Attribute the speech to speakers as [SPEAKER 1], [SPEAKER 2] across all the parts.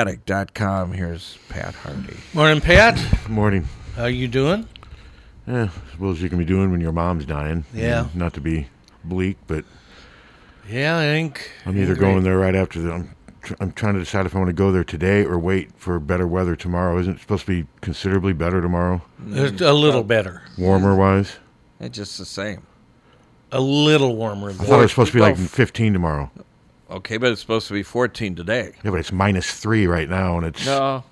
[SPEAKER 1] HawkFanatic.com, here's Pat Hardy.
[SPEAKER 2] Morning, Pat.
[SPEAKER 3] Morning.
[SPEAKER 2] How you doing?
[SPEAKER 3] Yeah, as well as you can be doing when your mom's dying.
[SPEAKER 2] Yeah.
[SPEAKER 3] And not to be bleak, but
[SPEAKER 2] Yeah, I think.
[SPEAKER 3] I'm either going there right after the. I'm, tr- I'm trying to decide if I want to go there today or wait for better weather tomorrow. Isn't it supposed to be considerably better tomorrow,
[SPEAKER 2] It's a little better,
[SPEAKER 3] warmer wise?
[SPEAKER 1] It's Eh, just the same.
[SPEAKER 2] a little warmer.
[SPEAKER 3] I thought it
[SPEAKER 2] Than
[SPEAKER 3] was supposed to be like 15 tomorrow.
[SPEAKER 1] Oh, Okay, but it's supposed to be 14 today.
[SPEAKER 3] Yeah, but it's minus three right now, and it's
[SPEAKER 1] No,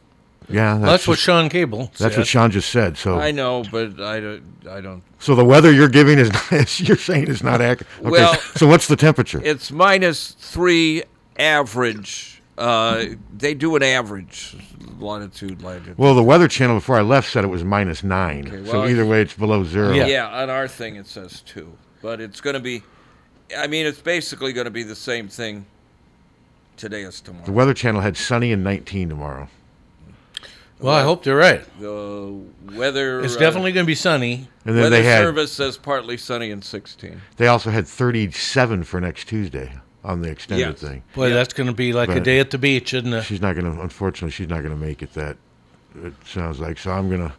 [SPEAKER 3] yeah. That's,
[SPEAKER 2] that's what
[SPEAKER 3] just-
[SPEAKER 2] Sean Cable.
[SPEAKER 3] that's what
[SPEAKER 2] said.
[SPEAKER 3] Sean just said. So
[SPEAKER 1] I know, but I don't. I don't.
[SPEAKER 3] so the weather you're giving is not, you're saying is not accurate. Okay,
[SPEAKER 1] Well-
[SPEAKER 3] so what's the temperature?
[SPEAKER 1] It's minus three average. Uh, they do an average latitude, latitude.
[SPEAKER 3] well, the Weather Channel before I left said it was minus nine. so
[SPEAKER 1] well,
[SPEAKER 3] either way, it's below zero.
[SPEAKER 2] Yeah.
[SPEAKER 1] yeah, on our thing it says two, but it's going to be. I mean, it's basically going to be the same thing today as
[SPEAKER 3] The
[SPEAKER 1] tomorrow.
[SPEAKER 3] Weather Channel had sunny and 19 tomorrow.
[SPEAKER 2] Well, I hope they're right.
[SPEAKER 1] The weather.
[SPEAKER 2] It's
[SPEAKER 1] uh,
[SPEAKER 2] definitely going to be sunny.
[SPEAKER 3] And then
[SPEAKER 1] weather
[SPEAKER 3] they had
[SPEAKER 1] service says partly sunny and 16.
[SPEAKER 3] they also had 37 for next Tuesday on the extended
[SPEAKER 1] Yes.
[SPEAKER 3] thing.
[SPEAKER 2] Boy, that's going to be like a
[SPEAKER 3] But-
[SPEAKER 2] day at the beach, isn't it?
[SPEAKER 3] She's not going to unfortunately she's not going to make it that it sounds like so I'm going to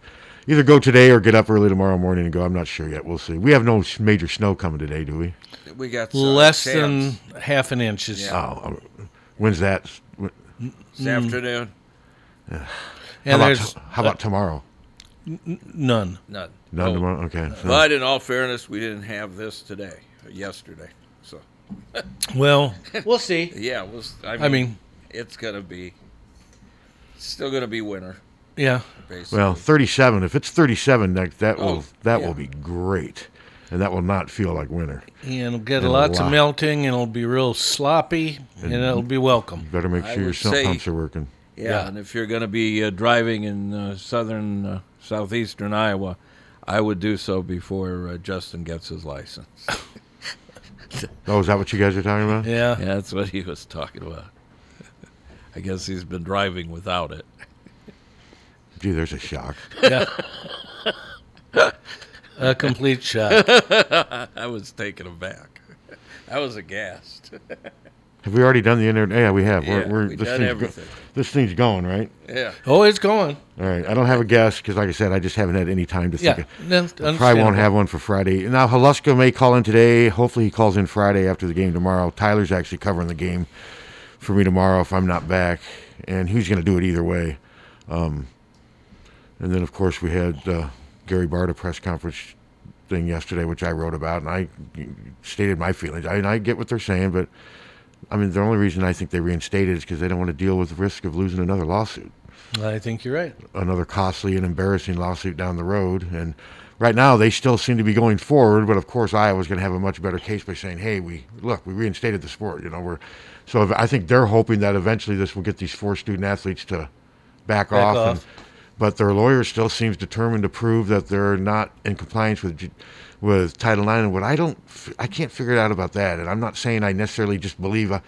[SPEAKER 3] either go today or get up early tomorrow morning and go. I'm not sure yet. We'll see. We have no s- major snow coming today, do we?
[SPEAKER 1] We got uh,
[SPEAKER 2] Less
[SPEAKER 1] chance
[SPEAKER 2] than half an inch. Is,
[SPEAKER 1] Yeah.
[SPEAKER 3] Oh, um, when's that? Wh-
[SPEAKER 1] this afternoon.
[SPEAKER 3] How
[SPEAKER 2] And
[SPEAKER 3] about,
[SPEAKER 2] there's
[SPEAKER 3] t- how about tomorrow?
[SPEAKER 2] none.
[SPEAKER 1] None.
[SPEAKER 3] None
[SPEAKER 1] Oh,
[SPEAKER 3] tomorrow. Okay. so-
[SPEAKER 1] But in all fairness, we didn't have this today, or yesterday. So
[SPEAKER 2] Well, we'll see.
[SPEAKER 1] yeah, it was. I mean,
[SPEAKER 2] I mean,
[SPEAKER 1] it's gonna be still gonna be winter.
[SPEAKER 2] yeah.
[SPEAKER 1] Basically.
[SPEAKER 3] well, 37. If it's 37, that that
[SPEAKER 1] Oh,
[SPEAKER 3] will that
[SPEAKER 1] yeah.
[SPEAKER 3] will be great, and that will not feel like winter.
[SPEAKER 2] And it'll get
[SPEAKER 3] And a
[SPEAKER 2] lots of
[SPEAKER 3] lot.
[SPEAKER 2] melting, and it'll be real sloppy, and it'll be welcome.
[SPEAKER 3] Better make
[SPEAKER 1] I
[SPEAKER 3] sure your
[SPEAKER 1] would
[SPEAKER 3] sump
[SPEAKER 1] say-
[SPEAKER 3] pumps are working.
[SPEAKER 1] yeah,
[SPEAKER 2] yeah.
[SPEAKER 1] And if you're gonna be uh, driving in uh, southern, uh, southeastern Iowa, I would do so before uh, Justin gets his license.
[SPEAKER 3] Oh, is that what you guys are talking about?
[SPEAKER 2] Yeah.
[SPEAKER 1] yeah, that's what he was talking about. I guess he's been driving without it.
[SPEAKER 3] Gee, there's a shock.
[SPEAKER 2] A complete shot.
[SPEAKER 1] I was taken aback. I was aghast.
[SPEAKER 3] Have we already done the internet? Yeah, we have.
[SPEAKER 1] Yeah,
[SPEAKER 3] we're, we're,
[SPEAKER 1] we've
[SPEAKER 3] this
[SPEAKER 1] done
[SPEAKER 3] thing's
[SPEAKER 1] everything.
[SPEAKER 3] this thing's going right.
[SPEAKER 1] Yeah.
[SPEAKER 2] Oh, it's going.
[SPEAKER 3] All right. I don't have a guess because, like I said, I just haven't had any time to
[SPEAKER 2] Yeah.
[SPEAKER 3] think. of-
[SPEAKER 2] no,
[SPEAKER 3] I Probably
[SPEAKER 2] understandable.
[SPEAKER 3] won't have one for Friday. Now Haluska may call in today. Hopefully he calls in Friday after the game tomorrow. Tyler's actually covering the game for me tomorrow if I'm not back, and he's going to do it either way. Um, and then of course we had uh, Gary Barta press conference thing yesterday, which I wrote about, and I stated my feelings. I, and I get what they're saying, but I mean the only reason I think they reinstated is because they don't want to deal with the risk of losing another lawsuit
[SPEAKER 2] I think you're right.
[SPEAKER 3] another costly and embarrassing lawsuit down the road. And right now they still seem to be going forward, but of course Iowa's going to have a much better case by saying, "Hey, we look, we reinstated the sport." You know, we're so if- I think they're hoping that eventually this will get these four student athletes to back,
[SPEAKER 2] Back
[SPEAKER 3] off.
[SPEAKER 2] off.
[SPEAKER 3] And, but their lawyer still seems determined to prove that they're not in compliance with G- with Title IX. And what I don't, f- I can't figure it out about that. And I'm not saying I necessarily just believe. uh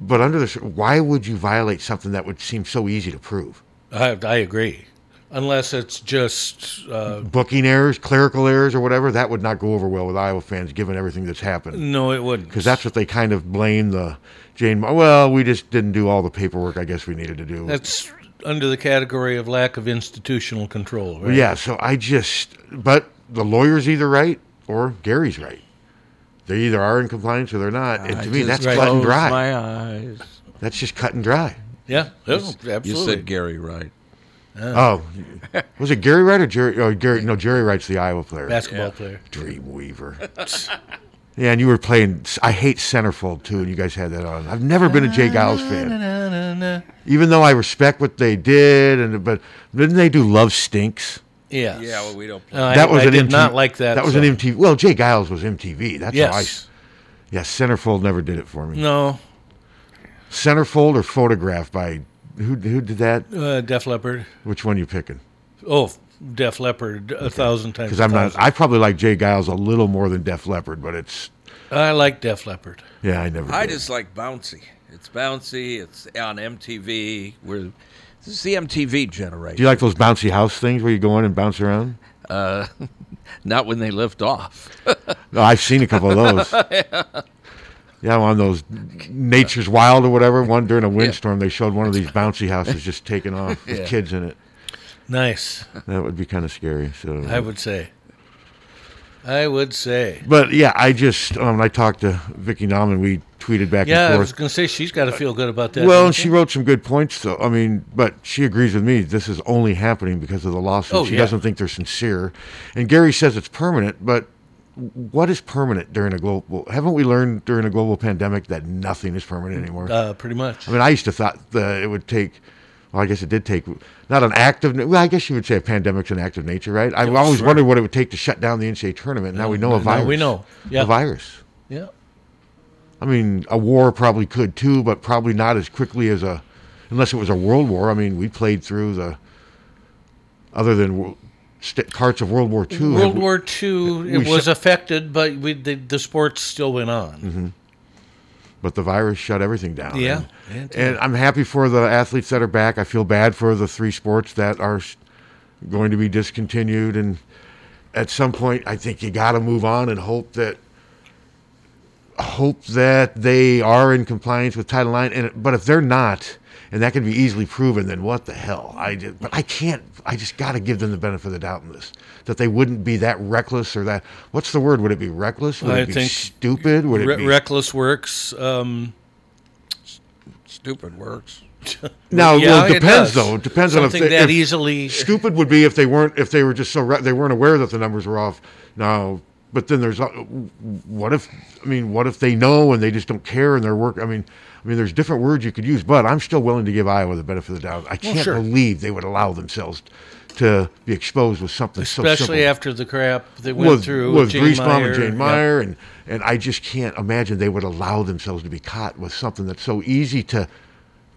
[SPEAKER 3] but under this, why would you violate something that would seem so easy to prove?
[SPEAKER 2] I, I agree. Unless it's just uh,
[SPEAKER 3] booking errors, clerical errors, or whatever, that would not go over well with Iowa fans, given everything that's happened.
[SPEAKER 2] no, it wouldn't.
[SPEAKER 3] Because that's what they kind of blame the Jane. Well, we just didn't do all the paperwork I guess we needed to do.
[SPEAKER 2] That's under the category of lack of institutional control, right?
[SPEAKER 3] Yeah, so I just, but the lawyer's either right or Gary's right. They either are in compliance or they're not. And to me, that's
[SPEAKER 2] right.
[SPEAKER 3] cut and
[SPEAKER 1] Close
[SPEAKER 3] dry.
[SPEAKER 1] my eyes.
[SPEAKER 3] That's just cut and dry.
[SPEAKER 2] Yeah, yeah, absolutely.
[SPEAKER 1] You said Gary Wright.
[SPEAKER 3] Oh, was it Gary Wright or Jerry? Oh, Gary, no, Jerry Wright's the Iowa player.
[SPEAKER 2] basketball player.
[SPEAKER 3] Dreamweaver. yeah, and you were playing. I hate Centerfold too, and you guys had that on. I've never been a Jay Giles fan, even though I respect what they did. And but didn't they do Love Stinks?
[SPEAKER 2] Yes.
[SPEAKER 1] Yeah, well, we don't play.
[SPEAKER 2] No, Uh, Oh, I-
[SPEAKER 3] that was
[SPEAKER 2] I
[SPEAKER 3] an
[SPEAKER 2] did
[SPEAKER 3] MTV
[SPEAKER 2] not like that.
[SPEAKER 3] That was
[SPEAKER 2] song.
[SPEAKER 3] an MTV. Well, Jay Giles was MTV. That's how I.
[SPEAKER 2] Yes.
[SPEAKER 3] s- Yeah, Centerfold never did it for me.
[SPEAKER 2] No,
[SPEAKER 3] Centerfold or Photograph by who? Who did that?
[SPEAKER 2] uh, Def Leppard.
[SPEAKER 3] Which one you picking?
[SPEAKER 2] Oh, Def Leppard a thousand times.
[SPEAKER 3] Because I'm
[SPEAKER 2] a
[SPEAKER 3] not.
[SPEAKER 2] thousand.
[SPEAKER 3] I probably like Jay Giles a little more than Def Leppard, but it's.
[SPEAKER 2] I like Def Leppard.
[SPEAKER 3] Yeah, I never.
[SPEAKER 1] I
[SPEAKER 3] did.
[SPEAKER 1] just like bouncy. It's bouncy. It's on MTV. We're this is the MTV generation.
[SPEAKER 3] Do you like those bouncy house things where you go in and bounce around?
[SPEAKER 1] Uh, Not when they lift off.
[SPEAKER 3] No, I've seen a couple of those. yeah, on those Nature's Wild or whatever. One during a windstorm, they showed one of these bouncy houses just taking off with kids in it.
[SPEAKER 2] Nice,
[SPEAKER 3] That would be kind of scary. So,
[SPEAKER 2] I would say. I would say.
[SPEAKER 3] but yeah, I just um, I talked to Vicky Nauman. We tweeted back
[SPEAKER 2] Yeah, I
[SPEAKER 3] and
[SPEAKER 2] was
[SPEAKER 3] forth.
[SPEAKER 2] going to say she's got to feel good about that.
[SPEAKER 3] Well, and
[SPEAKER 2] doesn't
[SPEAKER 3] she wrote some good points, though. I mean, but she agrees with me. This is only happening because of the lawsuit.
[SPEAKER 2] Oh,
[SPEAKER 3] she
[SPEAKER 2] yeah.
[SPEAKER 3] doesn't think they're sincere. And Gary says it's permanent, but what is permanent during a global? Haven't we learned during a global pandemic that nothing is permanent anymore?
[SPEAKER 2] uh, pretty much.
[SPEAKER 3] I mean, I used to thought that it would take. Well, I guess it did take not an act of. Well, I guess you would say a pandemic's an act of nature, right? I always wondered what it would take to shut down the NCAA tournament. Now we know a
[SPEAKER 2] now
[SPEAKER 3] virus.
[SPEAKER 2] we know. Yeah.
[SPEAKER 3] a virus.
[SPEAKER 2] Yeah.
[SPEAKER 3] I mean, a war probably could too, but probably not as quickly as a, unless it was a world war. I mean, we played through the, other than wo- st- parts of World War II.
[SPEAKER 2] World War II,
[SPEAKER 3] we
[SPEAKER 2] it was
[SPEAKER 3] shut-
[SPEAKER 2] affected, but we the, the sports still went on.
[SPEAKER 3] Mm-hmm. but the virus shut everything down.
[SPEAKER 2] Yeah,
[SPEAKER 3] And,
[SPEAKER 2] it
[SPEAKER 3] and I'm happy for the athletes that are back. I feel bad for the three sports that are s- going to be discontinued. And at some point, I think you got to move on and hope that hope that they are in compliance with Title IX. And but if they're not, and that can be easily proven, then what the hell? I just, but I can't. I just got to give them the benefit of the doubt in this. That they wouldn't be that reckless or that. What's the word? Would it be reckless? Would
[SPEAKER 2] I
[SPEAKER 3] it be
[SPEAKER 2] think
[SPEAKER 3] stupid? Would it
[SPEAKER 2] Re-
[SPEAKER 3] be
[SPEAKER 2] Reckless works. Um,
[SPEAKER 1] Stupid works.
[SPEAKER 3] No,
[SPEAKER 2] yeah,
[SPEAKER 3] well,
[SPEAKER 2] it
[SPEAKER 3] it depends
[SPEAKER 2] does.
[SPEAKER 3] though. It depends
[SPEAKER 2] something
[SPEAKER 3] on if, they,
[SPEAKER 2] that
[SPEAKER 3] if
[SPEAKER 2] easily.
[SPEAKER 3] stupid would be if they weren't if they were just so re- they weren't aware that the numbers were off. No, but then there's uh, what if I mean what if they know and they just don't care and their work. I mean, I mean, there's different words you could use, but I'm still willing to give Iowa the benefit of the doubt. I can't
[SPEAKER 2] sure.
[SPEAKER 3] believe they would allow themselves to be exposed with something so
[SPEAKER 2] especially
[SPEAKER 3] simple.
[SPEAKER 2] after the crap they went
[SPEAKER 3] with,
[SPEAKER 2] through
[SPEAKER 3] with
[SPEAKER 2] Jane
[SPEAKER 3] Griesbaum
[SPEAKER 2] Meyer.
[SPEAKER 3] and Jane
[SPEAKER 2] Yeah.
[SPEAKER 3] Meyer, and and I just can't imagine they would allow themselves to be caught with something that's so easy to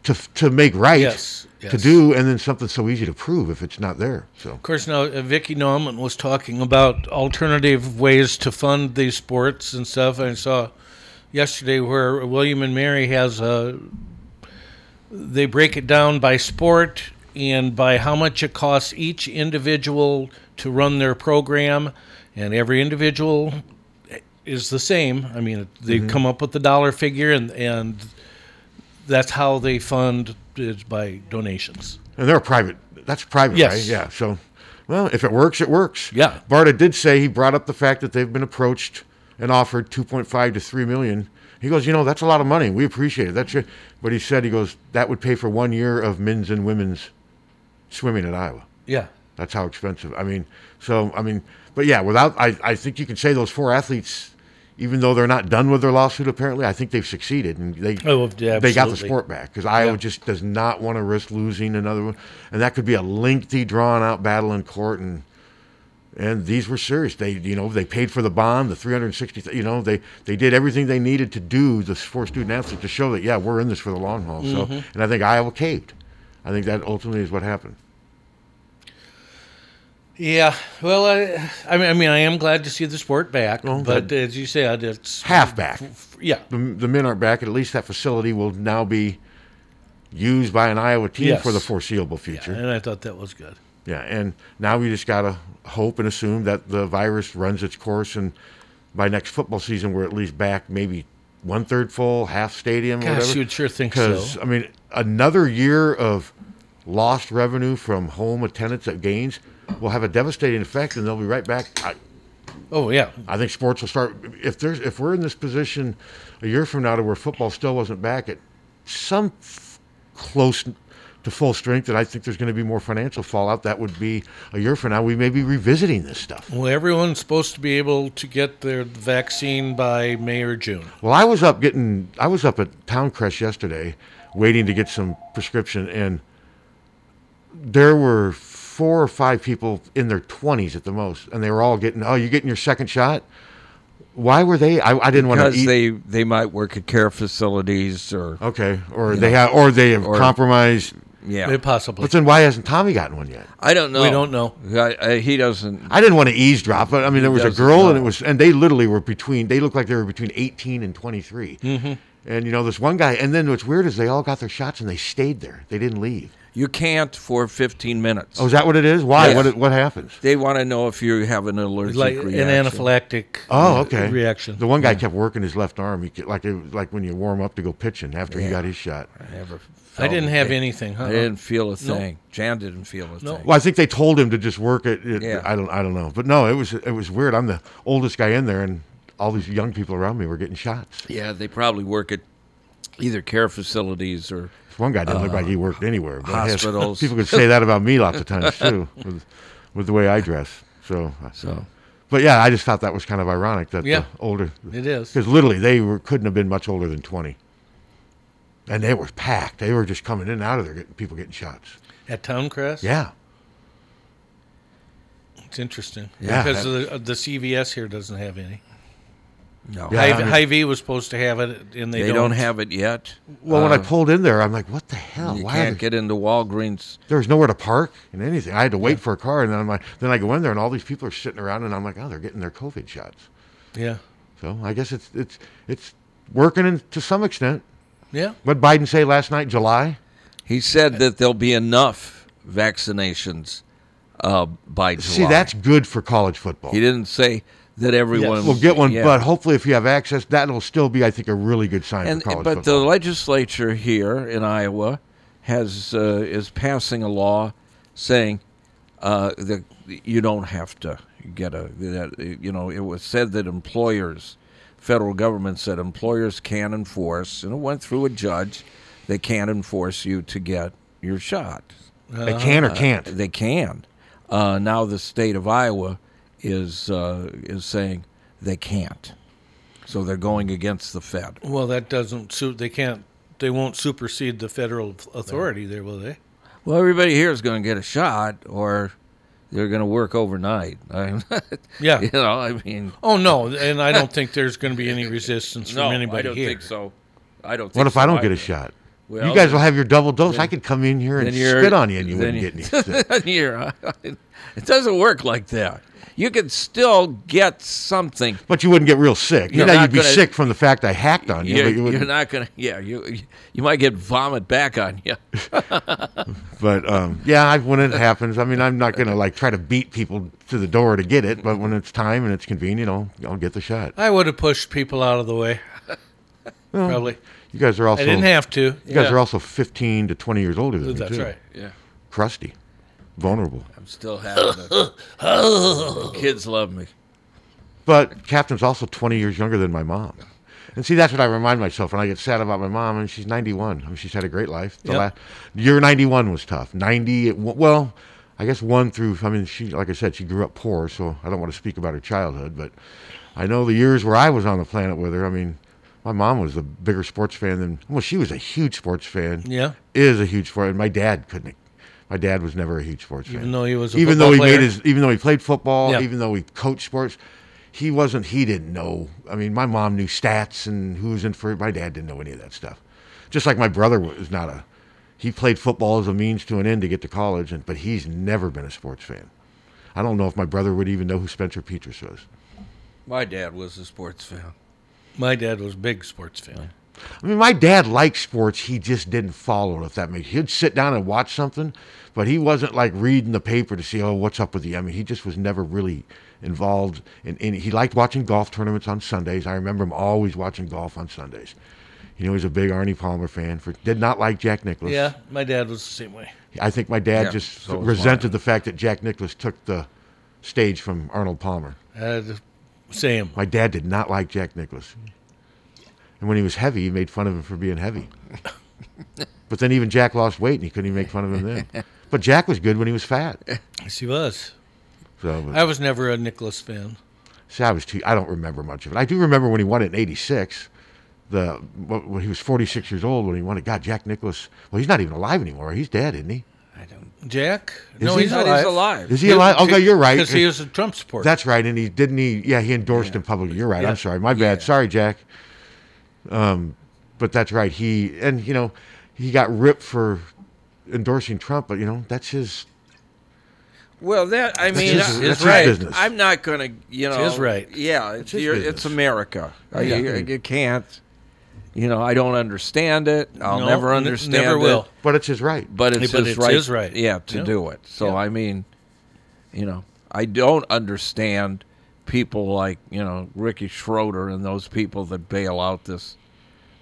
[SPEAKER 3] to to make right
[SPEAKER 2] Yes, yes.
[SPEAKER 3] to do, and then something so easy to prove if it's not there. So
[SPEAKER 2] Of course, now uh, Vicky Nauman was talking about alternative ways to fund these sports and stuff. I saw yesterday where William and Mary has a. They break it down by sport and by how much it costs each individual to run their program, and every individual is the same. I mean, they come up with the dollar figure, and and that's how they fund it by donations.
[SPEAKER 3] and they're private. That's private,
[SPEAKER 2] Yes.
[SPEAKER 3] right? Yeah. So, well, if it works, it works.
[SPEAKER 2] Yeah.
[SPEAKER 3] Barta did say he brought up the fact that they've been approached and offered 2.5 to 3 million. He goes, you know, that's a lot of money. We appreciate it. That's it. But he said, he goes, that would pay for one year of men's and women's swimming at Iowa.
[SPEAKER 2] Yeah.
[SPEAKER 3] That's how expensive. I mean, so I mean, but yeah, without I, I think you can say those four athletes, even though they're not done with their lawsuit, apparently, I think they've succeeded and they
[SPEAKER 2] Oh, yeah,
[SPEAKER 3] they got the
[SPEAKER 2] absolutely.
[SPEAKER 3] sport back because Iowa
[SPEAKER 2] Yeah.
[SPEAKER 3] just does not want to risk losing another one, and that could be a lengthy, drawn out battle in court and. and these were serious. They, you know, they paid for the bond, the 360. You know, they they did everything they needed to do this for student athletes to show that yeah, we're in this for the long haul. So,
[SPEAKER 2] Mhm.
[SPEAKER 3] and I think Iowa caved. I think that ultimately is what happened.
[SPEAKER 2] Yeah. Well, I, I mean, I mean, I am glad to see the sport back,
[SPEAKER 1] Oh,
[SPEAKER 2] but as you said, it's
[SPEAKER 3] Half back.
[SPEAKER 2] yeah.
[SPEAKER 3] The, the men aren't back, and at least that facility will now be used by an Iowa team
[SPEAKER 2] Yes.
[SPEAKER 3] for the foreseeable future.
[SPEAKER 2] And I thought that was good.
[SPEAKER 3] Yeah, and now we just gotta hope and assume that the virus runs its course, and by next football season, we're at least back maybe one third full, half stadium.
[SPEAKER 2] Gosh,
[SPEAKER 3] whatever.
[SPEAKER 2] you would sure think so.
[SPEAKER 3] I mean, another year of lost revenue from home attendance at games will have a devastating effect, and they'll be right back. I,
[SPEAKER 2] oh yeah,
[SPEAKER 3] I think sports will start. If there's, if we're in this position a year from now to where football still wasn't back at some f- close to full strength, and I think there's going to be more financial fallout. That would be a year from now. We may be revisiting this stuff.
[SPEAKER 2] Well, everyone's supposed to be able to get their vaccine by May or June.
[SPEAKER 3] Well, I was up getting, I was up at Town Crest yesterday, waiting to get some prescription, and there were four or five people in their 20s at the most, and they were all getting, oh, you getting your second shot? Why were they? I, I didn't want
[SPEAKER 1] because
[SPEAKER 3] to eat.
[SPEAKER 1] they they might work at care facilities or
[SPEAKER 3] Okay, or they have, or they have compromised.
[SPEAKER 1] Yeah.
[SPEAKER 3] But then why hasn't Tommy gotten one yet?
[SPEAKER 1] I don't know.
[SPEAKER 3] We don't
[SPEAKER 2] know.
[SPEAKER 1] I, I, he doesn't.
[SPEAKER 3] I didn't want to eavesdrop, but I mean, there was a
[SPEAKER 1] doesn't
[SPEAKER 3] girl, and it was, and they literally were between. They looked like they were between eighteen and twenty-three.
[SPEAKER 1] Mhm.
[SPEAKER 3] And you know, this one guy, and then what's weird is they all got their shots and they stayed there. They didn't leave.
[SPEAKER 1] You can't for 15 minutes.
[SPEAKER 3] Oh, is that what it is? Why?
[SPEAKER 1] Yes.
[SPEAKER 3] What? What happens?
[SPEAKER 1] They want to know if you have an allergic
[SPEAKER 2] Like an
[SPEAKER 1] reaction.
[SPEAKER 2] anaphylactic
[SPEAKER 3] Oh,
[SPEAKER 2] uh,
[SPEAKER 3] okay.
[SPEAKER 2] reaction.
[SPEAKER 3] The one guy kept working his left arm. He could, like it, was like when you warm up to go pitching after he
[SPEAKER 1] Yeah.
[SPEAKER 3] got his shot.
[SPEAKER 1] I never.
[SPEAKER 2] I
[SPEAKER 1] felt
[SPEAKER 2] didn't
[SPEAKER 1] a
[SPEAKER 2] have
[SPEAKER 1] thing.
[SPEAKER 2] anything. Huh?
[SPEAKER 1] I didn't feel a
[SPEAKER 2] No.
[SPEAKER 1] thing. Jan didn't feel a thing.
[SPEAKER 3] Well, I think they told him to just work it. it
[SPEAKER 1] Yeah.
[SPEAKER 3] I don't. I don't know. But no, it was it was weird. I'm the oldest guy in there, and all these young people around me were getting shots.
[SPEAKER 1] Yeah, they probably work at either care facilities or.
[SPEAKER 3] This one guy didn't look
[SPEAKER 1] uh,
[SPEAKER 3] like he worked anywhere. But yes,
[SPEAKER 1] hospitals.
[SPEAKER 3] people could say that about me lots of times too, with, with the way I dress. So. uh,
[SPEAKER 1] So.
[SPEAKER 3] But yeah, I just thought that was kind of ironic that
[SPEAKER 2] Yeah,
[SPEAKER 3] the older
[SPEAKER 2] it is.
[SPEAKER 3] because literally they were, couldn't have been much older than twenty, and they were packed. They were just coming in and out of there, getting, people getting shots.
[SPEAKER 2] At Towncrest?
[SPEAKER 3] Yeah.
[SPEAKER 2] It's interesting.
[SPEAKER 3] Yeah.
[SPEAKER 2] Because the, uh, the CVS here doesn't have any.
[SPEAKER 1] No.
[SPEAKER 3] Yeah, I mean-
[SPEAKER 2] Hy- Hy-Vee was supposed to have it, and they,
[SPEAKER 1] They don't have it yet.
[SPEAKER 3] Well, when I
[SPEAKER 1] Uh,
[SPEAKER 3] pulled in there, I'm like, "What the hell?
[SPEAKER 1] you
[SPEAKER 3] Why are
[SPEAKER 1] can't get into Walgreens.
[SPEAKER 3] there was nowhere to park and anything. I had to wait for a car, and then I'm like, then I go in there, and all these people are sitting around, and I'm like, oh, they're getting their COVID shots.
[SPEAKER 2] Yeah.
[SPEAKER 3] So I guess it's it's it's working in, to some extent.
[SPEAKER 2] Yeah.
[SPEAKER 3] What Biden say last night, July?
[SPEAKER 1] He said that there'll be enough vaccinations uh, by July.
[SPEAKER 3] See, that's good for college football.
[SPEAKER 1] He didn't say that everyone
[SPEAKER 3] We'll get one,
[SPEAKER 1] yeah.
[SPEAKER 3] but hopefully, if you have access, that'll still be, I think, a really good sign
[SPEAKER 1] and
[SPEAKER 3] for college
[SPEAKER 1] but
[SPEAKER 3] football.
[SPEAKER 1] the legislature here in Iowa has uh, is passing a law saying uh, that you don't have to get a that you know it was said that employers, federal government said employers can enforce and it went through a judge, they can't enforce you to get your shot.
[SPEAKER 3] They can or
[SPEAKER 1] Uh,
[SPEAKER 3] can't?
[SPEAKER 1] they can. Uh, now the state of Iowa is uh, is saying they can't, so they're going against the Fed.
[SPEAKER 2] Well, that doesn't suit. They can't. They won't supersede the federal authority there, will they?
[SPEAKER 1] Well, everybody here is going to get a shot, or they're going to work overnight. I-
[SPEAKER 2] Yeah.
[SPEAKER 1] you know, I mean,
[SPEAKER 2] Oh, no. And I don't think there's going to be any resistance
[SPEAKER 1] No,
[SPEAKER 2] from
[SPEAKER 1] I
[SPEAKER 2] anybody
[SPEAKER 1] don't
[SPEAKER 2] here.
[SPEAKER 1] think so. I don't.
[SPEAKER 3] what
[SPEAKER 1] think
[SPEAKER 3] if I
[SPEAKER 1] so
[SPEAKER 3] don't get
[SPEAKER 1] either.
[SPEAKER 3] a shot?
[SPEAKER 1] Well,
[SPEAKER 3] you guys will have your double dose.
[SPEAKER 1] then-
[SPEAKER 3] I could come in here and
[SPEAKER 1] then you're-
[SPEAKER 3] spit on you, and you
[SPEAKER 1] then
[SPEAKER 3] wouldn't get any.
[SPEAKER 1] then you're- it doesn't work like that. You can still get something.
[SPEAKER 3] But you wouldn't get real sick. You
[SPEAKER 1] You're
[SPEAKER 3] know,
[SPEAKER 1] not
[SPEAKER 3] you'd be
[SPEAKER 1] gonna-
[SPEAKER 3] sick from the fact I hacked on you.
[SPEAKER 1] You're,
[SPEAKER 3] but you
[SPEAKER 1] you're
[SPEAKER 3] wouldn't.
[SPEAKER 1] not going to. Yeah, you you might get vomit back on you.
[SPEAKER 3] But um, yeah, I, when it happens, I mean, I'm not gonna like try to beat people to the door to get it. But when it's time and it's convenient, I'll, I'll get the shot.
[SPEAKER 2] I would have pushed people out of the way.
[SPEAKER 3] Well,
[SPEAKER 2] Probably.
[SPEAKER 3] You guys are also.
[SPEAKER 2] I didn't have to.
[SPEAKER 3] You guys
[SPEAKER 2] Yeah.
[SPEAKER 3] are also 15 to 20 years older than me
[SPEAKER 2] That's
[SPEAKER 3] too.
[SPEAKER 2] right.
[SPEAKER 1] Yeah.
[SPEAKER 3] Crusty, vulnerable.
[SPEAKER 1] I'm still having. the kids love me.
[SPEAKER 3] But Captain's also 20 years younger than my mom. And see, that's what I remind myself when I get sad about my mom. And she's 91. I mean, she's had a great life. The
[SPEAKER 1] Yep.
[SPEAKER 3] last, year 91 was tough. 90, it wa- well, I guess one through, I mean, she, like I said, she grew up poor, so I don't want to speak about her childhood, but I know the years where I was on the planet with her. I mean, my mom was a bigger sports fan than, well, she was a huge sports fan.
[SPEAKER 2] Yeah.
[SPEAKER 3] Is a huge sports fan. My dad couldn't, My dad was never a huge sports fan.
[SPEAKER 2] Even though he was a
[SPEAKER 3] even though he
[SPEAKER 2] football
[SPEAKER 3] made
[SPEAKER 2] player?
[SPEAKER 3] his, even though he played football,
[SPEAKER 2] Yeah.
[SPEAKER 3] even though he coached sports, he wasn't. He didn't know. I mean, my mom knew stats and who was in for. My dad didn't know any of that stuff. Just like my brother was not a. He played football as a means to an end to get to college, and but he's never been a sports fan. I don't know if my brother would even know who Spencer Petras was.
[SPEAKER 1] My dad was a sports fan.
[SPEAKER 2] My dad was a big sports fan.
[SPEAKER 3] I mean, my dad liked sports. He just didn't follow it, if that makes He'd sit down and watch something, but he wasn't like reading the paper to see, oh, what's up with the. I mean, he just was never really involved in any. He liked watching golf tournaments on Sundays. I remember him always watching golf on Sundays. You know, he was a big Arnie Palmer fan. For Did not like Jack Nicklaus.
[SPEAKER 2] Yeah, my dad was the same way.
[SPEAKER 3] I think my dad
[SPEAKER 1] Yeah,
[SPEAKER 3] just
[SPEAKER 1] so was mine.
[SPEAKER 3] resented the fact that Jack Nicklaus took the stage from Arnold Palmer.
[SPEAKER 2] Uh, the same.
[SPEAKER 3] My dad did not like Jack Nicholas. And when he was heavy, he made fun of him for being heavy. but then even Jack lost weight and he couldn't even make fun of him then. But Jack was good when he was fat.
[SPEAKER 2] Yes, he was.
[SPEAKER 3] So but-
[SPEAKER 2] I was never a Nicholas fan.
[SPEAKER 3] see, I was too I don't remember much of it. I do remember when he won it in 86. The wh- when he was 46 years old when he won it. God, Jack Nicholas. Well, he's not even alive anymore. He's dead, isn't he?
[SPEAKER 1] I don't.
[SPEAKER 2] Jack? no,
[SPEAKER 3] he?
[SPEAKER 2] he's
[SPEAKER 1] But
[SPEAKER 2] alive.
[SPEAKER 1] he's alive.
[SPEAKER 3] Is he alive? Okay, you're right.
[SPEAKER 2] Because he was a Trump supporter.
[SPEAKER 3] That's right. And he didn't he yeah, he endorsed him publicly. You're right.
[SPEAKER 2] Yeah.
[SPEAKER 3] I'm sorry. My bad.
[SPEAKER 1] Yeah.
[SPEAKER 3] Sorry, Jack. Um but that's right. He and you know, he got ripped for endorsing Trump, but you know, that's his
[SPEAKER 1] Well, that I mean,
[SPEAKER 3] his-
[SPEAKER 1] I-
[SPEAKER 3] that's his
[SPEAKER 1] right.
[SPEAKER 3] business.
[SPEAKER 1] I'm not going to, you know,
[SPEAKER 2] his right.
[SPEAKER 1] Yeah, it's,
[SPEAKER 3] his
[SPEAKER 1] you're-
[SPEAKER 3] business.
[SPEAKER 1] it's America. Uh,
[SPEAKER 3] Yeah.
[SPEAKER 1] You, you can't, you know, I don't understand it. I'll
[SPEAKER 2] No,
[SPEAKER 1] never
[SPEAKER 2] n-
[SPEAKER 1] understand.
[SPEAKER 2] Never
[SPEAKER 1] it,
[SPEAKER 2] will.
[SPEAKER 3] but it's his right.
[SPEAKER 1] But it's,
[SPEAKER 2] But
[SPEAKER 1] his,
[SPEAKER 2] it's
[SPEAKER 1] right,
[SPEAKER 2] his right.
[SPEAKER 1] Yeah, to
[SPEAKER 2] Yeah.
[SPEAKER 1] do it. So
[SPEAKER 2] Yeah.
[SPEAKER 1] I mean, you know, I don't understand people like you know Ricky Schroeder and those people that bail out this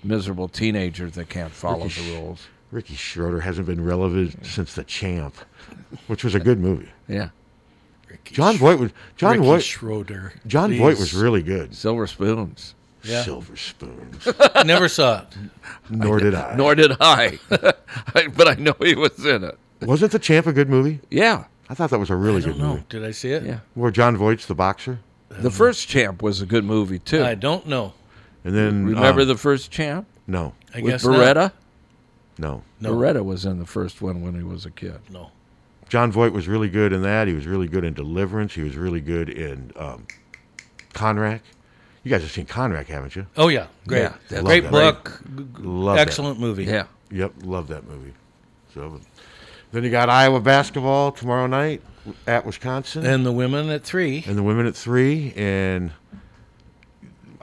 [SPEAKER 1] miserable teenager that can't follow
[SPEAKER 3] Ricky Sch-
[SPEAKER 1] the rules.
[SPEAKER 3] Ricky Schroeder hasn't been relevant since The Champ, which was a good movie.
[SPEAKER 1] Yeah,
[SPEAKER 3] John Voight was John
[SPEAKER 2] Ricky
[SPEAKER 3] Voight
[SPEAKER 2] Schroeder.
[SPEAKER 3] John
[SPEAKER 2] please.
[SPEAKER 3] Voight was really good.
[SPEAKER 1] silver spoons.
[SPEAKER 2] Yeah.
[SPEAKER 3] Silver spoons.
[SPEAKER 2] Never saw it.
[SPEAKER 3] Nor did I.
[SPEAKER 1] Nor did I, I- but I know he was in it.
[SPEAKER 3] Wasn't The Champ a good movie?
[SPEAKER 1] Yeah,
[SPEAKER 3] I thought that was a really
[SPEAKER 2] I don't
[SPEAKER 3] good
[SPEAKER 2] know.
[SPEAKER 3] movie.
[SPEAKER 2] Did I see it?
[SPEAKER 1] yeah.
[SPEAKER 3] Where John Voight's the boxer,
[SPEAKER 1] The first champ was a good movie too.
[SPEAKER 2] I don't know.
[SPEAKER 3] and then
[SPEAKER 1] Remember
[SPEAKER 3] um,
[SPEAKER 1] the first champ
[SPEAKER 3] no,
[SPEAKER 2] I
[SPEAKER 1] with
[SPEAKER 2] guess
[SPEAKER 1] Beretta?
[SPEAKER 2] Not.
[SPEAKER 3] no.
[SPEAKER 2] No.
[SPEAKER 1] Beretta was in the first one when he was a kid.
[SPEAKER 2] No.
[SPEAKER 3] John Voight was really good in that. He was really good in Deliverance. He was really good in um, Conrack. You guys have seen Conrack, haven't you?
[SPEAKER 2] Oh yeah, great,
[SPEAKER 1] Yeah, that's
[SPEAKER 2] great
[SPEAKER 3] Love that.
[SPEAKER 2] book, g- g-
[SPEAKER 3] Love that.
[SPEAKER 2] excellent movie.
[SPEAKER 1] Yeah.
[SPEAKER 3] Yep, love that movie. So then you got Iowa basketball tomorrow night at Wisconsin, and,
[SPEAKER 2] And the women at three.
[SPEAKER 3] the women at three. And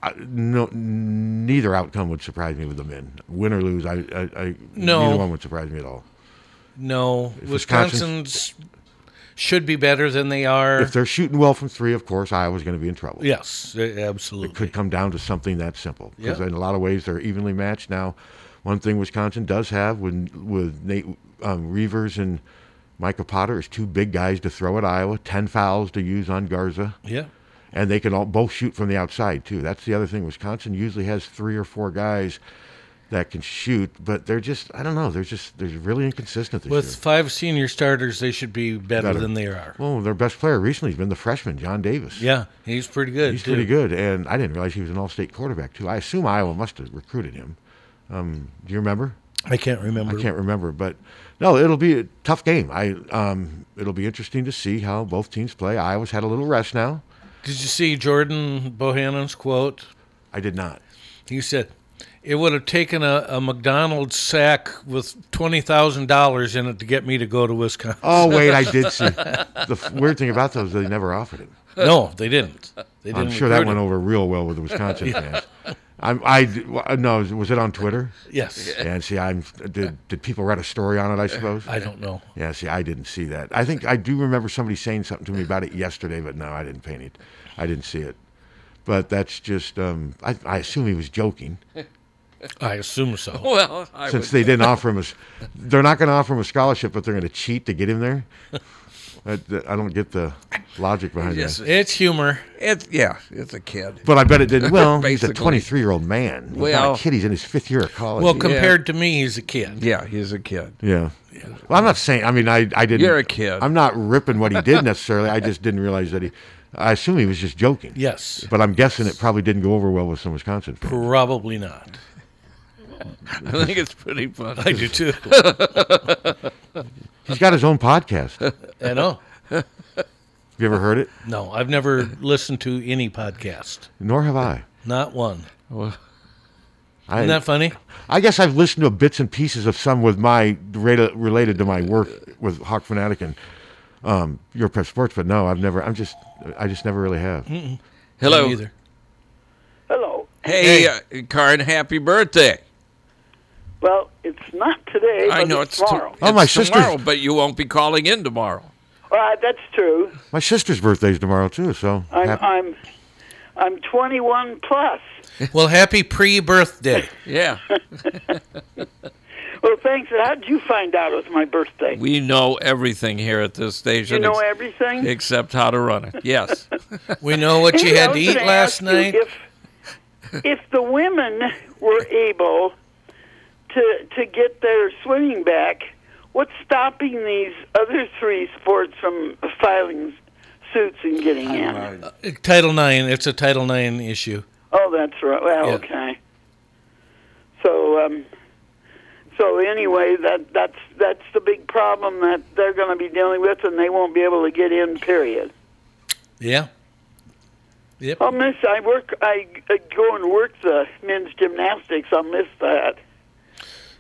[SPEAKER 3] I, no, neither outcome would surprise me with the men. Win or lose, I, I, I
[SPEAKER 2] No.
[SPEAKER 3] neither one would surprise me at all.
[SPEAKER 2] No,
[SPEAKER 3] Wisconsin's-
[SPEAKER 2] Wisconsin's should be better than they are.
[SPEAKER 3] If they're shooting well from three, of course Iowa's going to be in trouble.
[SPEAKER 2] yes, a- absolutely.
[SPEAKER 3] could come down to something that simple because
[SPEAKER 2] Yeah.
[SPEAKER 3] in a lot of ways they're evenly matched now. One thing Wisconsin does have when with Nate um, Reavers and Micah Potter is two big guys to throw at Iowa, ten fouls to use on Garza,
[SPEAKER 2] Yeah,
[SPEAKER 3] and they can all both shoot from the outside too. That's the other thing. Wisconsin usually has three or four guys that can shoot, but they're just I don't know. They're just they're really inconsistent this
[SPEAKER 2] with
[SPEAKER 3] year.
[SPEAKER 2] five senior starters, they should be better,
[SPEAKER 3] Better.
[SPEAKER 2] than they are.
[SPEAKER 3] Well, their best player recently has been the freshman John Davis.
[SPEAKER 2] Yeah, he's pretty good.
[SPEAKER 3] He's
[SPEAKER 2] too.
[SPEAKER 3] pretty good, and I didn't realize he was an all-state quarterback too. I assume Iowa must have recruited him. Um, do you remember?
[SPEAKER 2] I can't remember.
[SPEAKER 3] I can't remember, but no, it'll be a tough game. I um, it'll be interesting to see how both teams play. Iowa's had a little rest now.
[SPEAKER 2] Did you see Jordan Bohannon's quote?
[SPEAKER 3] I did not.
[SPEAKER 2] He said, "It would have taken a, a McDonald's sack with twenty thousand dollars in it to get me to go to Wisconsin."
[SPEAKER 3] Oh wait, I did see. The f- weird thing about those, they never offered it.
[SPEAKER 2] No, they didn't. They didn't.
[SPEAKER 3] I'm sure that
[SPEAKER 2] recruit
[SPEAKER 3] went
[SPEAKER 2] him.
[SPEAKER 3] over real well with the Wisconsin fans. I'm, I d- w- no, was it on Twitter?
[SPEAKER 2] Yes,
[SPEAKER 3] And see, I'm did did people write a story on it? I suppose.
[SPEAKER 2] I don't know.
[SPEAKER 3] Yeah, see, I didn't see that. I think I do remember somebody saying something to me about it yesterday, but no, I didn't paint it. I didn't see it. But that's just, um, I, I assume he was joking
[SPEAKER 2] I assume so.
[SPEAKER 1] Well, I
[SPEAKER 3] since they didn't offer him a, s- they're not going to offer him a scholarship, but they're going to cheat to get him there. I, I don't get the logic behind
[SPEAKER 1] Yes,
[SPEAKER 3] that.
[SPEAKER 2] It's humor.
[SPEAKER 1] It's yeah, it's a kid.
[SPEAKER 3] But I bet it didn't. Well, he's a
[SPEAKER 1] Basically.
[SPEAKER 3] 23 year old man. He's
[SPEAKER 1] Well-
[SPEAKER 3] not a kid. He's in his fifth year of college.
[SPEAKER 2] Well, compared to me, he's a kid.
[SPEAKER 1] Yeah, he's a kid.
[SPEAKER 3] yeah. Well, I'm not saying. I mean, I, I didn't.
[SPEAKER 1] You're a kid.
[SPEAKER 3] I'm not ripping what he did necessarily. I just didn't realize that he. I assume he was just joking.
[SPEAKER 2] Yes,
[SPEAKER 3] But I'm guessing it probably didn't go over well with some Wisconsin fans.
[SPEAKER 2] probably not.
[SPEAKER 1] I think it's pretty funny.
[SPEAKER 2] I do too.
[SPEAKER 3] He's got his own podcast.
[SPEAKER 2] I know.
[SPEAKER 3] You ever heard it?
[SPEAKER 2] No, I've never listened to any podcast.
[SPEAKER 3] Nor have I.
[SPEAKER 2] Not one.
[SPEAKER 3] I,
[SPEAKER 2] Isn't that funny?
[SPEAKER 3] I guess I've listened to bits and pieces of some with my rela- related to my work with Hawk Fanatic and um, Your Prep Sports, but no, I've never. I'm just. I just never really have.
[SPEAKER 1] Hello.
[SPEAKER 2] Me either.
[SPEAKER 4] Hello.
[SPEAKER 1] Hey, uh, Karn, happy birthday.
[SPEAKER 4] Well, it's not today.
[SPEAKER 1] I
[SPEAKER 4] but
[SPEAKER 1] know
[SPEAKER 4] it's
[SPEAKER 1] to-
[SPEAKER 4] tomorrow.
[SPEAKER 3] Oh, my
[SPEAKER 1] it's
[SPEAKER 3] sister's-
[SPEAKER 1] tomorrow, but you won't be calling in tomorrow.
[SPEAKER 4] Uh, that's true.
[SPEAKER 3] My sister's birthday's tomorrow too, so
[SPEAKER 4] I'm
[SPEAKER 3] happy-
[SPEAKER 4] I'm I'm 21 plus.
[SPEAKER 2] Well, happy pre-birthday.
[SPEAKER 1] Yeah,
[SPEAKER 4] Well, thanks. And How did you find out it was my birthday?
[SPEAKER 1] we know everything here at this
[SPEAKER 4] you
[SPEAKER 1] station.
[SPEAKER 4] know
[SPEAKER 1] ex-
[SPEAKER 4] everything.
[SPEAKER 1] except how to run it. Yes.
[SPEAKER 2] We know what you
[SPEAKER 4] Hey, I
[SPEAKER 2] had to
[SPEAKER 4] was
[SPEAKER 2] eat
[SPEAKER 4] gonna
[SPEAKER 2] last
[SPEAKER 4] ask you
[SPEAKER 2] night.
[SPEAKER 4] If, if the women were able to to get their swimming back, what's stopping these other three sports from filing suits and getting in?
[SPEAKER 2] Title IX. It's a Title IX issue.
[SPEAKER 4] Oh, that's right. Well,
[SPEAKER 2] Yeah.
[SPEAKER 4] okay. So, um, so anyway, that that's that's the big problem that they're going to be dealing with, and they won't be able to get in. Period.
[SPEAKER 2] Yeah. Yep.
[SPEAKER 4] I'll miss. I work. I, I go and work the men's gymnastics. I'll miss that.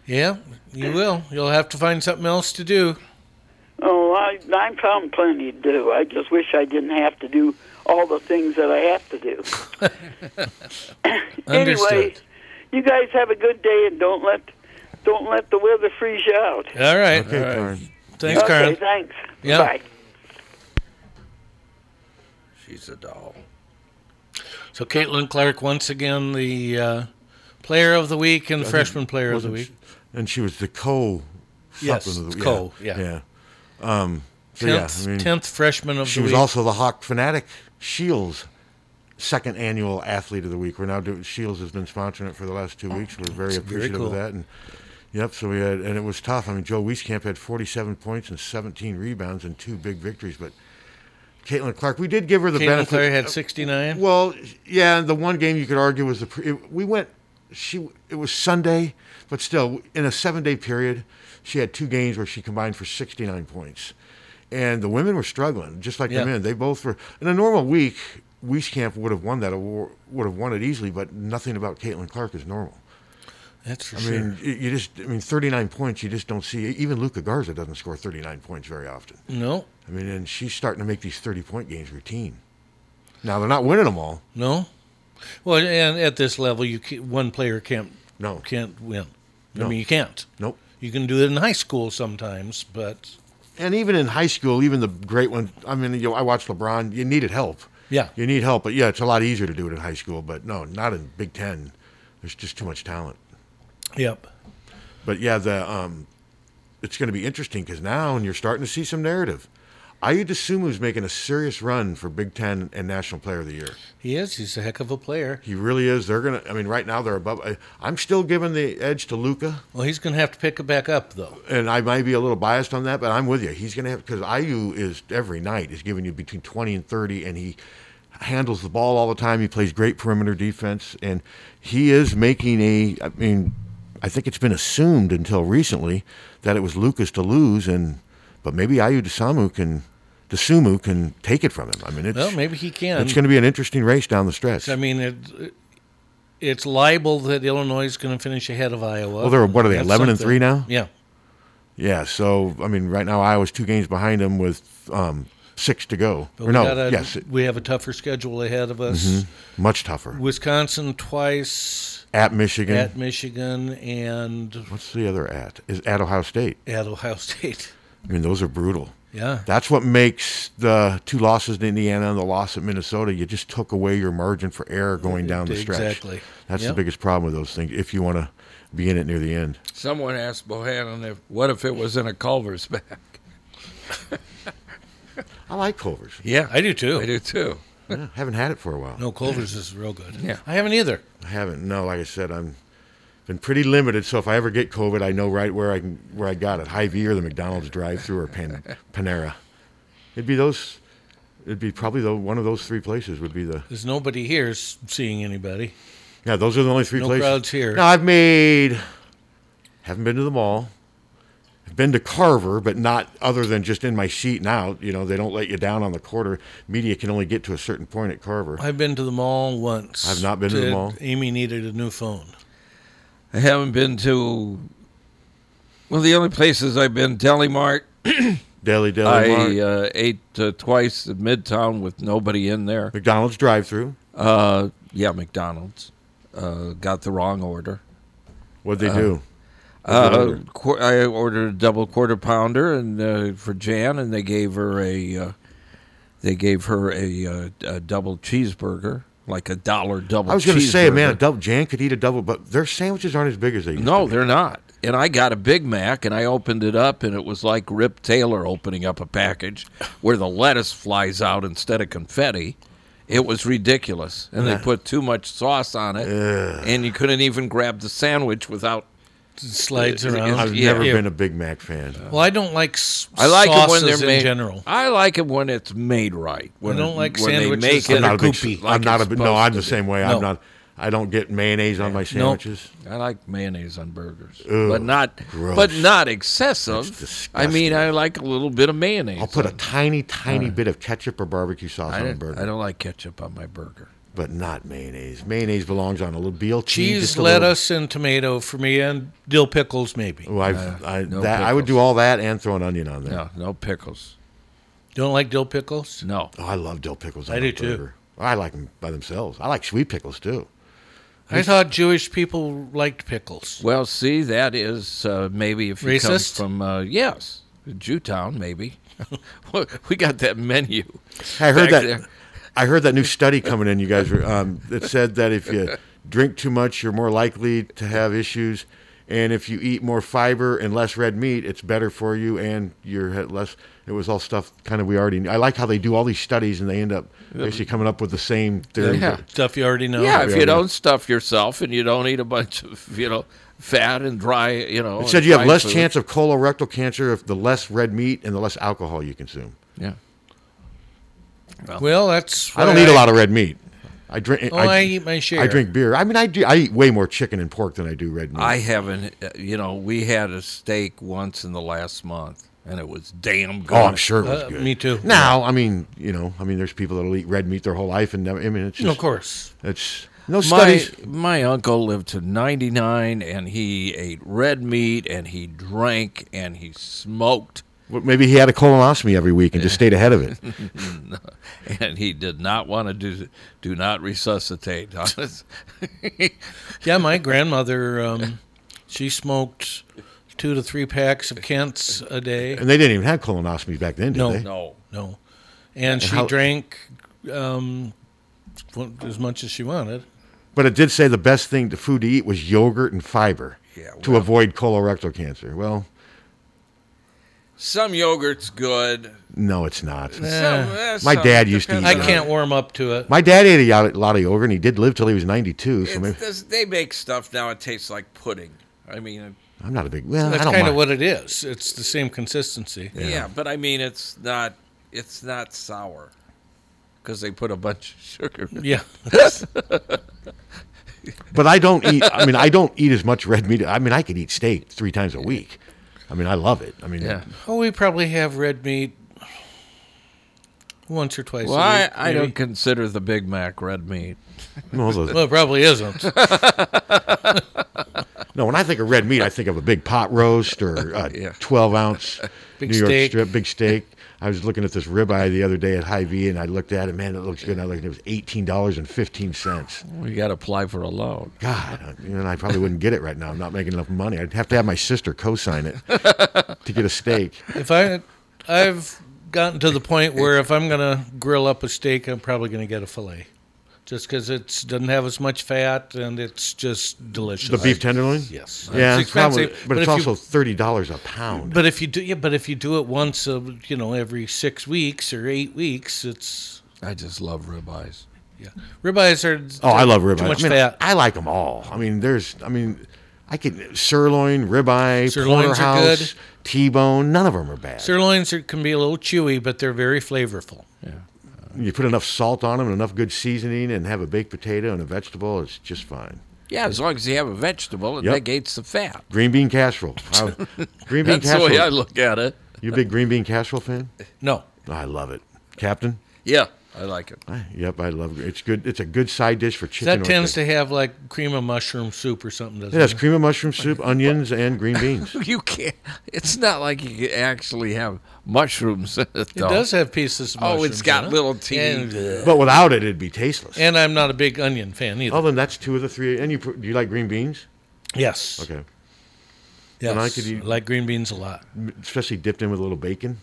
[SPEAKER 2] Yeah. You will. You'll have to find something else to do.
[SPEAKER 4] Oh, I I found plenty to do. I just wish I didn't have to do all the things that I have to do. anyway,
[SPEAKER 2] Understood.
[SPEAKER 4] you guys have a good day, and don't let don't let the weather freeze you out.
[SPEAKER 2] All right.
[SPEAKER 3] Okay,
[SPEAKER 2] All right.
[SPEAKER 3] Karen.
[SPEAKER 2] Thanks,
[SPEAKER 4] okay,
[SPEAKER 2] Karen.
[SPEAKER 4] thanks.
[SPEAKER 2] Yeah.
[SPEAKER 4] Bye.
[SPEAKER 1] She's a doll.
[SPEAKER 2] So Caitlin Clark once again the uh, player of the week and the freshman player of the
[SPEAKER 3] Wasn't
[SPEAKER 2] week.
[SPEAKER 3] she- and she was the co.
[SPEAKER 2] Yes,
[SPEAKER 3] something of the-
[SPEAKER 2] co, yeah.
[SPEAKER 3] Yeah. Um, so yeah,
[SPEAKER 2] Tenth,
[SPEAKER 3] I mean,
[SPEAKER 2] tenth freshman of
[SPEAKER 3] she
[SPEAKER 2] the
[SPEAKER 3] was
[SPEAKER 2] week.
[SPEAKER 3] also the Hawk Fanatic Shields second annual athlete of the week. We're now doing Shields has been sponsoring it for the last two weeks. We're very appreciative
[SPEAKER 2] Oh, cool.
[SPEAKER 3] of that. And yep, so we had and it was tough. I mean, Joe Wieskamp had 47 points and 17 rebounds and two big victories, but Caitlin Clark, we did give her the
[SPEAKER 2] Caitlin
[SPEAKER 3] benefit.
[SPEAKER 2] Clark had sixty nine.
[SPEAKER 3] Well, yeah, the one game you could argue was the pre- it, we went. She it was Sunday, but still in a seven day period, she had two games where she combined for sixty nine points, and the women were struggling just like
[SPEAKER 2] Yeah.
[SPEAKER 3] the men. They both were in a normal week. Wieskamp would have won that award, would have won it easily, but nothing about Caitlin Clark is normal.
[SPEAKER 2] That's for
[SPEAKER 3] I
[SPEAKER 2] sure.
[SPEAKER 3] mean, you you just, I mean, 39 points, you just don't see. Even Luca Garza doesn't score 39 points very often.
[SPEAKER 2] no,
[SPEAKER 3] I mean, and she's starting to make these 30 point games routine. Now, they're not winning them all.
[SPEAKER 2] no. Well, and at this level, you can, one player can't
[SPEAKER 3] No.
[SPEAKER 2] can't win. I
[SPEAKER 3] No.
[SPEAKER 2] mean, you can't.
[SPEAKER 3] Nope.
[SPEAKER 2] You can do it in high school sometimes, but
[SPEAKER 3] and even in high school, even the great one. I mean, you know, I watched LeBron. You needed help.
[SPEAKER 2] Yeah.
[SPEAKER 3] you need help. But yeah, it's a lot easier to do it in high school. But no, not in Big Ten. There's just too much talent.
[SPEAKER 2] yep.
[SPEAKER 3] But yeah, the um, it's going to be interesting because now and you're starting to see some narrative. Ayudasumu's making a serious run for Big Ten and National Player of the Year.
[SPEAKER 2] He is. He's a heck of a player.
[SPEAKER 3] He really is. They're gonna. I mean, right now they're above. I, I'm still giving the edge to Luca.
[SPEAKER 2] Well, he's going to have to pick it back up, though.
[SPEAKER 3] and I might be a little biased on that, but I'm with you. He's going to have because IU is every night is giving you between 20 and 30, and he handles the ball all the time. He plays great perimeter defense, and he is making a. I mean, I think it's been assumed until recently that it was Lucas to lose, and but maybe IU Desamu can. Desumu can take it from him. I mean, it's
[SPEAKER 2] Well, maybe he can.
[SPEAKER 3] it's going to be an interesting race down the stretch.
[SPEAKER 2] I mean, it, it's liable that Illinois is going to finish ahead of Iowa.
[SPEAKER 3] Well, they're- what are they,
[SPEAKER 2] That's
[SPEAKER 3] 11 and three now?
[SPEAKER 2] Yeah.
[SPEAKER 3] yeah, so I mean, right now Iowa's two games behind him with um, six to go.
[SPEAKER 2] But
[SPEAKER 3] or no,
[SPEAKER 2] gotta-
[SPEAKER 3] yes, Mm-hmm.
[SPEAKER 2] we have a tougher schedule ahead of us.
[SPEAKER 3] much tougher.
[SPEAKER 2] Wisconsin twice,
[SPEAKER 3] at Michigan.
[SPEAKER 2] at Michigan, and
[SPEAKER 3] What's the other at? Is at Ohio State.
[SPEAKER 2] at Ohio State.
[SPEAKER 3] I mean, those are brutal.
[SPEAKER 2] Yeah.
[SPEAKER 3] That's what makes the two losses in Indiana and the loss at Minnesota. You just took away your margin for error going down the stretch.
[SPEAKER 2] Exactly.
[SPEAKER 3] That's
[SPEAKER 2] Yep.
[SPEAKER 3] the biggest problem with those things. If you want to be in it near the end,
[SPEAKER 1] Someone asked Bohannon if what if it was in a Culver's bag.
[SPEAKER 3] I like Culver's.
[SPEAKER 1] Yeah,
[SPEAKER 2] I do too.
[SPEAKER 1] I do too.
[SPEAKER 3] Yeah, haven't had it for a while.
[SPEAKER 2] No, Culver's is real good.
[SPEAKER 1] Yeah.
[SPEAKER 2] I haven't either.
[SPEAKER 3] I haven't. No, like I said, I'm been pretty limited. So if I ever get COVID, I know right where I can where I got it. High V or the McDonald's drive-through or Pan, Panera. It'd be those. It'd be probably the, one of those three places. Would be the
[SPEAKER 2] There's nobody here s- seeing anybody.
[SPEAKER 3] Yeah, those are the only three
[SPEAKER 2] No
[SPEAKER 3] places.
[SPEAKER 2] crowds here.
[SPEAKER 3] No, I've made. Haven't been to the mall. I've been to Carver, but not other than just in my seat and out. You know, they don't let you down on the quarter. Media can only get to a certain point at Carver.
[SPEAKER 2] I've been to the mall once.
[SPEAKER 3] I've not been to the
[SPEAKER 2] Did-
[SPEAKER 3] mall.
[SPEAKER 2] Amy needed a new phone.
[SPEAKER 1] I haven't been to. Well, the only places I've been, Deli Mart.
[SPEAKER 3] Deli Deli Mart,
[SPEAKER 1] I uh, ate uh, twice at Midtown with nobody in there.
[SPEAKER 3] McDonald's drive-through.
[SPEAKER 1] Uh, yeah, McDonald's. Uh, got the wrong order.
[SPEAKER 3] What they do? What'd you
[SPEAKER 1] Uh,
[SPEAKER 3] order?
[SPEAKER 1] qu- I ordered a double quarter pounder and uh, for Jan, and they gave her a uh, they gave her a, uh a double cheeseburger, like a dollar double.
[SPEAKER 3] I was going to say, man, a
[SPEAKER 1] cheeseburger.
[SPEAKER 3] double Jan could eat a double, but their sandwiches aren't as big as they used
[SPEAKER 1] No,
[SPEAKER 3] to. be.
[SPEAKER 1] they're not. And I got a Big Mac, and I opened it up, and it was like Rip Taylor opening up a package where the lettuce flies out instead of confetti. It was ridiculous, and they put too much sauce on it, and you couldn't even grab the sandwich without.
[SPEAKER 2] It slides
[SPEAKER 1] Is it-
[SPEAKER 2] around.
[SPEAKER 3] I've
[SPEAKER 1] yeah.
[SPEAKER 3] never
[SPEAKER 2] Ew.
[SPEAKER 3] been a Big Mac fan.
[SPEAKER 2] Well, I don't like s-
[SPEAKER 1] I like
[SPEAKER 2] sauces
[SPEAKER 1] it when they're
[SPEAKER 2] in
[SPEAKER 1] made.
[SPEAKER 2] general.
[SPEAKER 1] I like it when it's made right. When
[SPEAKER 2] I don't like
[SPEAKER 1] when they
[SPEAKER 2] sandwiches
[SPEAKER 1] make
[SPEAKER 2] that
[SPEAKER 1] it
[SPEAKER 2] are
[SPEAKER 3] not a big,
[SPEAKER 2] goopy.
[SPEAKER 3] I'm
[SPEAKER 1] like
[SPEAKER 3] not a
[SPEAKER 1] it's
[SPEAKER 3] big- no. I'm the
[SPEAKER 1] supposed to
[SPEAKER 3] same way.
[SPEAKER 2] No.
[SPEAKER 3] I'm not. I don't get mayonnaise on my sandwiches.
[SPEAKER 1] be. I like mayonnaise on burgers,
[SPEAKER 3] Ugh,
[SPEAKER 1] but not
[SPEAKER 3] gross.
[SPEAKER 1] but not excessive.
[SPEAKER 3] That's
[SPEAKER 1] I mean,
[SPEAKER 3] disgusting.
[SPEAKER 1] I like a little bit of mayonnaise.
[SPEAKER 3] I'll put a
[SPEAKER 1] on-
[SPEAKER 3] tiny, tiny bit of ketchup or barbecue sauce on a
[SPEAKER 1] I don't- I
[SPEAKER 3] burger,
[SPEAKER 1] don't like ketchup on my burger.
[SPEAKER 3] but not mayonnaise. Mayonnaise belongs on a little veal cheese,
[SPEAKER 2] Cheese,
[SPEAKER 3] just a little-
[SPEAKER 2] lettuce, and tomato for me, and dill pickles maybe.
[SPEAKER 3] Oh, I've, I,
[SPEAKER 1] Uh, no
[SPEAKER 3] that, I would do
[SPEAKER 1] pickles.
[SPEAKER 3] all that and throw an onion on there.
[SPEAKER 1] No, no pickles.
[SPEAKER 2] Don't like dill pickles?
[SPEAKER 1] No.
[SPEAKER 3] Oh, I love dill pickles.
[SPEAKER 2] I
[SPEAKER 3] on
[SPEAKER 2] do
[SPEAKER 3] a
[SPEAKER 2] too.
[SPEAKER 3] burger. I like them by themselves. I like sweet pickles too.
[SPEAKER 2] I thought Jewish people liked pickles.
[SPEAKER 1] Well, see, that is uh, maybe if you
[SPEAKER 2] Racist?
[SPEAKER 1] come from uh, yes, Jewtown, maybe. Well, we got that menu.
[SPEAKER 3] I heard
[SPEAKER 1] back
[SPEAKER 3] that.
[SPEAKER 1] there.
[SPEAKER 3] I heard that new study coming in. You guys were um, that said that if you drink too much, you're more likely to have issues, and if you eat more fiber and less red meat, it's better for you, and you're at less. It was all stuff kind of we already. Knew. I like how they do all these studies and they end up basically coming up with the same theory.
[SPEAKER 1] Yeah.
[SPEAKER 2] Stuff you already know.
[SPEAKER 1] yeah, if you
[SPEAKER 3] yeah.
[SPEAKER 1] don't stuff yourself and you don't eat a bunch of you know fat and dry, you know.
[SPEAKER 3] It
[SPEAKER 1] and
[SPEAKER 3] said you have
[SPEAKER 1] fried
[SPEAKER 3] less
[SPEAKER 1] food.
[SPEAKER 3] chance of colorectal cancer if the less red meat and the less alcohol you consume.
[SPEAKER 1] Yeah.
[SPEAKER 2] Well, that's.
[SPEAKER 3] I don't
[SPEAKER 2] why
[SPEAKER 3] eat a lot of red meat. I drink.
[SPEAKER 2] Oh, I eat my share.
[SPEAKER 3] I drink beer. I mean, I do. I eat way more chicken and pork than I do red meat.
[SPEAKER 1] I haven't. uh, You know, we had a steak once in the last month, and it was damn good.
[SPEAKER 3] Oh, I'm sure it was
[SPEAKER 2] Uh,
[SPEAKER 3] good.
[SPEAKER 2] me too.
[SPEAKER 3] Now, I mean, you know, I mean, there's people that'll eat red meat their whole life, and never, I mean, it's just,
[SPEAKER 2] Of course.
[SPEAKER 3] it's no
[SPEAKER 1] My,
[SPEAKER 3] studies.
[SPEAKER 1] my uncle lived to 99 and he ate red meat and he drank and he smoked
[SPEAKER 3] Well, Maybe he had a colonoscopy every week and just stayed ahead of it.
[SPEAKER 1] and he did not want to do do not resuscitate. Honest.
[SPEAKER 2] Yeah, my grandmother, um, she smoked two to three packs of Kents a day.
[SPEAKER 3] And they didn't even have colonoscopies back then, did
[SPEAKER 2] No,
[SPEAKER 3] they?
[SPEAKER 1] no.
[SPEAKER 2] No. And she
[SPEAKER 3] how-
[SPEAKER 2] drank um, well, as much as she wanted.
[SPEAKER 3] But it did say the best thing, the food to eat was yogurt and fiber
[SPEAKER 1] Yeah,
[SPEAKER 3] to avoid colorectal cancer. Well,
[SPEAKER 1] Some yogurt's good.
[SPEAKER 3] no, it's not.
[SPEAKER 1] Some, eh,
[SPEAKER 3] My
[SPEAKER 1] some-
[SPEAKER 3] dad used to
[SPEAKER 1] depends
[SPEAKER 3] eat
[SPEAKER 2] I
[SPEAKER 1] on-
[SPEAKER 3] Yeah.
[SPEAKER 2] can't warm up to it.
[SPEAKER 3] My dad ate a lot- lot of yogurt, and he did live till he was 92. So
[SPEAKER 1] It's-
[SPEAKER 3] maybe
[SPEAKER 1] this- they make stuff now. It tastes like pudding. I mean,
[SPEAKER 3] I'm not a big. Well, I
[SPEAKER 2] That's
[SPEAKER 3] don't
[SPEAKER 2] kind
[SPEAKER 3] mind.
[SPEAKER 2] of what it is. It's the same consistency.
[SPEAKER 1] yeah. but I mean, it's not. It's not sour because they put a bunch of sugar. in it.
[SPEAKER 2] Yeah.
[SPEAKER 3] But I don't eat. I mean, I don't eat as much red meat. I mean, I could eat steak three times a week. I mean, I love it. I mean,
[SPEAKER 1] Yeah.
[SPEAKER 2] Oh, we probably have red meat once or twice
[SPEAKER 1] Well,
[SPEAKER 2] a
[SPEAKER 1] I,
[SPEAKER 2] week.
[SPEAKER 1] I
[SPEAKER 2] maybe.
[SPEAKER 1] don't consider the Big Mac red meat.
[SPEAKER 3] well, the-
[SPEAKER 2] Well, it probably isn't.
[SPEAKER 3] no. When I think of red meat, I think of a big pot roast or
[SPEAKER 1] Yeah.
[SPEAKER 3] a twelve ounce
[SPEAKER 2] Big
[SPEAKER 3] New York
[SPEAKER 2] steak.
[SPEAKER 3] strip, big steak. I was looking at this ribeye the other day at High V, and I looked at it. Man, it looks good. And I looked, and it was eighteen dollars and fifteen cents.
[SPEAKER 1] We got to apply for a loan.
[SPEAKER 3] God, I- you know, Uh, I probably wouldn't get it right now. I'm not making enough money. I'd have to have my sister co-sign it to get a steak.
[SPEAKER 2] if I, I've gotten to the point where if I'm gonna grill up a steak, I'm probably gonna get a fillet, just because it doesn't have as much fat and it's just delicious.
[SPEAKER 3] The beef tenderloin.
[SPEAKER 2] yes,
[SPEAKER 3] Yeah,
[SPEAKER 2] it's expensive,
[SPEAKER 3] probably-
[SPEAKER 2] but,
[SPEAKER 3] but it's
[SPEAKER 2] if
[SPEAKER 3] also
[SPEAKER 2] you,
[SPEAKER 3] thirty dollars a pound.
[SPEAKER 2] but if you do, yeah, but if you do it once, uh, you know, every six weeks or eight weeks, it's
[SPEAKER 1] I just love ribeyes.
[SPEAKER 2] yeah. Ribeyes are
[SPEAKER 3] Oh, I love ribeye.
[SPEAKER 2] Too much
[SPEAKER 3] I mean,
[SPEAKER 2] fat.
[SPEAKER 3] I like them all. I mean, there's, I mean, I could sirloin, ribeye,
[SPEAKER 2] Sirloins are good.
[SPEAKER 3] porterhouse, T-bone. None of them are bad.
[SPEAKER 2] Sirloins are, can be a little chewy, but they're very flavorful.
[SPEAKER 3] you put enough salt on them and enough good seasoning, and have a baked potato and a vegetable. It's just fine.
[SPEAKER 1] Yeah, as long as you have a vegetable, it
[SPEAKER 3] Yep.
[SPEAKER 1] negates the fat.
[SPEAKER 3] Green bean casserole. I- green bean
[SPEAKER 1] That's the
[SPEAKER 3] casserole.
[SPEAKER 1] way I look at it.
[SPEAKER 3] You a big green bean casserole fan?
[SPEAKER 2] No.
[SPEAKER 3] I love it, Captain.
[SPEAKER 1] Yeah, I like it.
[SPEAKER 3] I- Yep, I love it. It's good. It's a good side dish for chicken.
[SPEAKER 2] That
[SPEAKER 3] or
[SPEAKER 2] tends
[SPEAKER 3] steak.
[SPEAKER 2] to have like cream of mushroom soup or something, doesn't
[SPEAKER 3] It has
[SPEAKER 2] it?
[SPEAKER 3] cream of mushroom soup, onions, and green beans.
[SPEAKER 1] You can't. It's not like you could actually have mushrooms. In it,
[SPEAKER 2] It does have pieces of
[SPEAKER 1] Oh,
[SPEAKER 2] mushrooms
[SPEAKER 1] it's got
[SPEAKER 2] in it.
[SPEAKER 1] little teeny-
[SPEAKER 2] And,
[SPEAKER 3] But without it, it'd be tasteless.
[SPEAKER 2] and I'm not a big onion fan either.
[SPEAKER 3] Oh, then that's two of the three. And you put- do you like green beans?
[SPEAKER 2] yes.
[SPEAKER 3] Okay,
[SPEAKER 2] Yes.
[SPEAKER 3] and I could eat-
[SPEAKER 2] I like green beans a lot.
[SPEAKER 3] especially dipped in with a little bacon.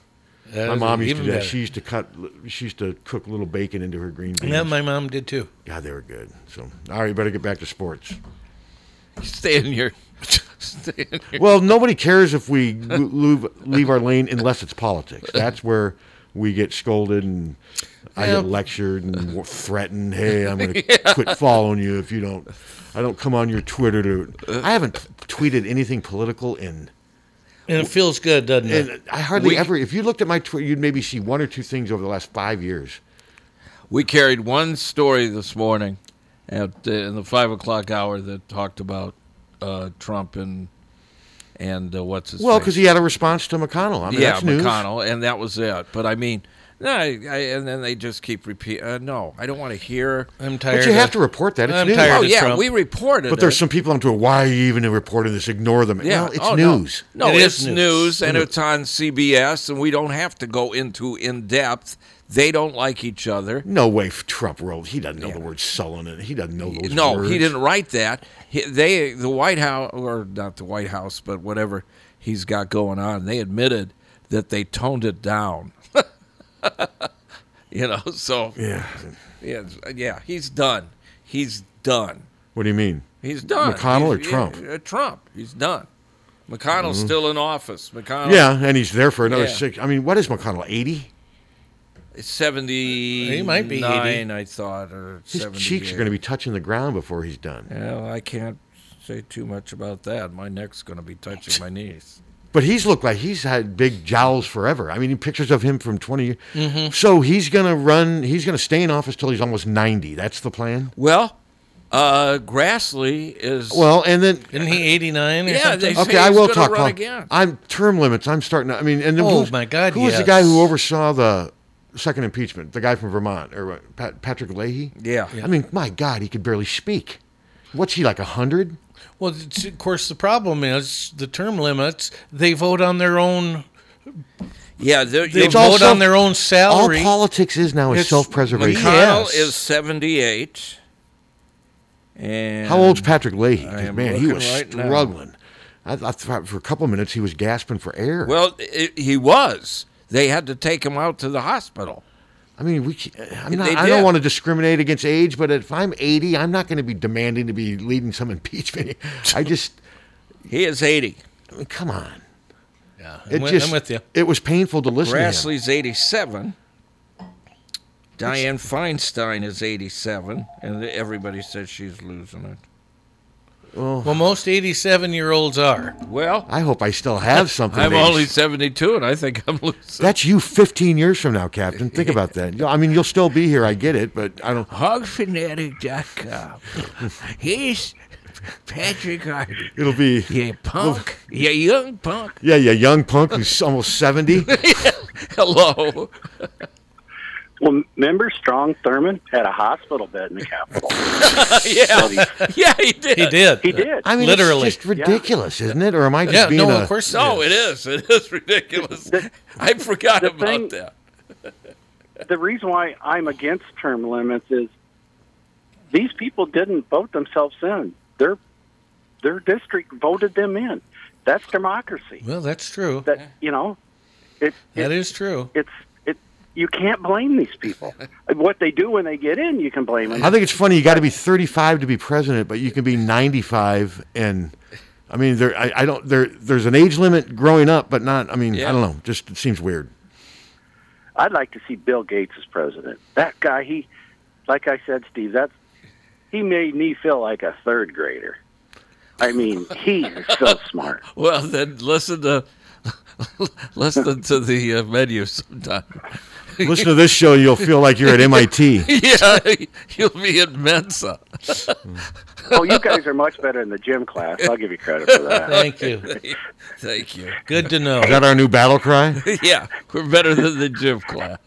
[SPEAKER 2] That
[SPEAKER 3] My
[SPEAKER 2] is
[SPEAKER 3] mom used to
[SPEAKER 2] even
[SPEAKER 3] do that.
[SPEAKER 2] better.
[SPEAKER 3] She used to cut. She used to cook little bacon into her green beans.
[SPEAKER 2] Yeah, my mom did too.
[SPEAKER 3] God, they were good. So, all right, you better get back to sports.
[SPEAKER 1] Stay in your. Stay in your
[SPEAKER 3] Well, nobody cares if we lo- leave, leave our lane unless it's politics. That's where we get scolded and I
[SPEAKER 2] Yeah.
[SPEAKER 3] get lectured and w- threatened. Hey, I'm going to quit following you if you don't. I don't come on your Twitter to. I haven't tweeted anything political in.
[SPEAKER 2] And it feels good, doesn't it?
[SPEAKER 3] And I hardly
[SPEAKER 1] We-
[SPEAKER 3] ever. If you looked at my Twitter, you'd maybe see one or two things over the last five years.
[SPEAKER 1] We carried one story this morning at uh, in the five o'clock hour that talked about uh, Trump and and uh, what's his
[SPEAKER 3] Well,
[SPEAKER 1] face?
[SPEAKER 3] because he had a response to McConnell. I mean,
[SPEAKER 1] yeah
[SPEAKER 3] that's news.
[SPEAKER 1] McConnell and that was it. But I mean, no, I, I, and then they just keep repeat. Uh, no, I don't want to hear.
[SPEAKER 2] I'm tired.
[SPEAKER 3] But you have
[SPEAKER 2] of-
[SPEAKER 3] to report that. It's
[SPEAKER 2] I'm
[SPEAKER 3] news.
[SPEAKER 2] tired
[SPEAKER 1] Oh
[SPEAKER 2] of
[SPEAKER 1] yeah,
[SPEAKER 2] Trump.
[SPEAKER 1] we reported.
[SPEAKER 3] But there's
[SPEAKER 1] it.
[SPEAKER 3] some people on Twitter. Why are you even reporting this? Ignore them.
[SPEAKER 1] Yeah,
[SPEAKER 3] No, it's
[SPEAKER 1] oh, no.
[SPEAKER 3] news. Mm-hmm.
[SPEAKER 1] No,
[SPEAKER 2] It
[SPEAKER 1] it's
[SPEAKER 2] is
[SPEAKER 1] news,
[SPEAKER 2] news.
[SPEAKER 1] and it's on CBS, and we don't have to go into in depth. They don't like each other.
[SPEAKER 3] No way f- Trump wrote. He doesn't know the word sullen. and He doesn't know those
[SPEAKER 1] no,
[SPEAKER 3] words.
[SPEAKER 1] he didn't write that. He, they, the White House, or not the White House, but whatever he's got going on, they admitted that they toned it down. you know, so
[SPEAKER 3] Yeah.
[SPEAKER 1] yeah, yeah, he's done. He's done.
[SPEAKER 3] What do you mean?
[SPEAKER 1] He's done.
[SPEAKER 3] McConnell or
[SPEAKER 1] He's-
[SPEAKER 3] Trump? Mm-hmm.
[SPEAKER 1] yeah, uh, Trump. He's done. McConnell's still in office. McConnell,
[SPEAKER 3] yeah, and he's there for another
[SPEAKER 1] Yeah.
[SPEAKER 3] six. I mean, what is McConnell? Eighty.
[SPEAKER 1] seventy.
[SPEAKER 2] He might be 80.
[SPEAKER 1] I thought, or
[SPEAKER 3] His cheeks are going to be touching the ground before he's done.
[SPEAKER 1] Well, I can't say too much about that. My neck's going to be touching my knees.
[SPEAKER 3] But he's looked like he's had big jowls forever. I mean, pictures of him from twenty years.
[SPEAKER 1] Mm-hmm.
[SPEAKER 3] So he's going to run. He's going to stay in office till he's almost ninety. That's the plan.
[SPEAKER 1] Well, uh, Grassley is.
[SPEAKER 3] Well, and then
[SPEAKER 2] Isn't he 89 or
[SPEAKER 1] Yeah,
[SPEAKER 2] something?
[SPEAKER 1] they-
[SPEAKER 3] Okay,
[SPEAKER 1] He's
[SPEAKER 3] I will
[SPEAKER 1] gonna
[SPEAKER 3] talk.
[SPEAKER 1] run
[SPEAKER 3] poli-
[SPEAKER 1] again.
[SPEAKER 3] I'm term limits. I'm starting. To, I mean, and then
[SPEAKER 2] Oh,
[SPEAKER 3] who's-
[SPEAKER 2] my God,
[SPEAKER 3] who was the guy
[SPEAKER 2] yes.
[SPEAKER 3] who oversaw the second impeachment? The guy from Vermont or what, Pat, Patrick Leahy?
[SPEAKER 1] Yeah.
[SPEAKER 3] I mean, my God, he could barely speak. What's he like a hundred?
[SPEAKER 2] Well, it's, of course, the problem is the term limits. They vote on their own.
[SPEAKER 1] yeah, there-
[SPEAKER 2] They
[SPEAKER 1] you-
[SPEAKER 3] all
[SPEAKER 2] vote
[SPEAKER 3] self-
[SPEAKER 2] on their own
[SPEAKER 3] All
[SPEAKER 2] salary.
[SPEAKER 3] politics is now is
[SPEAKER 2] It's
[SPEAKER 3] self-preservation.
[SPEAKER 1] McConnell
[SPEAKER 2] Yes.
[SPEAKER 1] is seventy-eight. And
[SPEAKER 3] How old's Patrick Leahy? 'Cause,
[SPEAKER 1] I am
[SPEAKER 3] man, he
[SPEAKER 1] looking
[SPEAKER 3] was
[SPEAKER 1] right now.
[SPEAKER 3] struggling. I, I thought for a couple minutes he was gasping for air.
[SPEAKER 1] Well, i he was. They had to take him out to the hospital.
[SPEAKER 3] I mean, we. ca- I'm not,
[SPEAKER 1] They
[SPEAKER 3] I
[SPEAKER 1] did.
[SPEAKER 3] don't want to discriminate against age, but if I'm 80, I'm not going to be demanding to be leading some impeachment. I just.
[SPEAKER 1] He is eighty.
[SPEAKER 3] I mean, come on.
[SPEAKER 2] Yeah, I'm,
[SPEAKER 3] It
[SPEAKER 2] with,
[SPEAKER 3] just,
[SPEAKER 2] I'm with you.
[SPEAKER 3] It was painful to listen to him.
[SPEAKER 1] Grassley's 87. Diane Feinstein is 87, and everybody says she's losing it.
[SPEAKER 2] Well, most 87 year olds are.
[SPEAKER 1] Well,
[SPEAKER 3] I hope I still have something.
[SPEAKER 1] I'm
[SPEAKER 3] to-
[SPEAKER 1] only 72, and I think I'm losing.
[SPEAKER 3] That's you 15 years from now, Captain. Think about that. You know, I mean, you'll still be here. I get it, but I don't.
[SPEAKER 1] Hogfanatic.com. He's Patrick Hardy.
[SPEAKER 3] It'll be.
[SPEAKER 1] You punk. You young punk.
[SPEAKER 3] Yeah, yeah, young punk who's almost 70.
[SPEAKER 1] Hello.
[SPEAKER 5] Well, remember Strong Thurman had a hospital bed in the Capitol.
[SPEAKER 1] yeah. Yeah, he did.
[SPEAKER 2] He did.
[SPEAKER 5] He did.
[SPEAKER 3] I mean,
[SPEAKER 2] Literally.
[SPEAKER 3] it's just ridiculous, isn't it? Or am I just
[SPEAKER 2] Yeah,
[SPEAKER 3] being
[SPEAKER 2] no,
[SPEAKER 3] a.
[SPEAKER 2] of course
[SPEAKER 1] No,
[SPEAKER 2] it
[SPEAKER 1] it is. It is ridiculous. I forgot
[SPEAKER 5] the
[SPEAKER 1] about
[SPEAKER 5] thing-
[SPEAKER 1] that.
[SPEAKER 5] the reason why I'm against term limits is these people didn't vote themselves in. Their their district voted them in. That's democracy.
[SPEAKER 2] Well, that's true.
[SPEAKER 5] That you know, it,
[SPEAKER 2] That
[SPEAKER 5] it
[SPEAKER 2] is true.
[SPEAKER 5] it's it. You can't blame these people. what they do when they get in, you can blame them.
[SPEAKER 3] I think it's funny. You got to be 35 to be president, but you can be 95 and. I mean, there. I, I don't. There. There's an age limit growing up, but not. I mean,
[SPEAKER 1] Yeah.
[SPEAKER 3] I don't know. Just it seems weird.
[SPEAKER 5] I'd like to see Bill Gates as president. That guy, he, like I said, Steve, that's he made me feel like a third grader. I mean, he is so smart.
[SPEAKER 1] Well, then listen to listen to the uh, menu sometime.
[SPEAKER 3] Listen to this show, you'll feel like you're at MIT.
[SPEAKER 1] yeah, you'll be at Mensa.
[SPEAKER 6] oh, you guys are much better in the gym class. I'll give you credit for that.
[SPEAKER 2] Thank you.
[SPEAKER 1] Thank you.
[SPEAKER 2] Good to know.
[SPEAKER 3] Is that our new battle cry?
[SPEAKER 1] yeah, we're better than the gym class.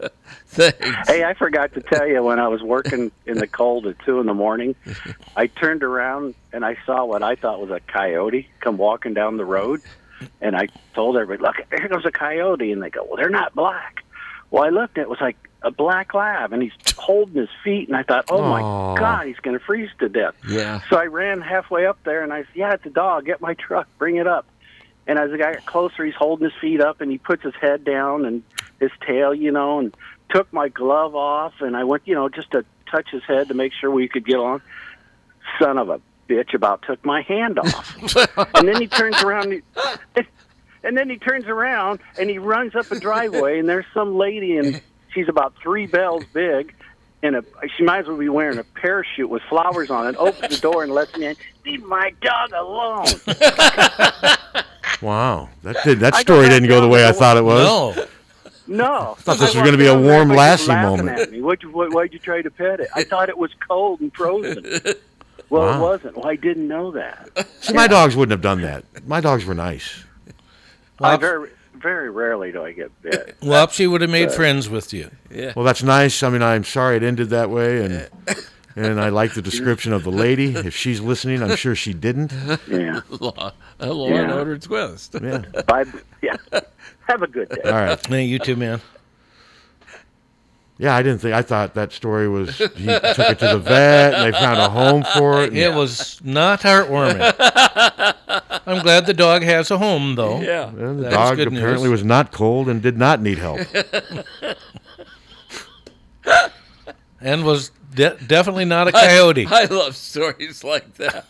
[SPEAKER 1] Thanks.
[SPEAKER 6] Hey, I forgot to tell you when I was working in the cold at two in the morning, I turned around and I saw what I thought was a coyote come walking down the road, and I told everybody, "Look, here goes a coyote," and they go, "Well, they're not black." Well, I looked, and it was like a black lab, and he's holding his feet, and I thought, "Oh
[SPEAKER 3] Aw.
[SPEAKER 6] my god, he's going to freeze to death."
[SPEAKER 1] Yeah.
[SPEAKER 6] So I ran halfway up there, and I said, "Yeah, it's a dog. Get my truck, bring it up." And as the guy got closer, he's holding his feet up, and he puts his head down and his tail, you know, and took my glove off, and I went, you know, just to touch his head to make sure we could get on. Son of a bitch, about took my hand off, and then he turns around. And he, and then he turns around and he runs up a driveway, and there's some lady, and she's about three bells big, and a, she might as well be wearing a parachute with flowers on it. Opens the door and lets me in. Leave my dog alone.
[SPEAKER 3] Wow. That did, that
[SPEAKER 6] I
[SPEAKER 3] story
[SPEAKER 6] got
[SPEAKER 3] didn't go the way I thought it was.
[SPEAKER 2] No.
[SPEAKER 6] No, I thought
[SPEAKER 3] this was gonna be a warm lassie moment.
[SPEAKER 6] Why'd you, why, why'd you try to pet it? I thought it was cold and frozen. Well,
[SPEAKER 3] Wow.
[SPEAKER 6] it wasn't. Well, I didn't know that.
[SPEAKER 3] See, my dogs wouldn't have done that. My dogs were nice.
[SPEAKER 6] I
[SPEAKER 2] Wop-
[SPEAKER 6] very, very rarely do I get bit.
[SPEAKER 2] Wopsy would have made friends with you.
[SPEAKER 3] Well, that's nice. I mean, I'm sorry it ended that way, and and I like the description of the lady. If she's listening, I'm sure she didn't.
[SPEAKER 6] Yeah.
[SPEAKER 1] Law, a law and
[SPEAKER 6] Yeah.
[SPEAKER 1] order twist.
[SPEAKER 3] Yeah.
[SPEAKER 6] Bye. Yeah. Have a good
[SPEAKER 3] All
[SPEAKER 6] day.
[SPEAKER 3] right.
[SPEAKER 2] Hey, you too, man.
[SPEAKER 3] Yeah, I didn't think. I thought that story was he took it to the vet, and they found a home for it. and-
[SPEAKER 2] It was not heartwarming. I'm glad the dog has a home, though.
[SPEAKER 1] Yeah.
[SPEAKER 3] and the
[SPEAKER 2] That's
[SPEAKER 3] dog
[SPEAKER 2] good
[SPEAKER 3] apparently
[SPEAKER 2] news.
[SPEAKER 3] was not cold and did not need help.
[SPEAKER 2] And was de- definitely not a coyote.
[SPEAKER 1] I, I love stories like that.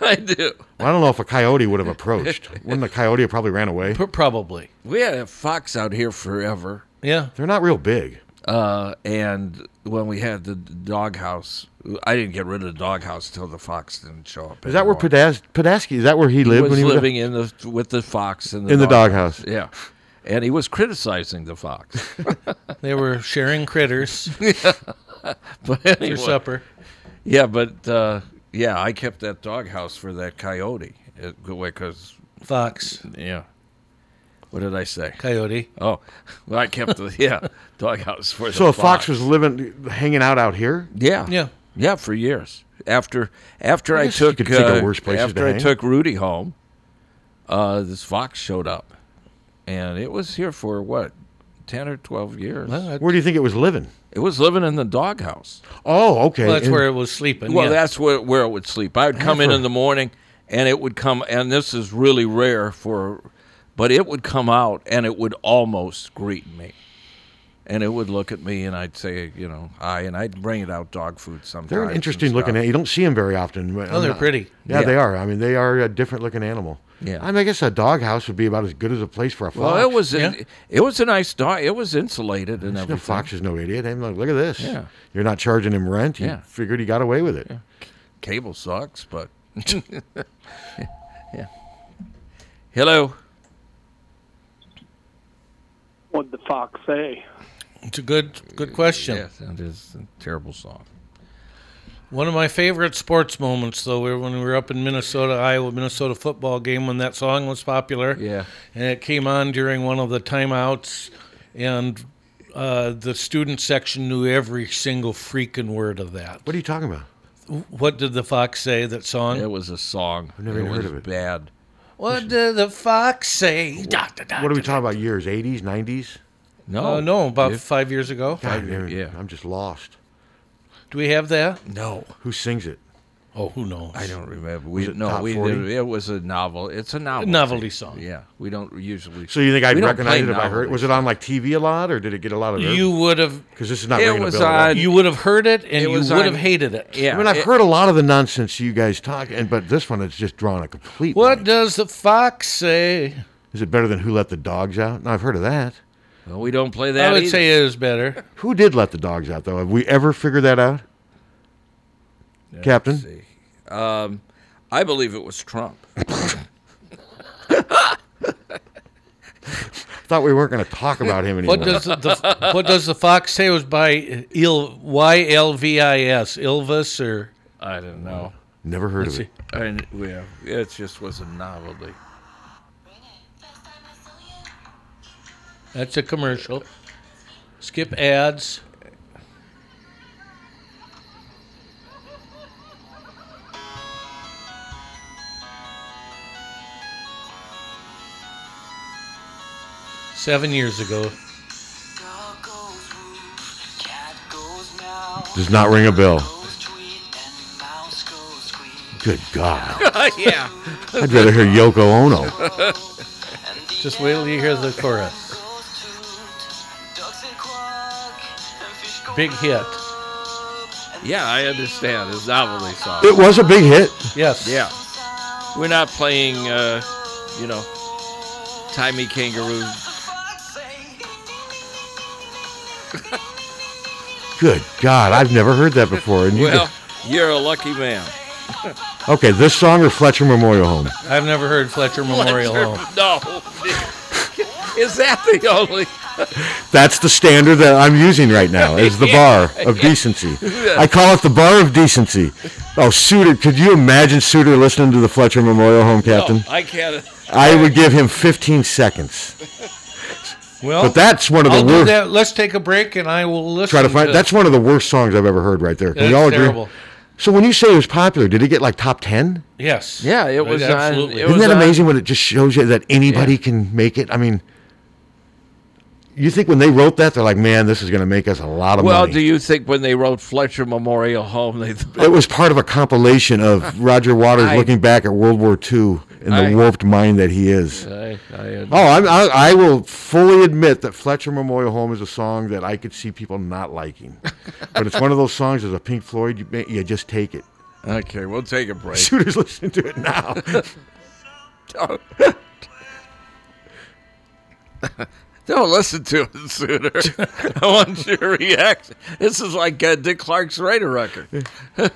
[SPEAKER 1] I do.
[SPEAKER 3] I don't know if a coyote would have approached. Wouldn't the coyote have probably ran away?
[SPEAKER 2] P- probably.
[SPEAKER 1] We had a fox out here forever.
[SPEAKER 2] Yeah.
[SPEAKER 3] They're not real big.
[SPEAKER 1] Uh, and when we had the doghouse, I didn't get rid of the doghouse until the fox didn't show up.
[SPEAKER 3] Is that where
[SPEAKER 1] anymore.
[SPEAKER 3] Podas- Podaski? Is that where he lived
[SPEAKER 1] was
[SPEAKER 3] when he was
[SPEAKER 1] living in the with the fox in the
[SPEAKER 3] in the
[SPEAKER 1] dog-
[SPEAKER 3] doghouse?
[SPEAKER 1] Yeah, and he was criticizing the fox.
[SPEAKER 2] They were sharing critters for
[SPEAKER 1] but anyway,
[SPEAKER 2] supper.
[SPEAKER 1] yeah, but uh, yeah, I kept that doghouse for that coyote because
[SPEAKER 2] Fox,
[SPEAKER 1] yeah. What did I say?
[SPEAKER 2] coyote.
[SPEAKER 1] Oh, well, I kept the yeah doghouse for the
[SPEAKER 3] So a
[SPEAKER 1] fox.
[SPEAKER 3] fox was living, hanging out out here.
[SPEAKER 1] yeah
[SPEAKER 2] Yeah.
[SPEAKER 1] yeah for years after after
[SPEAKER 3] I
[SPEAKER 1] I,
[SPEAKER 3] guess you
[SPEAKER 1] took
[SPEAKER 3] could think of
[SPEAKER 1] uh,
[SPEAKER 3] worse places to
[SPEAKER 1] after I
[SPEAKER 3] hang.
[SPEAKER 1] took Rudy home, uh, this fox showed up, and it was here for what ten or twelve years.
[SPEAKER 2] Well, that-
[SPEAKER 3] Where do you think it was living?
[SPEAKER 1] It was living in the doghouse.
[SPEAKER 3] Oh, okay.
[SPEAKER 2] well, that's
[SPEAKER 3] in-
[SPEAKER 2] where it was sleeping.
[SPEAKER 1] Well,
[SPEAKER 2] yeah.
[SPEAKER 1] that's where, where it would sleep. I would come in in the morning, and it would come. And this is really rare for, but it would come out and it would almost greet me, and it would look at me, and I'd say, you know, hi, and I'd bring it out dog food sometimes.
[SPEAKER 3] They're an
[SPEAKER 1] and
[SPEAKER 3] interesting looking.
[SPEAKER 1] stuff.
[SPEAKER 3] an- You don't see them very often. but-
[SPEAKER 2] Oh, they're pretty.
[SPEAKER 3] Yeah,
[SPEAKER 1] Yeah.
[SPEAKER 3] they are. I mean, they are a different looking animal.
[SPEAKER 1] Yeah.
[SPEAKER 3] I, mean, I guess a doghouse would be about as good as a place for a fox.
[SPEAKER 1] Well, it was an,
[SPEAKER 2] Yeah.
[SPEAKER 1] it was a nice dog. It was insulated and
[SPEAKER 3] No
[SPEAKER 1] everything.
[SPEAKER 3] fox is no idiot. I'm like, look at this.
[SPEAKER 1] Yeah.
[SPEAKER 3] You're not charging him rent. You
[SPEAKER 1] Yeah.
[SPEAKER 3] figured he got away with it.
[SPEAKER 1] Cable sucks, but yeah. Hello.
[SPEAKER 7] What'd the fox say?
[SPEAKER 2] It's a good good question.
[SPEAKER 1] Yes, that is a terrible song.
[SPEAKER 2] One of my favorite sports moments, though, were when we were up in Minnesota, Iowa, Minnesota football game when that song was popular.
[SPEAKER 1] Yeah.
[SPEAKER 2] And it came on during one of the timeouts, and uh, the student section knew every single freaking word of that.
[SPEAKER 3] What are you talking about?
[SPEAKER 2] What did the fox say? That song?
[SPEAKER 1] It was a song. I've
[SPEAKER 3] never
[SPEAKER 1] it
[SPEAKER 3] even heard
[SPEAKER 1] was
[SPEAKER 3] of it.
[SPEAKER 1] Bad.
[SPEAKER 2] What did the fox say? Da, da, da,
[SPEAKER 3] What are we
[SPEAKER 2] da.
[SPEAKER 3] talking about? Years? 80s? 90s?
[SPEAKER 1] No,
[SPEAKER 2] Uh, no, about
[SPEAKER 1] If-
[SPEAKER 2] five years ago.
[SPEAKER 3] God, man,
[SPEAKER 1] yeah.
[SPEAKER 3] I'm just lost.
[SPEAKER 2] Do we have that?
[SPEAKER 1] no.
[SPEAKER 3] Who sings it?
[SPEAKER 2] Oh, who knows?
[SPEAKER 1] I don't remember. We
[SPEAKER 3] it
[SPEAKER 1] no,
[SPEAKER 3] top
[SPEAKER 1] we
[SPEAKER 3] 40?
[SPEAKER 1] it was a novel. It's a novel.
[SPEAKER 2] novelty song.
[SPEAKER 1] Yeah, we don't usually.
[SPEAKER 3] So you think
[SPEAKER 1] we
[SPEAKER 3] I'd
[SPEAKER 1] don't
[SPEAKER 3] recognize
[SPEAKER 1] play
[SPEAKER 3] it if I heard it?
[SPEAKER 1] novelties.
[SPEAKER 3] Was it on like TV a lot or did it get a lot of
[SPEAKER 2] You would have.
[SPEAKER 3] Because this is not
[SPEAKER 1] It
[SPEAKER 3] ringing
[SPEAKER 1] was
[SPEAKER 3] a bell. at all.
[SPEAKER 1] on-
[SPEAKER 2] You would have heard it, and
[SPEAKER 1] It
[SPEAKER 2] you
[SPEAKER 1] was
[SPEAKER 2] would
[SPEAKER 1] on-
[SPEAKER 2] have hated it.
[SPEAKER 1] Yeah,
[SPEAKER 3] I mean, I've
[SPEAKER 1] it-
[SPEAKER 3] heard a lot of the nonsense you guys talk, and but this one has just drawn a complete.
[SPEAKER 2] What
[SPEAKER 3] blank.
[SPEAKER 2] does the fox say?
[SPEAKER 3] Is it better than Who Let the Dogs Out? No, I've heard of that.
[SPEAKER 1] well, we don't play that.
[SPEAKER 2] I would
[SPEAKER 1] either.
[SPEAKER 2] say it is better.
[SPEAKER 3] Who did let the dogs out, though? Have we ever figured that out? Captain?
[SPEAKER 1] see. Um, I believe it was Trump.
[SPEAKER 3] thought we weren't going to talk about him anymore.
[SPEAKER 2] What does the, the what does the fox say was by il y l v i s Ilvis or
[SPEAKER 1] I don't know.
[SPEAKER 3] Never heard of
[SPEAKER 2] Let's
[SPEAKER 3] it.
[SPEAKER 1] And yeah, it just was a novelty.
[SPEAKER 2] that's a commercial. Skip ads. Seven years ago.
[SPEAKER 3] Does not ring a bell. Good God.
[SPEAKER 1] yeah.
[SPEAKER 3] I'd rather hear Yoko Ono.
[SPEAKER 2] Just wait till you hear the chorus. Big hit.
[SPEAKER 1] Yeah, I understand. It's a novelty song.
[SPEAKER 3] It was a big hit.
[SPEAKER 2] Yes.
[SPEAKER 1] Yeah. We're not playing, uh, you know, Timey Kangaroo.
[SPEAKER 3] Good God. I've never heard that before. And you
[SPEAKER 1] Well, you're a lucky man.
[SPEAKER 3] could- okay, this song or Fletcher Memorial Home?
[SPEAKER 2] I've never heard Fletcher Memorial Home.
[SPEAKER 1] No. Is that the only?
[SPEAKER 3] That's the standard that I'm using right now is the bar of decency. I call it the bar of decency. Oh, Suter, could you imagine Suter listening to the Fletcher Memorial Home, Captain?
[SPEAKER 1] No, Oh, I can't.
[SPEAKER 3] I would give him 15 seconds.
[SPEAKER 2] Well,
[SPEAKER 3] But that's one of the
[SPEAKER 2] I'll do
[SPEAKER 3] worst.
[SPEAKER 2] that. Let's take a break, and I will listen.
[SPEAKER 3] Try to find. That's one of the worst songs I've ever heard, right there. Can
[SPEAKER 2] That's
[SPEAKER 3] you all agree?
[SPEAKER 2] terrible.
[SPEAKER 3] So when you say it was popular, did it get like top ten?
[SPEAKER 2] Yes.
[SPEAKER 1] Yeah, it was uh, on-
[SPEAKER 2] absolutely.
[SPEAKER 1] it
[SPEAKER 3] Isn't
[SPEAKER 1] was
[SPEAKER 3] that
[SPEAKER 1] on-
[SPEAKER 3] amazing when it just shows you that anybody can make it? I mean, you think when they wrote that, they're like, "Man, this is going to make us a lot of
[SPEAKER 1] Well,
[SPEAKER 3] money."
[SPEAKER 1] do you think when they wrote Fletcher Memorial Home, they
[SPEAKER 3] it was part of a compilation of Roger Waters
[SPEAKER 1] I-
[SPEAKER 3] looking back at World War II and
[SPEAKER 1] I-
[SPEAKER 3] the warped mind that he is.
[SPEAKER 1] I, I,
[SPEAKER 3] Oh, I'm, I, I will fully admit that Fletcher Memorial Home is a song that I could see people not liking, but it's one of those songs as a Pink Floyd, you, you just take it.
[SPEAKER 1] okay, we'll take a break.
[SPEAKER 3] Shooter's listening to it now.
[SPEAKER 1] Don't listen to it sooner. I want your reaction. This is like uh, Dick Clark's Raider record.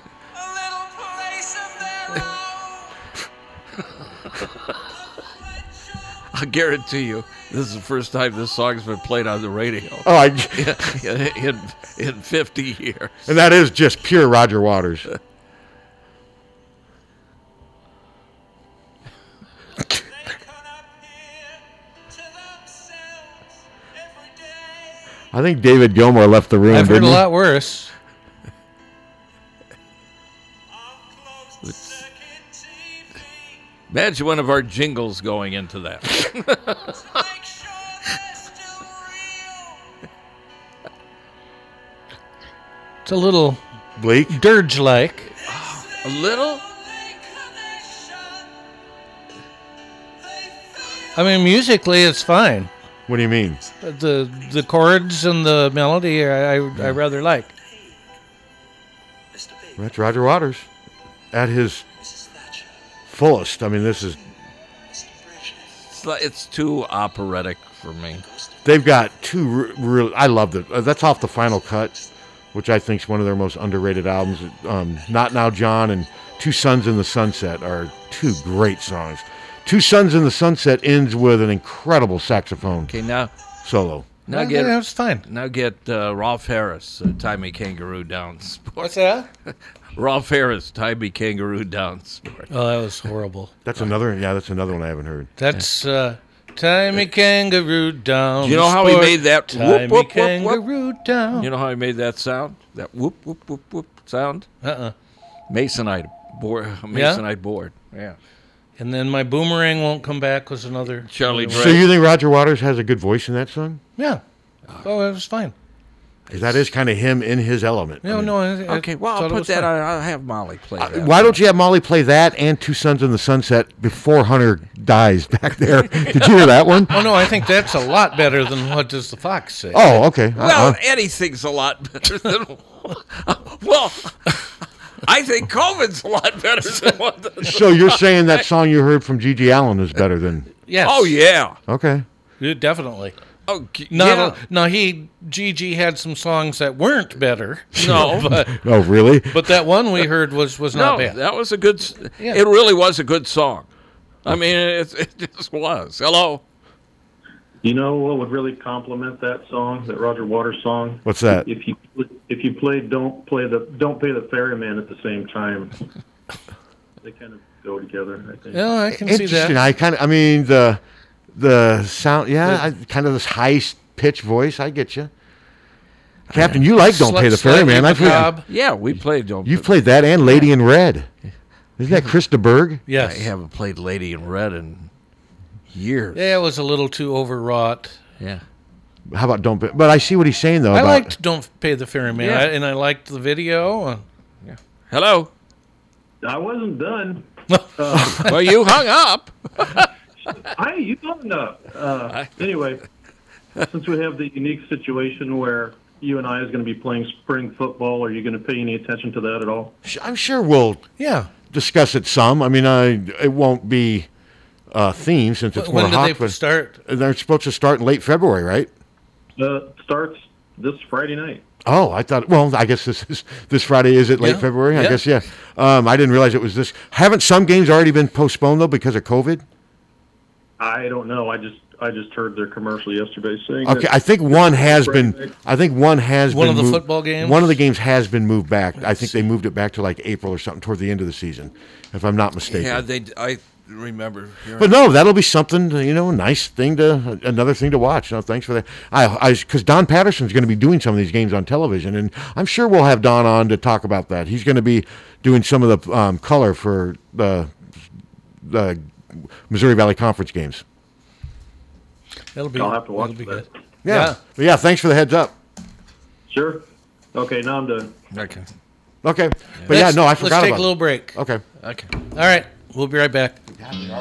[SPEAKER 1] I guarantee you, this is the first time this song's been played on the radio
[SPEAKER 3] oh, I,
[SPEAKER 1] in in 50 years.
[SPEAKER 3] and that is just pure Roger Waters. I think David Gilmour left the room,
[SPEAKER 2] I've heard
[SPEAKER 3] didn't
[SPEAKER 2] a
[SPEAKER 3] he?
[SPEAKER 2] lot worse.
[SPEAKER 1] Imagine one of our jingles going into that.
[SPEAKER 2] It's a little
[SPEAKER 3] Blake.
[SPEAKER 2] dirge-like.
[SPEAKER 1] A little?
[SPEAKER 2] I mean, musically, it's fine.
[SPEAKER 3] What do you mean?
[SPEAKER 2] The the chords and the melody, I I, I rather like.
[SPEAKER 3] That's Roger Waters at his fullest. I mean, this is
[SPEAKER 1] It's, li- it's too operatic for me.
[SPEAKER 3] they've got two re- really. I love it. Uh, that's off the final cut, which I think is one of their most underrated albums. Um, Not Now, John, and Two Suns in the Sunset are two great songs. Two Suns in the Sunset ends with an incredible saxophone
[SPEAKER 1] Okay, now
[SPEAKER 3] solo.
[SPEAKER 1] now
[SPEAKER 2] yeah,
[SPEAKER 1] get
[SPEAKER 2] it's fine.
[SPEAKER 1] now get uh, Rolf Harris, uh, Timey Kangaroo down sport.
[SPEAKER 2] What's that?
[SPEAKER 1] Rolf Harris, Timey Kangaroo down sport.
[SPEAKER 2] Oh, that was horrible.
[SPEAKER 3] That's another. Yeah, that's another one I haven't heard.
[SPEAKER 2] That's uh, Timey Kangaroo down.
[SPEAKER 1] Do you know how he
[SPEAKER 2] sport.
[SPEAKER 1] made that whoop,
[SPEAKER 2] Timey
[SPEAKER 1] whoop, whoop, whoop?
[SPEAKER 2] Kangaroo down?
[SPEAKER 1] You know how he made that sound? That whoop whoop whoop whoop sound?
[SPEAKER 2] Uh-uh.
[SPEAKER 1] Masonite board. Masonite board. Yeah.
[SPEAKER 2] And then my boomerang won't come back was another.
[SPEAKER 1] Charlie
[SPEAKER 2] uh,
[SPEAKER 3] So
[SPEAKER 1] Drake.
[SPEAKER 3] you think Roger Waters has a good voice in that song?
[SPEAKER 2] Yeah.
[SPEAKER 1] Uh,
[SPEAKER 2] Oh, it was fine.
[SPEAKER 3] 'Cause that is kind of him in his element. I
[SPEAKER 2] No,
[SPEAKER 3] mean,
[SPEAKER 2] no. I, I
[SPEAKER 1] okay, well
[SPEAKER 2] thought
[SPEAKER 1] I'll
[SPEAKER 2] it
[SPEAKER 1] put
[SPEAKER 2] was
[SPEAKER 1] that
[SPEAKER 2] fine. Uh,
[SPEAKER 1] on. I'll have Molly play that.
[SPEAKER 3] Why don't you have Molly play that and Two Suns in the Sunset before Hunter dies back there? Did you hear that one?
[SPEAKER 2] Oh no, I think that's a lot better than what does the fox say.
[SPEAKER 3] Oh, okay.
[SPEAKER 1] Well,
[SPEAKER 3] Uh-uh.
[SPEAKER 1] anything's a lot better than. well, I think COVID's a lot better than what. The,
[SPEAKER 3] So you're saying that song you heard from Gigi Allen is better than?
[SPEAKER 2] Yes.
[SPEAKER 1] oh yeah.
[SPEAKER 3] Okay.
[SPEAKER 2] Yeah, definitely.
[SPEAKER 1] Oh g-
[SPEAKER 2] Not a-
[SPEAKER 1] yeah.
[SPEAKER 2] no, he GG had some songs that weren't better,
[SPEAKER 1] no.
[SPEAKER 2] but
[SPEAKER 3] Oh, really?
[SPEAKER 2] but that one we heard was was
[SPEAKER 1] No,
[SPEAKER 2] not bad.
[SPEAKER 1] that was a good. s
[SPEAKER 2] Yeah.
[SPEAKER 1] It really was a good song. I mean, it, it just was. Hello.
[SPEAKER 7] You know what would really complement that song, that Roger Waters song?
[SPEAKER 3] What's that?
[SPEAKER 7] If you if you play don't play the don't pay the ferryman at the same time. they kind of go together, I think.
[SPEAKER 6] Yeah, Oh, I can see that.
[SPEAKER 3] Interesting. I kind of. I mean the the sound. Yeah,
[SPEAKER 6] The-
[SPEAKER 3] I, kind of this high pitch voice. I get you, Captain. You like "Don't Pay the Ferryman." I've heard
[SPEAKER 6] Bob.
[SPEAKER 1] Yeah, we played Don't.
[SPEAKER 3] you- you've played that and "Lady in Red." Isn't that Krista Berg?
[SPEAKER 1] I
[SPEAKER 6] Yes. Yeah.
[SPEAKER 1] haven't played Lady in Red in years.
[SPEAKER 6] it was a little too overwrought.
[SPEAKER 1] yeah.
[SPEAKER 3] How about "Don't"? Pay? But I see what he's saying though.
[SPEAKER 6] I
[SPEAKER 3] about,
[SPEAKER 6] liked "Don't Pay the Ferryman,"
[SPEAKER 1] Yeah.
[SPEAKER 6] I- and I liked the video. and-
[SPEAKER 1] Hello.
[SPEAKER 7] I wasn't done.
[SPEAKER 1] well, you hung up.
[SPEAKER 7] Hi, you don't know. Uh, anyway, since we have the unique situation where you and I is going to be playing spring football, are you going to pay any attention to that at all?
[SPEAKER 3] Sh- I'm sure we'll
[SPEAKER 6] Yeah.
[SPEAKER 3] discuss it some. I mean, I it won't be uh, theme since it's more
[SPEAKER 6] when
[SPEAKER 3] hot.
[SPEAKER 6] did they
[SPEAKER 3] but-
[SPEAKER 6] start?
[SPEAKER 3] They're supposed to start in late February, right?
[SPEAKER 7] Uh, starts this Friday night.
[SPEAKER 3] Oh, I thought. Well, I guess this is this Friday. Is it late
[SPEAKER 6] Yeah,
[SPEAKER 3] February? I
[SPEAKER 6] yeah.
[SPEAKER 3] guess yeah. Um, I didn't realize it was this. Haven't some games already been postponed though because of COVID?
[SPEAKER 7] I don't know. I just I just heard their commercial yesterday saying
[SPEAKER 3] Okay,
[SPEAKER 7] that
[SPEAKER 3] I think one has been. I think one has
[SPEAKER 6] One
[SPEAKER 3] been
[SPEAKER 6] of the
[SPEAKER 3] moved-
[SPEAKER 6] football games?
[SPEAKER 3] One of the games has been moved back. I think they moved it back to like April or something toward the end of the season, if I'm not mistaken.
[SPEAKER 1] Yeah, they. I remember. hearing-
[SPEAKER 3] But no, that'll be something, to, you know, a nice thing to, another thing to watch. No, thanks for that. I, because Don Patterson's going to be doing some of these games on television, and I'm sure we'll have Don on to talk about that. He's going to be doing some of the um, color for the the Missouri Valley Conference games.
[SPEAKER 6] That'll be.
[SPEAKER 7] I'll have to watch
[SPEAKER 6] that'll be
[SPEAKER 7] that.
[SPEAKER 6] good.
[SPEAKER 3] Yeah, But yeah. Thanks for the heads up.
[SPEAKER 7] Sure. Okay, now I'm done.
[SPEAKER 1] Okay.
[SPEAKER 3] Okay, but yeah,
[SPEAKER 6] Let's-
[SPEAKER 3] no, I forgot
[SPEAKER 6] Let's take
[SPEAKER 3] about.
[SPEAKER 6] a little break.
[SPEAKER 3] it. Okay.
[SPEAKER 1] Okay.
[SPEAKER 6] All right, we'll be right back.
[SPEAKER 2] 800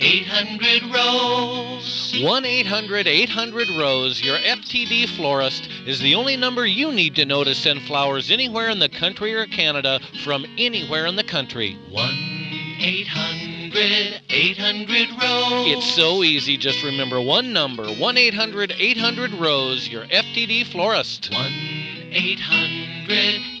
[SPEAKER 2] 800 Rose. 1 800 800 Rose, your FTD florist, is the only number you need to know to send flowers anywhere in the country or Canada from anywhere in the country. 1 800 800 Rose. It's so easy, just remember one number 1 800 800 Rose, your FTD florist. 1 800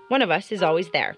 [SPEAKER 8] One of us is always there.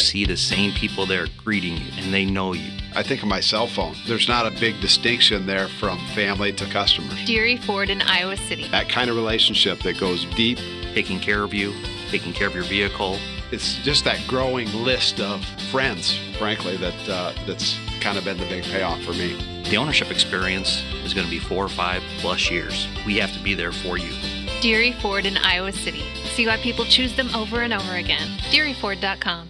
[SPEAKER 9] see the same people there greeting you and they know you.
[SPEAKER 10] I think of my cell phone. There's not a big distinction there from family to customers.
[SPEAKER 8] Deary Ford in Iowa City.
[SPEAKER 10] That kind of relationship that goes deep,
[SPEAKER 9] Taking care of you, taking care of your vehicle.
[SPEAKER 10] it's just that growing list of friends, frankly, that uh, that's kind of been the big payoff for me.
[SPEAKER 9] The ownership experience is going to be four or five plus years. We have to be there for you.
[SPEAKER 8] Deary Ford in Iowa City. See why people choose them over and over again. DearyFord.com.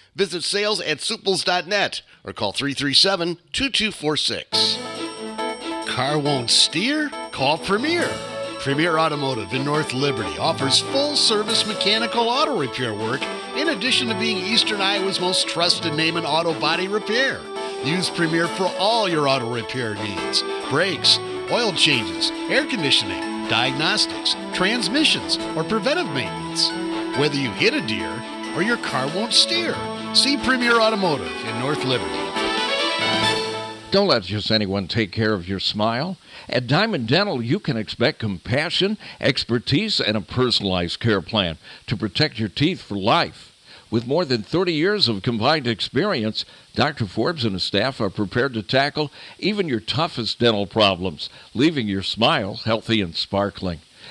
[SPEAKER 10] Visit sales at suples.net or call 337 2246. Car won't steer? Call Premier. Premier Automotive in North Liberty offers full service mechanical auto repair work in addition to being Eastern Iowa's most trusted name in auto body repair. Use Premier for all your auto repair needs brakes, oil changes, air conditioning, diagnostics, transmissions, or preventive maintenance. Whether you hit a deer or your car won't steer, see Premier Automotive in North Liberty.
[SPEAKER 1] Don't let just anyone take care of your smile. At Diamond Dental, you can expect compassion, expertise, and a personalized care plan to protect your teeth for life. With more than 30 years of combined experience, Dr. Forbes and his staff are prepared to tackle even your toughest dental problems, leaving your smile healthy and sparkling.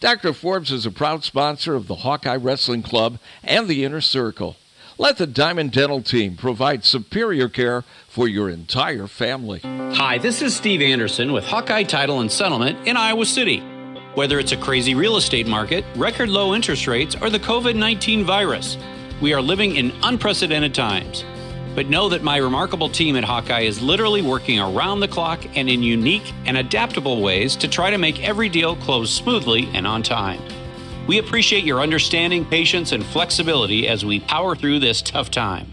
[SPEAKER 1] Dr. Forbes is a proud sponsor of the Hawkeye Wrestling Club and the Inner Circle. Let the Diamond Dental team provide superior care for your entire family.
[SPEAKER 11] Hi, this is Steve Anderson with Hawkeye Title and Settlement in Iowa City. Whether it's a crazy real estate market, record low interest rates, or the COVID 19 virus, we are living in unprecedented times. But know that my remarkable team at Hawkeye is literally working around the clock and in unique and adaptable ways to try to make every deal close smoothly and on time. We appreciate your understanding, patience, and flexibility as we power through this tough time.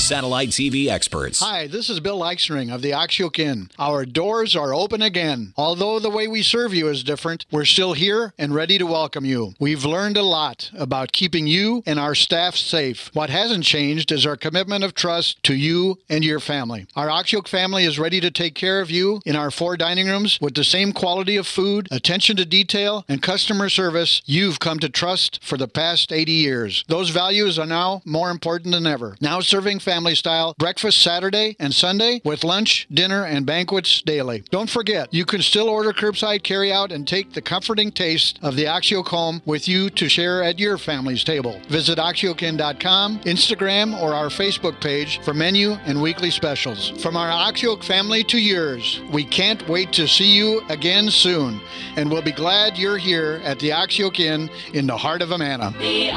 [SPEAKER 12] satellite TV experts.
[SPEAKER 13] Hi, this is Bill Eichsring of the Oxyoke Inn. Our doors are open again. Although the way we serve you is different, we're still here and ready to welcome you. We've learned a lot about keeping you and our staff safe. What hasn't changed is our commitment of trust to you and your family. Our Oxyoke family is ready to take care of you in our four dining rooms with the same quality of food, attention to detail, and customer service you've come to trust for the past 80 years. Those values are now more important than ever. Now serving family style breakfast Saturday and Sunday with lunch, dinner, and banquets daily. Don't forget, you can still order curbside carryout and take the comforting taste of the Oxyoke home with you to share at your family's table. Visit oxyokin.com, Instagram, or our Facebook page for menu and weekly specials. From our Oxyoke family to yours, we can't wait to see you again soon, and we'll be glad you're here at the Oxyoke Inn in the heart of Amana.
[SPEAKER 2] The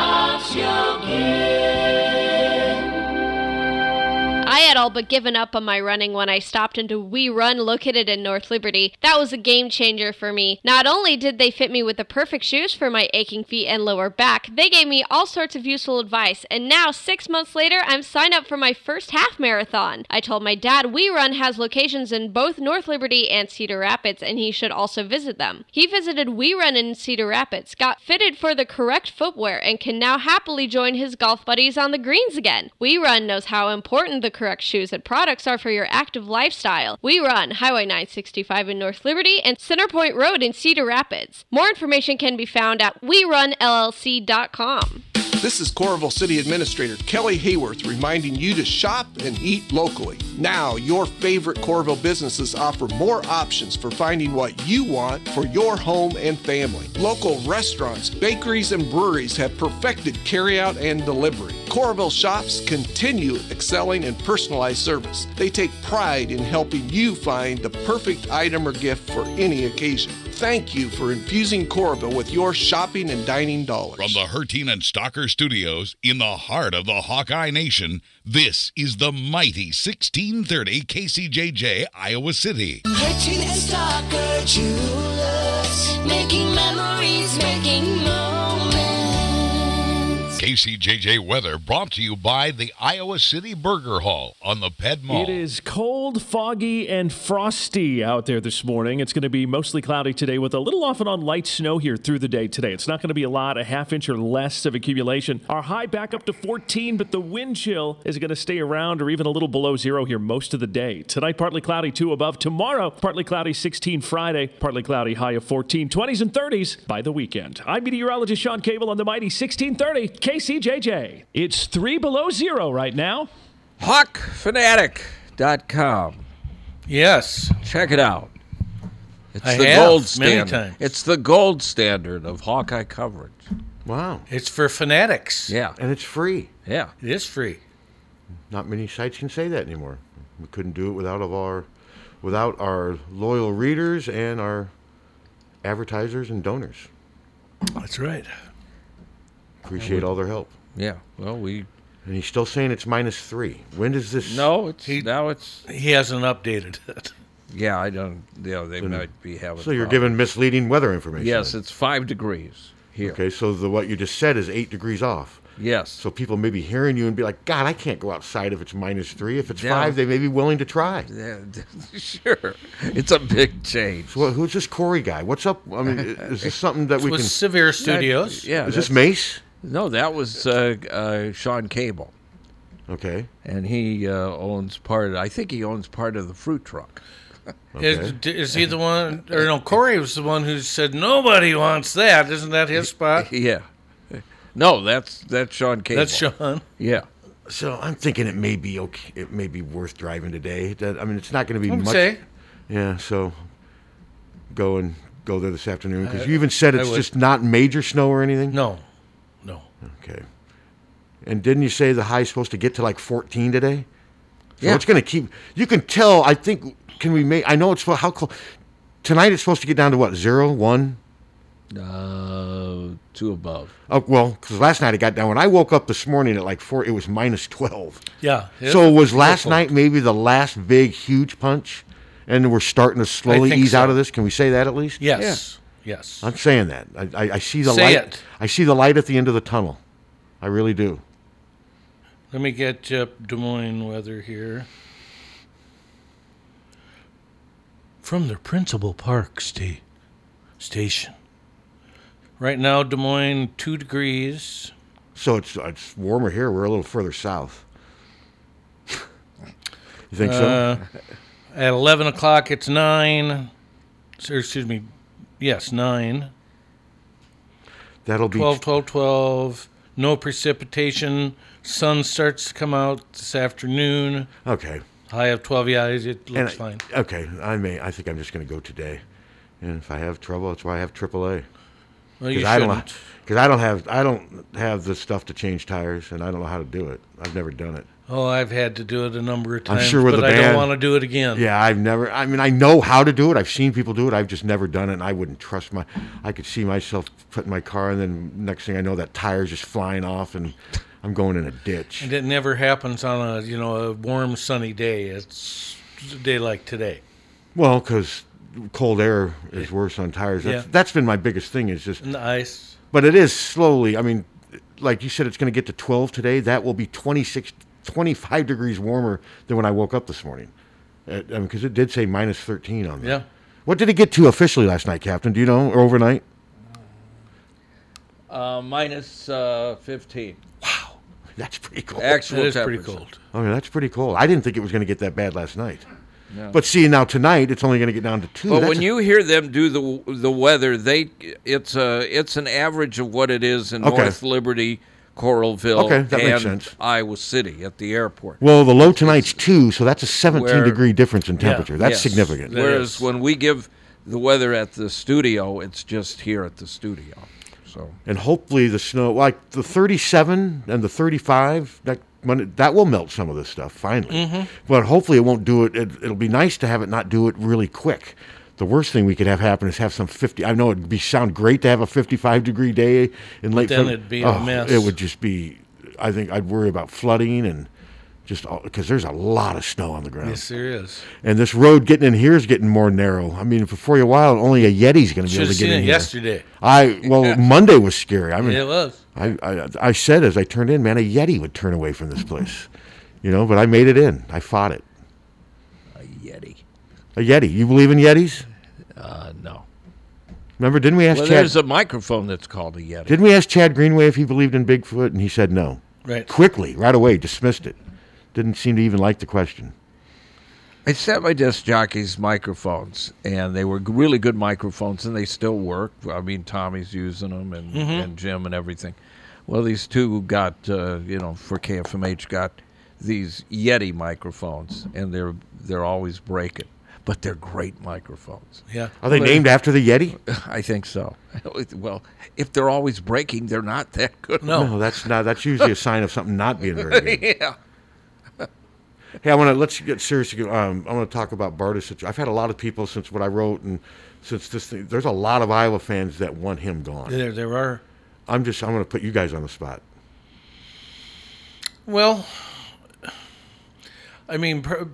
[SPEAKER 2] Oxyokin.
[SPEAKER 14] I had all but given up on my running when I stopped into We Run located in North Liberty. That was a game changer for me. Not only did they fit me with the perfect shoes for my aching feet and lower back, they gave me all sorts of useful advice. And now, six months later, I'm signed up for my first half marathon. I told my dad We Run has locations in both North Liberty and Cedar Rapids, and he should also visit them. He visited We Run in Cedar Rapids, got fitted for the correct footwear, and can now happily join his golf buddies on the greens again. We Run knows how important the correct shoes and products are for your active lifestyle. We run Highway 965 in North Liberty and Centerpoint Road in Cedar Rapids. More information can be found at WeRunLLC.com.
[SPEAKER 15] This is Coralville City Administrator Kelly Hayworth reminding you to shop and eat locally. Now, your favorite Coralville businesses offer more options for finding what you want for your home and family. Local restaurants, bakeries, and breweries have perfected carryout and delivery. Coralville shops continue excelling in personalized service. They take pride in helping you find the perfect item or gift for any occasion. Thank you for infusing Coralville with your shopping and dining dollars.
[SPEAKER 16] Oh, From the Hertine and Stocker Studios in the heart of the Hawkeye Nation, this is the mighty 1630 KCJJ Iowa City.
[SPEAKER 2] Hitching and Stalker Jewelers. Making memories, making moments.
[SPEAKER 16] KCJJ weather brought to you by the Iowa City Burger Hall on the Pedmall.
[SPEAKER 17] It is cold, foggy, and frosty out there this morning. It's going to be mostly cloudy today with a little off and on light snow here through the day today. It's not going to be a lot, a half inch or less of accumulation. Our high back up to 14, but the wind chill is going to stay around or even a little below zero here most of the day. Tonight, partly cloudy, two above. Tomorrow, partly cloudy, 16 Friday, partly cloudy, high of 14, 20s and 30s by the weekend. I'm meteorologist Sean Cable on the mighty 1630 KCJJ. It's three below zero right now.
[SPEAKER 18] Hawkfanatic.com.
[SPEAKER 2] Yes.
[SPEAKER 1] Check it out. It's
[SPEAKER 2] I
[SPEAKER 1] the
[SPEAKER 2] have,
[SPEAKER 1] gold
[SPEAKER 2] many
[SPEAKER 1] standard.
[SPEAKER 2] times.
[SPEAKER 1] It's the gold standard of Hawkeye coverage.
[SPEAKER 3] Wow.
[SPEAKER 2] It's for fanatics.
[SPEAKER 1] Yeah.
[SPEAKER 3] And it's free.
[SPEAKER 1] Yeah.
[SPEAKER 2] It is free.
[SPEAKER 3] Not many sites can say that anymore. We couldn't do it without of our without our loyal readers and our advertisers and donors.
[SPEAKER 2] That's right.
[SPEAKER 3] Appreciate all their help.
[SPEAKER 1] Yeah. Well, we
[SPEAKER 3] and he's still saying it's minus three. When does this?
[SPEAKER 1] No, it's now it's
[SPEAKER 2] he hasn't updated it.
[SPEAKER 1] Yeah, I don't. You know, they
[SPEAKER 3] So-
[SPEAKER 1] might be having.
[SPEAKER 3] So you're
[SPEAKER 1] problems.
[SPEAKER 3] given misleading weather information.
[SPEAKER 1] Yes, it's five degrees. here.
[SPEAKER 3] Okay, so the what you just said is eight degrees off.
[SPEAKER 1] Yes.
[SPEAKER 3] So people may be hearing you and be like, God, I can't go outside if it's minus three. If it's
[SPEAKER 1] Yeah.
[SPEAKER 3] five, they may be willing to try.
[SPEAKER 1] sure, it's a big change.
[SPEAKER 3] So who's this Corey guy? What's up? I mean, i- is this something that we can?
[SPEAKER 1] That- yeah.
[SPEAKER 3] Is this
[SPEAKER 1] that's-
[SPEAKER 3] Mace?
[SPEAKER 1] No, that was uh, uh, Sean Cable.
[SPEAKER 3] Okay.
[SPEAKER 1] And he uh, owns part. I think he owns part of the fruit truck.
[SPEAKER 2] Is, is he the one? Or no, Corey was the one who said nobody wants that. Isn't that his spot?
[SPEAKER 1] yeah. No, that's that's Sean Cable.
[SPEAKER 2] That's Sean.
[SPEAKER 1] Yeah.
[SPEAKER 3] So I'm thinking it may be okay. It may be worth driving today. That- I mean, it's not going to be
[SPEAKER 2] I would
[SPEAKER 3] much.
[SPEAKER 2] say.
[SPEAKER 3] Yeah. So go and go there this afternoon
[SPEAKER 2] I-
[SPEAKER 3] because you even said
[SPEAKER 2] I
[SPEAKER 3] it's
[SPEAKER 2] would.
[SPEAKER 3] just not major snow or anything.
[SPEAKER 2] No. No.
[SPEAKER 3] Okay. And didn't you say the high's supposed to get to like 14 today? So
[SPEAKER 1] Yeah.
[SPEAKER 3] it's going to keep. You can tell. I think. Can we make? I know it's how close. Tonight it's supposed to get down to what zero one.
[SPEAKER 1] Uh, two above.
[SPEAKER 3] Oh well, because last night it got down. When I woke up this morning at like four, it was minus twelve.
[SPEAKER 2] Yeah, it
[SPEAKER 3] So
[SPEAKER 2] was
[SPEAKER 3] was last
[SPEAKER 2] awful.
[SPEAKER 3] night maybe the last big huge punch, and we're starting to slowly
[SPEAKER 2] think
[SPEAKER 3] ease out
[SPEAKER 2] so.
[SPEAKER 3] of this. Can we say that at least?
[SPEAKER 2] Yes. Yes.
[SPEAKER 3] I'm saying that. I, I, I see the
[SPEAKER 2] Say
[SPEAKER 3] light.
[SPEAKER 2] it.
[SPEAKER 3] I see the light at the end of the tunnel. I really do.
[SPEAKER 2] Let me get up Des Moines weather here. From their principal park sta- station. Right now, Des Moines, two degrees.
[SPEAKER 3] So it's it's warmer here. We're a little further south. you think
[SPEAKER 2] Uh,
[SPEAKER 3] so?
[SPEAKER 2] At 11 o'clock, it's 9. Or, excuse me. Yes, 9.
[SPEAKER 3] That'll be
[SPEAKER 2] 12, 12, 12. No precipitation. Sun starts to come out this afternoon.
[SPEAKER 3] Okay.
[SPEAKER 2] High of 12. Yeah, it it
[SPEAKER 3] And
[SPEAKER 2] looks
[SPEAKER 3] I-
[SPEAKER 2] fine.
[SPEAKER 3] Okay, I may. I think I'm just going to go today, and if I have trouble, that's why I have AAA.
[SPEAKER 2] Well, you
[SPEAKER 3] I don't
[SPEAKER 2] shouldn't.
[SPEAKER 3] because I don't have I don't have the stuff to change tires, and I don't know how to do it. I've never done it.
[SPEAKER 2] Oh, I've had to do it a number of times.
[SPEAKER 3] I'm sure with
[SPEAKER 2] but
[SPEAKER 3] the
[SPEAKER 2] I
[SPEAKER 3] band,
[SPEAKER 2] don't want to do it again.
[SPEAKER 3] Yeah, I've never. I mean, I know how to do it. I've seen people do it. I've just never done it, and I wouldn't trust my. I could see myself putting my car, and then next thing I know, that tire's just flying off, and I'm going in a ditch.
[SPEAKER 2] And it never happens on a you know a warm sunny day. It's a day like today.
[SPEAKER 3] Well, because cold air is worse on tires. That's,
[SPEAKER 2] Yeah.
[SPEAKER 3] that's been my biggest thing. Is just
[SPEAKER 2] And the ice.
[SPEAKER 3] But it is slowly. I mean, like you said, it's going to get to 12 today. That will be 26, 25 degrees warmer than when I woke up this morning. Because I mean 'cause it did say minus 13 on there.
[SPEAKER 2] Yeah.
[SPEAKER 3] What did it get to officially last night, Captain? Do you know, or overnight?
[SPEAKER 1] Uh, minus uh, fifteen. Wow,
[SPEAKER 3] that's pretty cold.
[SPEAKER 1] Actual
[SPEAKER 3] That is
[SPEAKER 2] pretty
[SPEAKER 1] temperature.
[SPEAKER 2] cold.
[SPEAKER 3] I mean, Oh, that's pretty cold. I didn't think it was going to get that bad last night.
[SPEAKER 1] No.
[SPEAKER 3] But see, now tonight, it's only going to get down to two.
[SPEAKER 1] But
[SPEAKER 3] That's
[SPEAKER 1] when
[SPEAKER 3] a-
[SPEAKER 1] you hear them do the the weather, they it's a it's an average of what it is in
[SPEAKER 3] Okay.
[SPEAKER 1] North Liberty, Coralville,
[SPEAKER 3] Okay, that makes
[SPEAKER 1] and
[SPEAKER 3] sense.
[SPEAKER 1] Iowa City at the airport.
[SPEAKER 3] well, the low tonight's two, so that's a 17
[SPEAKER 1] Where-
[SPEAKER 3] degree difference in
[SPEAKER 1] Yeah.
[SPEAKER 3] temperature. that's
[SPEAKER 1] Yes.
[SPEAKER 3] significant.
[SPEAKER 1] Whereas when we give the weather at the studio, it's just here at the studio. So
[SPEAKER 3] and hopefully the snow like the 37 and the 35 that when it- that will melt some of this stuff finally
[SPEAKER 2] Mm-hmm.
[SPEAKER 1] Mhm.
[SPEAKER 3] but hopefully it won't do it, it it'll be nice to have it not do it really quick the worst thing we could have happen is have some 50 i know it'd be sound great to have a 55 degree day in late
[SPEAKER 2] then
[SPEAKER 3] Feb- oh,
[SPEAKER 2] it'd be a mess.
[SPEAKER 3] it would just be i think i'd worry about flooding and just because there's a lot of snow on the ground
[SPEAKER 2] Yes, there is.
[SPEAKER 3] and this road getting in here is getting more narrow. I mean, before a while, only a Yeti's going to be able
[SPEAKER 2] Should've
[SPEAKER 3] to get
[SPEAKER 2] seen
[SPEAKER 3] in
[SPEAKER 2] it
[SPEAKER 3] here.
[SPEAKER 2] yesterday.
[SPEAKER 3] I well, Monday was scary. I mean,
[SPEAKER 2] It was.
[SPEAKER 3] I, I I said as I turned in, man, a Yeti would turn away from this place, you know. But I made it in. I fought it.
[SPEAKER 1] Yeti.
[SPEAKER 3] A Yeti. You believe in Yetis?
[SPEAKER 1] Uh, no.
[SPEAKER 3] Remember? Didn't we ask
[SPEAKER 1] well,
[SPEAKER 3] Chad?
[SPEAKER 1] there's a microphone that's called a Yeti.
[SPEAKER 3] Didn't we ask Chad Greenway if he believed in Bigfoot, and he said no.
[SPEAKER 1] Right.
[SPEAKER 3] Quickly, right away, dismissed it. Didn't seem to even like the question.
[SPEAKER 1] I set my disc jockeys microphones, and they were g- really good microphones, and they still work. I mean, Tommy's using them, and,
[SPEAKER 2] Mhm.
[SPEAKER 1] and Jim and everything. Well, these two got, uh, you know, for KFMH got these Yeti microphones, and they're they're always breaking. but they're great microphones.
[SPEAKER 2] Yeah.
[SPEAKER 3] Are they
[SPEAKER 1] But-
[SPEAKER 3] named after the Yeti?
[SPEAKER 1] I think so. Well, if they're always breaking, they're not that good.
[SPEAKER 3] that's not. That's usually a sign of something not being very good.
[SPEAKER 1] yeah.
[SPEAKER 3] Hey, I want to let's get serious. again. Um, I want to talk about Barta's situation. I've had a lot of people since what I wrote and since this thing. There's a lot of Iowa fans that want him gone.
[SPEAKER 2] There- there are.
[SPEAKER 3] I'm just. I'm going to put you guys on the spot.
[SPEAKER 2] Well, I mean, per,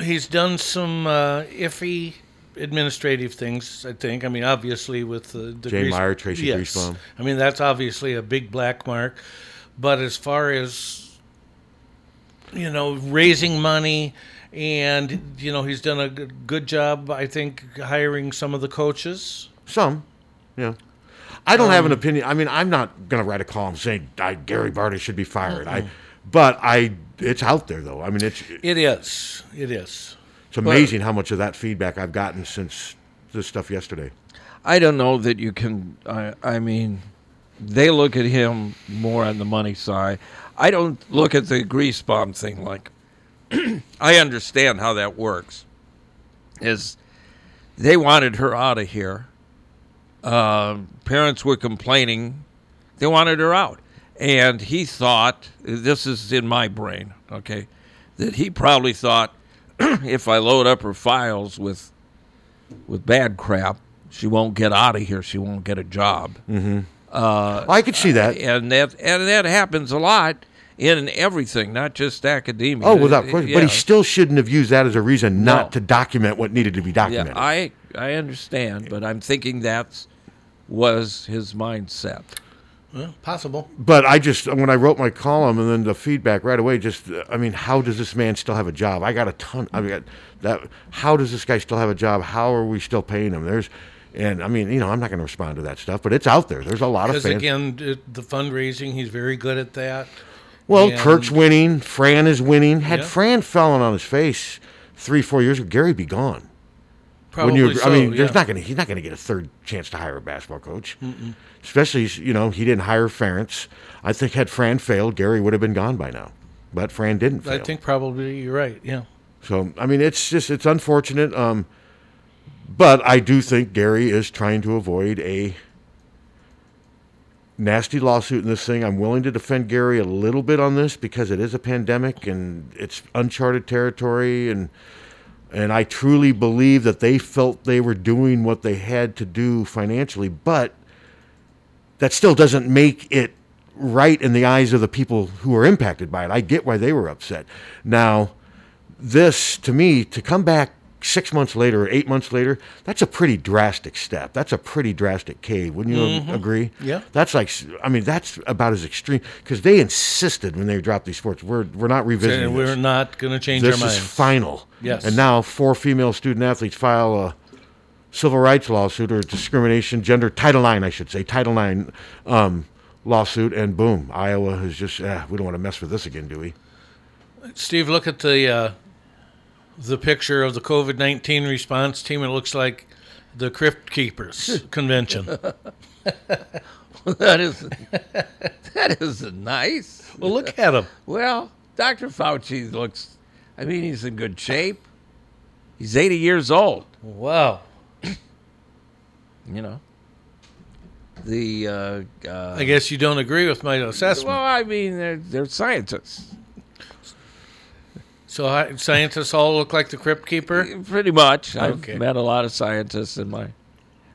[SPEAKER 2] he's done some uh, iffy administrative things. I think. I mean, obviously with the, the
[SPEAKER 3] Jay Meyer, Tracy
[SPEAKER 2] yes.
[SPEAKER 3] Griesbaum.
[SPEAKER 2] I mean, that's obviously a big black mark. But as far as you know, raising money. And you know he's done a good good job, I think, hiring some of the coaches.
[SPEAKER 3] Some, yeah. I don't have an
[SPEAKER 2] Um,
[SPEAKER 3] opinion. I mean, I'm not going to write a column saying I, Gary Barta should be fired. I, but I. It's out there though. I mean, it's
[SPEAKER 2] It is, it is.
[SPEAKER 3] it's amazing how much of that feedback I've gotten since this stuff yesterday.
[SPEAKER 1] I don't know that you can. I, I mean, they look at him more on the money side. I don't look at the grease bomb thing like. I understand how that works. Is they wanted her out of here. Uh, parents were complaining. They wanted her out. And he thought, this is in my brain, okay, that he probably thought if I load up her files with with bad crap, she won't get out of here. She won't get a job.
[SPEAKER 3] Mm-hmm.
[SPEAKER 1] Uh,
[SPEAKER 3] I could see that.
[SPEAKER 1] and that and that happens a lot in everything, not just academia.
[SPEAKER 3] Oh, without
[SPEAKER 1] It-
[SPEAKER 3] question.
[SPEAKER 1] yeah.
[SPEAKER 3] But he still shouldn't have used that as a reason not to document what needed to be documented.
[SPEAKER 1] Yeah, I I understand, but I'm thinking that's was his mindset.
[SPEAKER 2] Well, possible.
[SPEAKER 3] But I just when I wrote my column and then the feedback right away, just uh, I mean, how does this man still have a job? I got a ton. I got that. How does this guy still have a job? How are we still paying him? There's, and I mean, you know, I'm not going to respond to that stuff, but it's out there. There's a lot of
[SPEAKER 2] Because
[SPEAKER 3] fans.
[SPEAKER 2] again, d- the fundraising, he's very good at that.
[SPEAKER 3] well,
[SPEAKER 2] And-
[SPEAKER 3] Kirk's winning. Fran is winning. Had
[SPEAKER 2] Yeah.
[SPEAKER 3] Fran fallen on his face three, four years ago, Gary be gone.
[SPEAKER 2] Probably
[SPEAKER 3] agree- I mean,
[SPEAKER 2] so,
[SPEAKER 3] there's
[SPEAKER 2] yeah.
[SPEAKER 3] not going to he's not going to get a third chance to hire a basketball coach.
[SPEAKER 2] Mm-mm.
[SPEAKER 3] Especially, you know, he didn't hire Ference. I think had Fran failed, Gary would have been gone by now. But Fran didn't fail.
[SPEAKER 2] I think probably you're right. Yeah.
[SPEAKER 3] So I mean, it's just it's unfortunate. Um, but I do think Gary is trying to avoid a nasty lawsuit in this thing. I'm willing to defend Gary a little bit on this because it is a pandemic and it's uncharted territory and and I truly believe that they felt they were doing what they had to do financially, but that still doesn't make it right in the eyes of the people who are impacted by it. I get why they were upset. Now, this to me to come back six months later or eight months later, that's a pretty drastic step. That's a pretty drastic cave, wouldn't you
[SPEAKER 2] Mhm.
[SPEAKER 3] agree?
[SPEAKER 2] Yeah.
[SPEAKER 3] That's like, I mean, that's about as extreme because they insisted when they dropped these sports. We're we're not revisiting.
[SPEAKER 2] Saying
[SPEAKER 3] this.
[SPEAKER 2] we're not gonna change
[SPEAKER 3] This
[SPEAKER 2] our
[SPEAKER 3] is
[SPEAKER 2] minds.
[SPEAKER 3] final.
[SPEAKER 2] Yes.
[SPEAKER 3] And now four female student athletes file a civil rights lawsuit or discrimination, gender Title IX, I should say, Title IX um, lawsuit, and boom, Iowa is just eh, we don't want to mess with this again, do we?
[SPEAKER 2] Steve, look at the uh, the picture of the COVID nineteen response team. It looks like the Crypt Keepers convention.
[SPEAKER 1] that is that is nice.
[SPEAKER 2] Well, look at him.
[SPEAKER 1] Well, Dr. Fauci looks. I mean, he's in good shape. He's 80 years old.
[SPEAKER 2] Wow.
[SPEAKER 1] you know. The uh, uh,
[SPEAKER 2] I guess you don't agree with my assessment.
[SPEAKER 1] Well, I mean, they're, they're scientists.
[SPEAKER 2] So hi- scientists all look like the Crypt Keeper.
[SPEAKER 1] Pretty much. I've
[SPEAKER 2] Okay.
[SPEAKER 1] met a lot of scientists in my.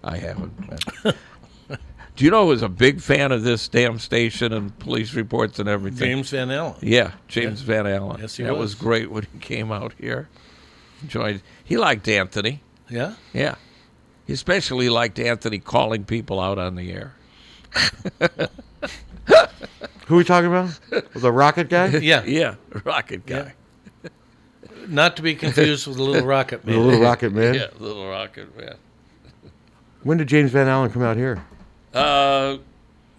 [SPEAKER 1] I haven't. Met. Do you know who's a big fan of this damn station and police reports and everything?
[SPEAKER 2] James Van Allen.
[SPEAKER 1] Yeah, James Van Allen.
[SPEAKER 2] Yes, he
[SPEAKER 1] that
[SPEAKER 2] was.
[SPEAKER 1] was. great when he came out here. Enjoyed. He liked Anthony.
[SPEAKER 2] Yeah?
[SPEAKER 1] Yeah. He especially liked Anthony calling people out on the air.
[SPEAKER 3] Who are we talking about? The rocket guy?
[SPEAKER 2] Yeah.
[SPEAKER 1] Yeah. Rocket guy.
[SPEAKER 2] Not to be confused with the Little Rocket Man.
[SPEAKER 3] The Little Rocket Man?
[SPEAKER 1] Yeah, Little Rocket Man.
[SPEAKER 3] When did James Van Allen come out here?
[SPEAKER 1] Uh,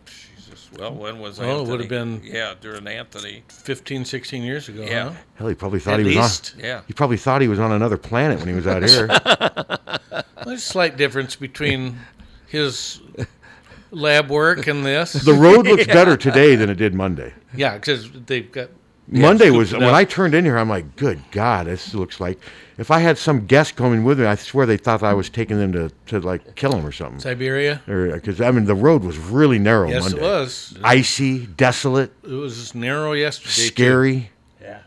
[SPEAKER 1] Jesus. Well, when was
[SPEAKER 2] Well, it would have
[SPEAKER 1] Anthony?
[SPEAKER 2] been-
[SPEAKER 1] yeah during Anthony.
[SPEAKER 2] 15, years ago.
[SPEAKER 1] Yeah.
[SPEAKER 2] huh?
[SPEAKER 3] Hell, he probably thought
[SPEAKER 2] At
[SPEAKER 3] he was
[SPEAKER 2] least.
[SPEAKER 3] on.
[SPEAKER 2] Yeah.
[SPEAKER 3] He probably thought he was on another planet when he was out here.
[SPEAKER 2] There's a slight difference between his lab work and this.
[SPEAKER 3] the road looks better today than it did Monday.
[SPEAKER 2] Yeah, because they've got
[SPEAKER 3] Monday
[SPEAKER 1] scooped
[SPEAKER 3] was
[SPEAKER 1] it
[SPEAKER 3] when
[SPEAKER 1] up.
[SPEAKER 3] I turned in here. I'm like, good God, this looks like. If I had some guest coming with me, I swear they thought I was taking them to, to like kill them or something.
[SPEAKER 2] Siberia?
[SPEAKER 3] Because I mean, the road was really narrow.
[SPEAKER 2] Yes, it
[SPEAKER 3] Monday.
[SPEAKER 2] was.
[SPEAKER 3] icy, desolate,
[SPEAKER 2] It was narrow yesterday. too.
[SPEAKER 3] scary.
[SPEAKER 2] Yeah.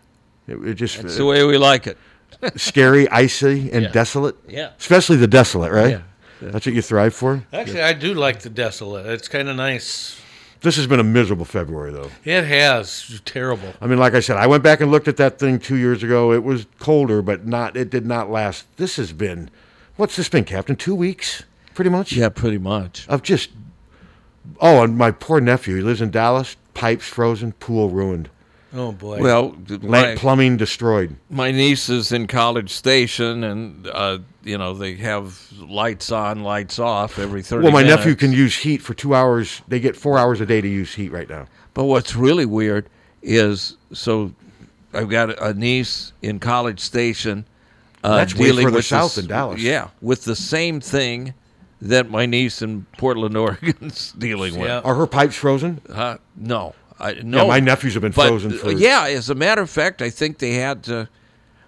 [SPEAKER 3] It, it just
[SPEAKER 1] That's the way we like it.
[SPEAKER 3] scary, icy, and
[SPEAKER 2] Yeah.
[SPEAKER 3] desolate.
[SPEAKER 2] Yeah.
[SPEAKER 3] Especially the desolate, right?
[SPEAKER 2] Yeah.
[SPEAKER 3] That's what you thrive for.
[SPEAKER 2] Actually, I do like the desolate. It's kind of nice.
[SPEAKER 3] This has been a miserable February, though.
[SPEAKER 2] It has terrible.
[SPEAKER 3] I mean, like I said, I went back and looked at that thing two years ago. It was colder, but not. It did not last. This has been, what's this been, Captain? Two weeks, pretty much. Yeah,
[SPEAKER 1] pretty much.
[SPEAKER 3] Of just, oh, and my poor nephew. He lives in Dallas. Pipes frozen, pool ruined.
[SPEAKER 2] Oh, boy.
[SPEAKER 1] Well,
[SPEAKER 3] Lamp-
[SPEAKER 1] my-
[SPEAKER 3] plumbing destroyed.
[SPEAKER 1] My niece is in College Station, and uh, you know they have lights on, lights off every thirty.
[SPEAKER 3] Well, my
[SPEAKER 1] minutes.
[SPEAKER 3] nephew can use heat for two hours. They get four hours a day to use heat right now.
[SPEAKER 1] But what's really weird is so I've got a niece in College Station. Uh,
[SPEAKER 3] That's way
[SPEAKER 1] dealing
[SPEAKER 3] further
[SPEAKER 1] with
[SPEAKER 3] south
[SPEAKER 1] this-
[SPEAKER 3] than Dallas.
[SPEAKER 1] Yeah, with the same thing that my niece in Portland, Oregon's dealing with.
[SPEAKER 3] Are her pipes frozen?
[SPEAKER 1] Uh, no, I, no.
[SPEAKER 3] my nephews have been
[SPEAKER 1] But,
[SPEAKER 3] frozen
[SPEAKER 1] uh,
[SPEAKER 3] for-
[SPEAKER 1] yeah, as a matter of fact, I think they had to.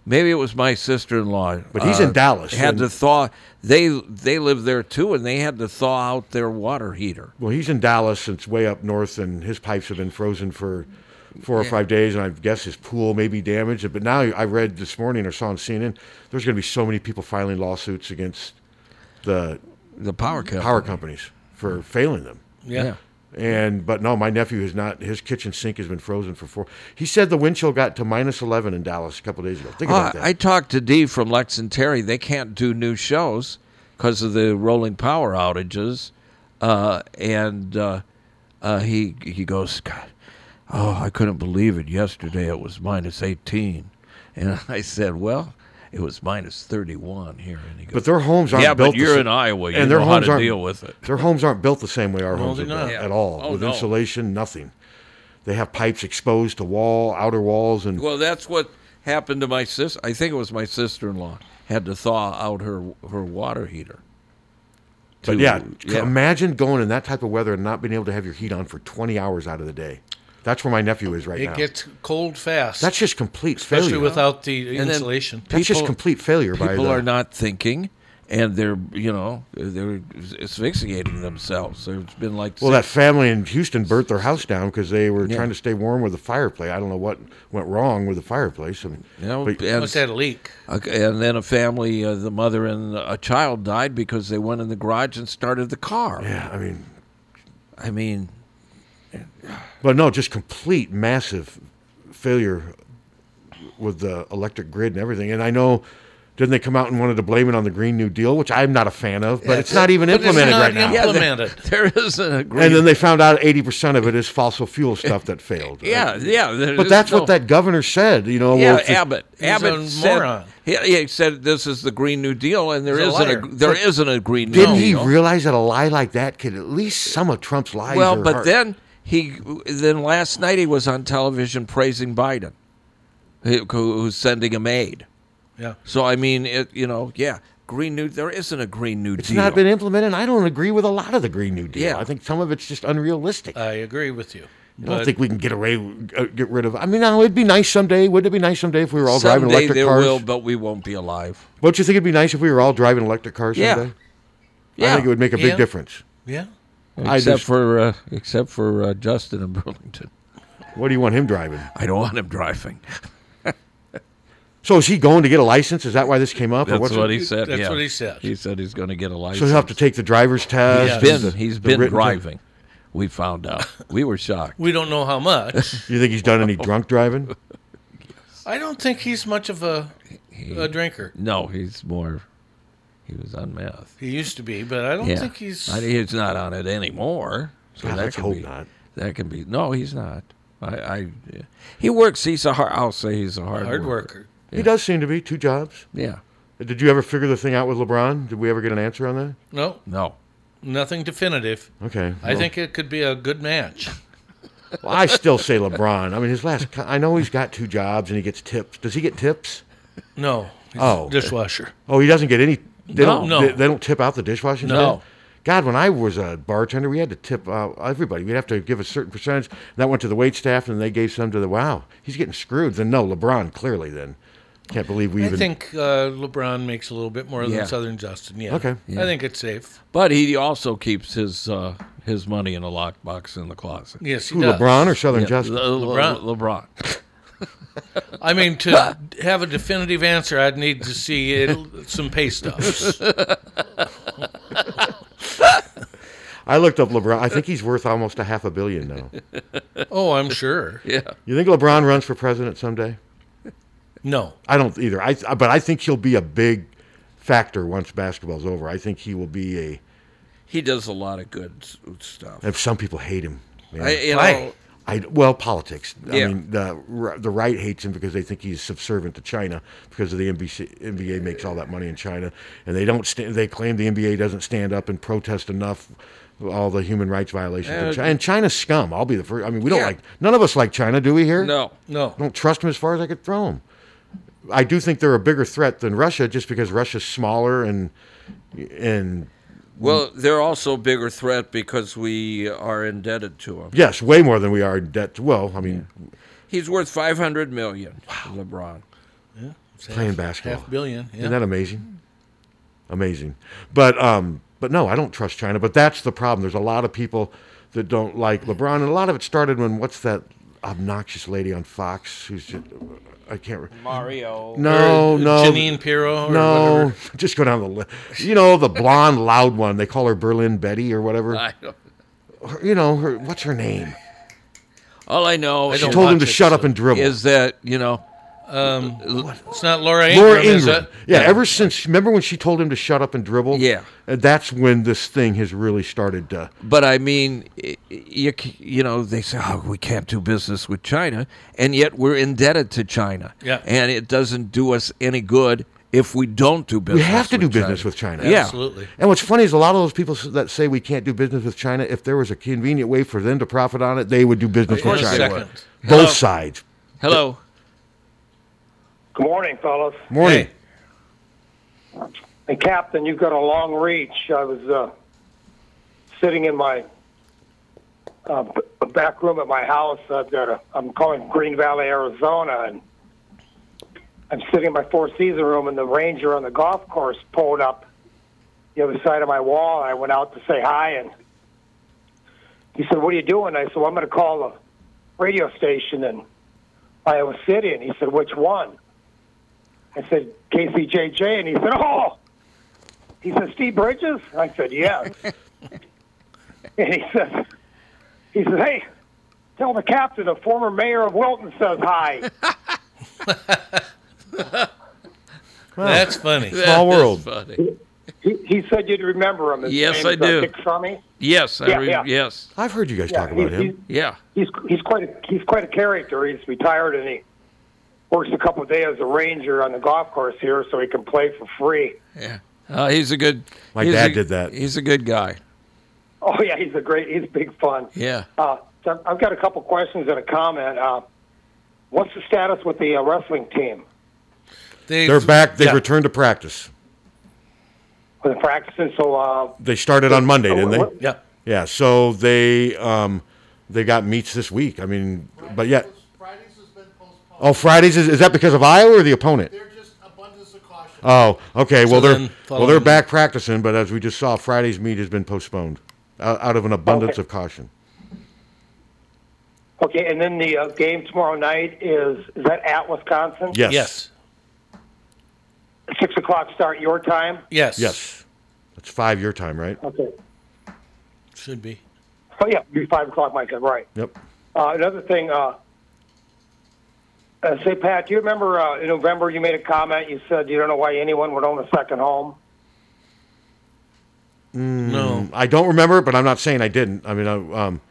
[SPEAKER 1] Maybe it was my sister-in-law, uh,
[SPEAKER 3] But he's in Dallas,
[SPEAKER 1] Had
[SPEAKER 3] and-
[SPEAKER 1] to thaw. They they live there too, and they had to thaw out their water heater.
[SPEAKER 3] Well, he's in Dallas. It's way up north, and his pipes have been frozen for four or
[SPEAKER 1] Yeah.
[SPEAKER 3] five days, and I guess his pool may be damaged. But now I read this morning or saw on CNN, there's going to be so many people filing lawsuits against the
[SPEAKER 1] the power company.
[SPEAKER 3] power companies for failing them.
[SPEAKER 1] Yeah. Yeah.
[SPEAKER 3] And but no, my nephew has not. His kitchen sink has been frozen for four. He said the wind chill got to minus eleven in Dallas a couple days ago. Think about
[SPEAKER 1] Oh,
[SPEAKER 3] that.
[SPEAKER 1] I talked to Dee from Lex and Terry. They can't do new shows because of the rolling power outages. Uh, and uh, uh, he he goes, God, oh, I couldn't believe it. Yesterday it was minus 18. And I said, well, it was minus 31 here. And he goes,
[SPEAKER 3] But their homes aren't
[SPEAKER 1] yeah,
[SPEAKER 3] built.
[SPEAKER 1] but
[SPEAKER 3] the
[SPEAKER 1] you're
[SPEAKER 3] sa-
[SPEAKER 1] in Iowa. You
[SPEAKER 3] and their
[SPEAKER 1] know
[SPEAKER 3] homes
[SPEAKER 1] how to
[SPEAKER 3] aren't-
[SPEAKER 1] deal with it.
[SPEAKER 3] Their homes aren't built the same way our
[SPEAKER 1] No,
[SPEAKER 3] homes are
[SPEAKER 1] they're
[SPEAKER 3] built
[SPEAKER 1] not. Yeah.
[SPEAKER 3] at all.
[SPEAKER 1] Oh,
[SPEAKER 3] With
[SPEAKER 1] no.
[SPEAKER 3] insulation, nothing. They have pipes exposed to wall, outer walls, and
[SPEAKER 1] Well, that's what happened to my sis. I think it was my sister-in-law had to thaw out her her water heater.
[SPEAKER 3] but
[SPEAKER 1] To-
[SPEAKER 3] yeah, imagine going in that type of weather and not being able to have your heat on for 20 hours out of the day. That's where my nephew is right
[SPEAKER 2] it
[SPEAKER 3] now.
[SPEAKER 2] gets cold fast.
[SPEAKER 3] That's just complete
[SPEAKER 2] Especially
[SPEAKER 3] failure.
[SPEAKER 2] without the
[SPEAKER 3] And then
[SPEAKER 2] insulation.
[SPEAKER 3] That's just complete failure by
[SPEAKER 1] People
[SPEAKER 3] the-
[SPEAKER 1] are not thinking, and they're you know they're asphyxiating themselves. There's been like
[SPEAKER 3] well, that
[SPEAKER 1] six-
[SPEAKER 3] family in Houston burnt their house down because they were
[SPEAKER 1] Yeah.
[SPEAKER 3] trying to stay warm with the fireplace. I don't know what went wrong with the fireplace. And,
[SPEAKER 1] you know,
[SPEAKER 3] but-
[SPEAKER 1] and-
[SPEAKER 2] Must had a leak.
[SPEAKER 1] Okay, and then a family, uh, the mother and a child died because they went in the garage and started the car.
[SPEAKER 3] Yeah, I mean,
[SPEAKER 1] I mean,
[SPEAKER 3] But no, just complete massive failure with the electric grid and everything. And I know, didn't they come out and wanted to blame it on the Green New Deal, which I'm not a fan of, but it's not even implemented right now.
[SPEAKER 1] Yeah, there, there isn't a green.
[SPEAKER 3] and then they found out 80% of it is fossil fuel stuff that failed.
[SPEAKER 1] Yeah, yeah, there-
[SPEAKER 3] But that's
[SPEAKER 1] no.
[SPEAKER 3] what that governor said, you know.
[SPEAKER 1] yeah,
[SPEAKER 3] well, if it-
[SPEAKER 1] Abbott. Abbott said, He, he said this is the Green New Deal, and there
[SPEAKER 3] He's a
[SPEAKER 1] isn't
[SPEAKER 3] liar.
[SPEAKER 1] a, there
[SPEAKER 3] But
[SPEAKER 1] not a Green New
[SPEAKER 3] Didn't he
[SPEAKER 1] Deal.
[SPEAKER 3] realize that a lie like that could at least some of Trump's lies?
[SPEAKER 1] well,
[SPEAKER 3] are
[SPEAKER 1] but
[SPEAKER 3] hard-
[SPEAKER 1] then he then last night he was on television praising Biden, who- who's sending him aid.
[SPEAKER 2] Yeah.
[SPEAKER 1] So I mean, it you know, yeah, Green New. There isn't a Green New
[SPEAKER 3] it's
[SPEAKER 1] Deal.
[SPEAKER 3] not been implemented. And I don't agree with a lot of the Green New Deal.
[SPEAKER 1] Yeah.
[SPEAKER 3] I think some of it's just unrealistic.
[SPEAKER 2] I agree with you.
[SPEAKER 3] I don't
[SPEAKER 2] But-
[SPEAKER 3] think we can get away, uh, get rid of. I mean, no, it'd be nice someday. Wouldn't it be nice someday if we were all driving
[SPEAKER 1] Someday
[SPEAKER 3] electric
[SPEAKER 1] there
[SPEAKER 3] cars?
[SPEAKER 1] will, but we won't be alive.
[SPEAKER 3] Don't you think it'd be nice if we were all driving electric cars
[SPEAKER 1] Yeah.
[SPEAKER 3] someday? I
[SPEAKER 1] Yeah.
[SPEAKER 3] think it would make a big
[SPEAKER 1] Yeah.
[SPEAKER 3] difference.
[SPEAKER 2] Yeah.
[SPEAKER 3] I
[SPEAKER 1] Except
[SPEAKER 3] just-
[SPEAKER 1] for uh, except for uh, Justin in Burlington.
[SPEAKER 3] What do you want him driving?
[SPEAKER 1] I don't want him driving.
[SPEAKER 3] So is he going to get a license? Is that why this came up? or
[SPEAKER 1] That's
[SPEAKER 3] what's
[SPEAKER 1] what
[SPEAKER 3] it-
[SPEAKER 1] he said.
[SPEAKER 2] That's
[SPEAKER 1] yeah.
[SPEAKER 2] what he said.
[SPEAKER 1] He said he's going to get a license.
[SPEAKER 3] So he'll have to take the driver's test.
[SPEAKER 1] He's
[SPEAKER 3] and
[SPEAKER 1] been
[SPEAKER 3] the-
[SPEAKER 1] he's
[SPEAKER 3] the
[SPEAKER 1] been
[SPEAKER 3] written-
[SPEAKER 1] driving. We found out. We were shocked.
[SPEAKER 2] We don't know how much.
[SPEAKER 3] You think he's done any drunk driving?
[SPEAKER 2] I don't think he's much of a a drinker.
[SPEAKER 1] No, he's more. He was on meth.
[SPEAKER 2] He used to be, but I don't
[SPEAKER 1] Yeah.
[SPEAKER 2] think he's.
[SPEAKER 1] I- he's not on it anymore. So
[SPEAKER 2] God,
[SPEAKER 1] that
[SPEAKER 2] let's
[SPEAKER 1] can
[SPEAKER 2] hope
[SPEAKER 1] be, not. That can be. No, he's not. I. I he works. He's a hard. I'll say he's a hard,
[SPEAKER 2] Hard worker.
[SPEAKER 3] He does seem to be two jobs.
[SPEAKER 1] Yeah.
[SPEAKER 3] Did you ever figure the thing out with LeBron? Did we ever get an answer on that?
[SPEAKER 2] No.
[SPEAKER 1] No.
[SPEAKER 2] Nothing definitive.
[SPEAKER 3] Okay,
[SPEAKER 2] I
[SPEAKER 3] well-
[SPEAKER 2] think it could be a good match.
[SPEAKER 3] Well, I still say LeBron. I mean, his last. co- I know he's got two jobs and he gets tips. Does he get tips?
[SPEAKER 2] No. he's a
[SPEAKER 3] Oh,
[SPEAKER 2] Dishwasher.
[SPEAKER 3] Oh, he doesn't get any. They
[SPEAKER 2] No.
[SPEAKER 3] don't.
[SPEAKER 2] No.
[SPEAKER 3] They, they don't tip out the dishwasher.
[SPEAKER 2] No.
[SPEAKER 3] God, when I was a bartender, we had to tip uh, everybody. We'd have to give a certain percentage. That went to the wait staff, and they gave some to the. Wow, he's getting screwed. Then no, LeBron clearly. Then can't believe we
[SPEAKER 2] I
[SPEAKER 3] even.
[SPEAKER 2] think uh, LeBron makes a little bit more
[SPEAKER 3] Yeah.
[SPEAKER 2] than Southern Justin. Yeah.
[SPEAKER 3] Okay.
[SPEAKER 1] Yeah.
[SPEAKER 2] I think it's safe.
[SPEAKER 1] But he also keeps his uh, his money in a lockbox in the closet.
[SPEAKER 2] Yes, he
[SPEAKER 3] Who, does. LeBron or Southern Justice?
[SPEAKER 1] Le- Le-
[SPEAKER 2] LeBron.
[SPEAKER 1] LeBron.
[SPEAKER 2] I mean, to have a definitive answer, I'd need to see it, some pay stuffs.
[SPEAKER 3] I looked up LeBron. I think he's worth almost a half a billion now.
[SPEAKER 2] oh, I'm sure.
[SPEAKER 1] Yeah.
[SPEAKER 3] You think LeBron runs for president someday?
[SPEAKER 2] No.
[SPEAKER 3] I don't either. I but I think he'll be a big factor once basketball's over. I think he will be a.
[SPEAKER 1] He does a lot of good s- stuff.
[SPEAKER 3] If some people hate him, man.
[SPEAKER 1] I- you know- Why?
[SPEAKER 3] I, well, politics.
[SPEAKER 1] Yeah.
[SPEAKER 3] I mean, the r- the right hates him because they think he's subservient to China because of the NBC, NBA makes all that money in China, and they don't. St- they claim the NBA doesn't stand up and protest enough all the human rights violations
[SPEAKER 1] Uh,
[SPEAKER 3] in China. And China's scum. I'll be the first. I mean, we don't
[SPEAKER 1] Yeah.
[SPEAKER 3] like none of us like China, do we? Here,
[SPEAKER 1] No. No.
[SPEAKER 3] Don't trust them as far as I could throw them. I do think they're a bigger threat than Russia just because Russia's smaller and and
[SPEAKER 1] Well, they're also a bigger threat because we are indebted to him.
[SPEAKER 3] yes, way more than we are in debt. Well, I mean,
[SPEAKER 1] He's worth 500 million, LeBron.
[SPEAKER 2] Yeah. It's
[SPEAKER 3] playing
[SPEAKER 2] half-
[SPEAKER 3] basketball.
[SPEAKER 2] Half billion. Yeah.
[SPEAKER 3] Isn't that amazing? Amazing. But um, but no, I don't trust China. But that's the problem. There's a lot of people that don't like LeBron, and a lot of it started when what's that obnoxious lady on Fox who's just, I can't. Re-
[SPEAKER 1] Mario.
[SPEAKER 3] No,
[SPEAKER 2] Or
[SPEAKER 3] no.
[SPEAKER 2] Janine Pirro or
[SPEAKER 3] no,
[SPEAKER 2] whatever.
[SPEAKER 3] just go down the list. You know the blonde, loud one. They call her Berlin Betty or whatever.
[SPEAKER 1] I don't-
[SPEAKER 3] Her- you know her. What's her name?
[SPEAKER 1] All I know
[SPEAKER 3] She told him to shut up and dribble.
[SPEAKER 1] is that, you know,
[SPEAKER 2] Um, it's not Laura Ingram.
[SPEAKER 3] Laura
[SPEAKER 2] Is
[SPEAKER 3] Ingram.
[SPEAKER 2] it?
[SPEAKER 3] Yeah, ever since remember when she told him to shut up and dribble?
[SPEAKER 1] Yeah.
[SPEAKER 3] Uh, That's when this thing has really started to
[SPEAKER 1] But I mean, i- i- you c- you know, they say, "Oh, we can't do business with China," and yet we're indebted to China.
[SPEAKER 3] Yeah.
[SPEAKER 1] and it doesn't do us any good if we don't do
[SPEAKER 3] we
[SPEAKER 1] business.
[SPEAKER 3] have to do
[SPEAKER 1] with
[SPEAKER 3] business
[SPEAKER 1] China.
[SPEAKER 3] with China.
[SPEAKER 1] Yeah,
[SPEAKER 3] And what's funny is a lot of those people s- that say we can't do business with China, if there was a convenient way for them to profit on it, they would do business
[SPEAKER 1] Of
[SPEAKER 3] with
[SPEAKER 1] course
[SPEAKER 3] China.
[SPEAKER 1] they would.
[SPEAKER 3] Both
[SPEAKER 1] Hello.
[SPEAKER 3] sides.
[SPEAKER 1] Hello.
[SPEAKER 19] Good morning, fellas.
[SPEAKER 3] Morning.
[SPEAKER 19] And Captain, you've got a long reach. I was uh, sitting in my uh, b- back room at my house. I've got a. I'm calling Green Valley, Arizona, and I'm sitting in my Four Season room, and the ranger on the golf course pulled up the other side of my wall. I went out to say hi, and he said, "What are you doing?" I said, well, "I'm going to call the radio station in Iowa City," and he said, "Which one?" I said, KCJJ. And he said, Oh. He said, Steve Bridges? I said, Yes. and he says, he says, Hey, tell the captain the former mayor of Wilton says hi.
[SPEAKER 2] That's funny.
[SPEAKER 19] Small That is world.
[SPEAKER 1] funny.
[SPEAKER 19] He, he said you'd remember him. His
[SPEAKER 1] Yes,
[SPEAKER 19] name's,
[SPEAKER 1] I do.
[SPEAKER 19] Uh, Dick Shummy.
[SPEAKER 1] Yes, I
[SPEAKER 19] Yeah,
[SPEAKER 1] re-
[SPEAKER 19] yeah.
[SPEAKER 1] yes.
[SPEAKER 3] I've heard you guys
[SPEAKER 19] Yeah, talk about he- him.
[SPEAKER 1] Yeah,
[SPEAKER 19] He's he's quite a, he's quite a character. He's retired and he works a couple of days as a ranger on the golf course here, so he can play for free.
[SPEAKER 1] yeah. Uh, he's a good.
[SPEAKER 3] My
[SPEAKER 1] he's
[SPEAKER 3] dad
[SPEAKER 1] a-
[SPEAKER 3] did that.
[SPEAKER 1] He's a good guy.
[SPEAKER 19] Oh yeah, he's a great. He's big fun.
[SPEAKER 1] Yeah.
[SPEAKER 19] Uh, so I've got a couple questions and a comment. Uh, what's the status with the uh, wrestling team?
[SPEAKER 2] They,
[SPEAKER 3] They're back. They've
[SPEAKER 19] yeah.
[SPEAKER 3] returned to practice.
[SPEAKER 19] With the practicing, so uh,
[SPEAKER 3] They started on Monday, didn't they?
[SPEAKER 19] Yeah.
[SPEAKER 3] Yeah. So they um, they got meets this week. I mean, but yet. Oh, Fridays is, is that because of Iowa or the opponent? They're just abundance of caution. Oh, okay.
[SPEAKER 2] So
[SPEAKER 3] well,
[SPEAKER 2] then
[SPEAKER 3] they're well they're
[SPEAKER 2] following-
[SPEAKER 3] back practicing, but as we just saw, Friday's meet has been postponed out, out of an abundance
[SPEAKER 19] Okay.
[SPEAKER 3] of caution.
[SPEAKER 19] okay, and then the uh, game tomorrow night is is that at Wisconsin?
[SPEAKER 3] Yes. Yes.
[SPEAKER 19] Six o'clock start your time.
[SPEAKER 2] Yes.
[SPEAKER 3] Yes. That's five your time, right?
[SPEAKER 19] Okay.
[SPEAKER 2] Should be.
[SPEAKER 19] Oh yeah, it'll be five o'clock my time. Right.
[SPEAKER 3] Yep.
[SPEAKER 19] Uh, another thing, uh, uh, say Pat, do you remember uh, in November you made a comment? You said you don't know why anyone would own a second home.
[SPEAKER 3] no, Mm, I don't remember, but I'm not saying I didn't. I mean, I, um,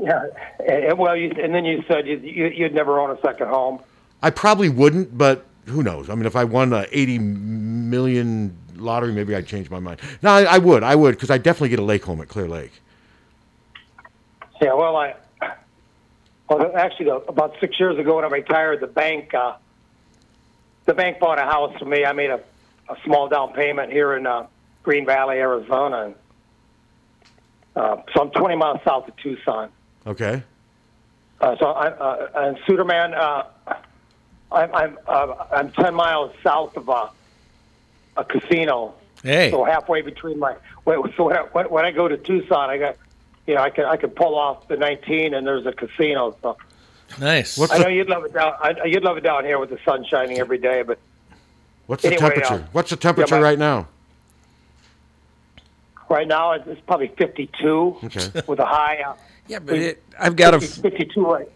[SPEAKER 19] Yeah, and, and, well, you, and then you said you, you, you'd never own a second home.
[SPEAKER 3] I probably wouldn't, but who knows? I mean, if I won a 80 million lottery, maybe I'd change my mind. No, I, I would. I would because I definitely get a lake home at Clear Lake.
[SPEAKER 19] Yeah, well, I well actually the, about six years ago when I retired, the bank uh, the bank bought a house for me. I made a, a small down payment here in uh, Green Valley, Arizona. And Uh, so I'm 20 miles south of Tucson.
[SPEAKER 3] Okay.
[SPEAKER 19] Uh, so I, uh, and Suderman, uh, I'm I'm uh, I'm 10 miles south of a, a casino.
[SPEAKER 2] Hey.
[SPEAKER 19] So halfway between my wait, so when I, when, when I go to Tucson, I got you know I can I can pull off the 19 and there's a casino. So
[SPEAKER 2] Nice.
[SPEAKER 19] I know you'd love it down I, you'd love it down here with the sun shining every day, but
[SPEAKER 3] What's the
[SPEAKER 19] Anyway,
[SPEAKER 3] temperature?
[SPEAKER 19] uh,
[SPEAKER 3] What's the temperature
[SPEAKER 19] yeah, my-
[SPEAKER 3] right now?
[SPEAKER 19] right now it's, it's probably 52
[SPEAKER 3] Okay.
[SPEAKER 19] with a high. Uh,
[SPEAKER 1] yeah, but it- I've got a f-
[SPEAKER 19] 52 right.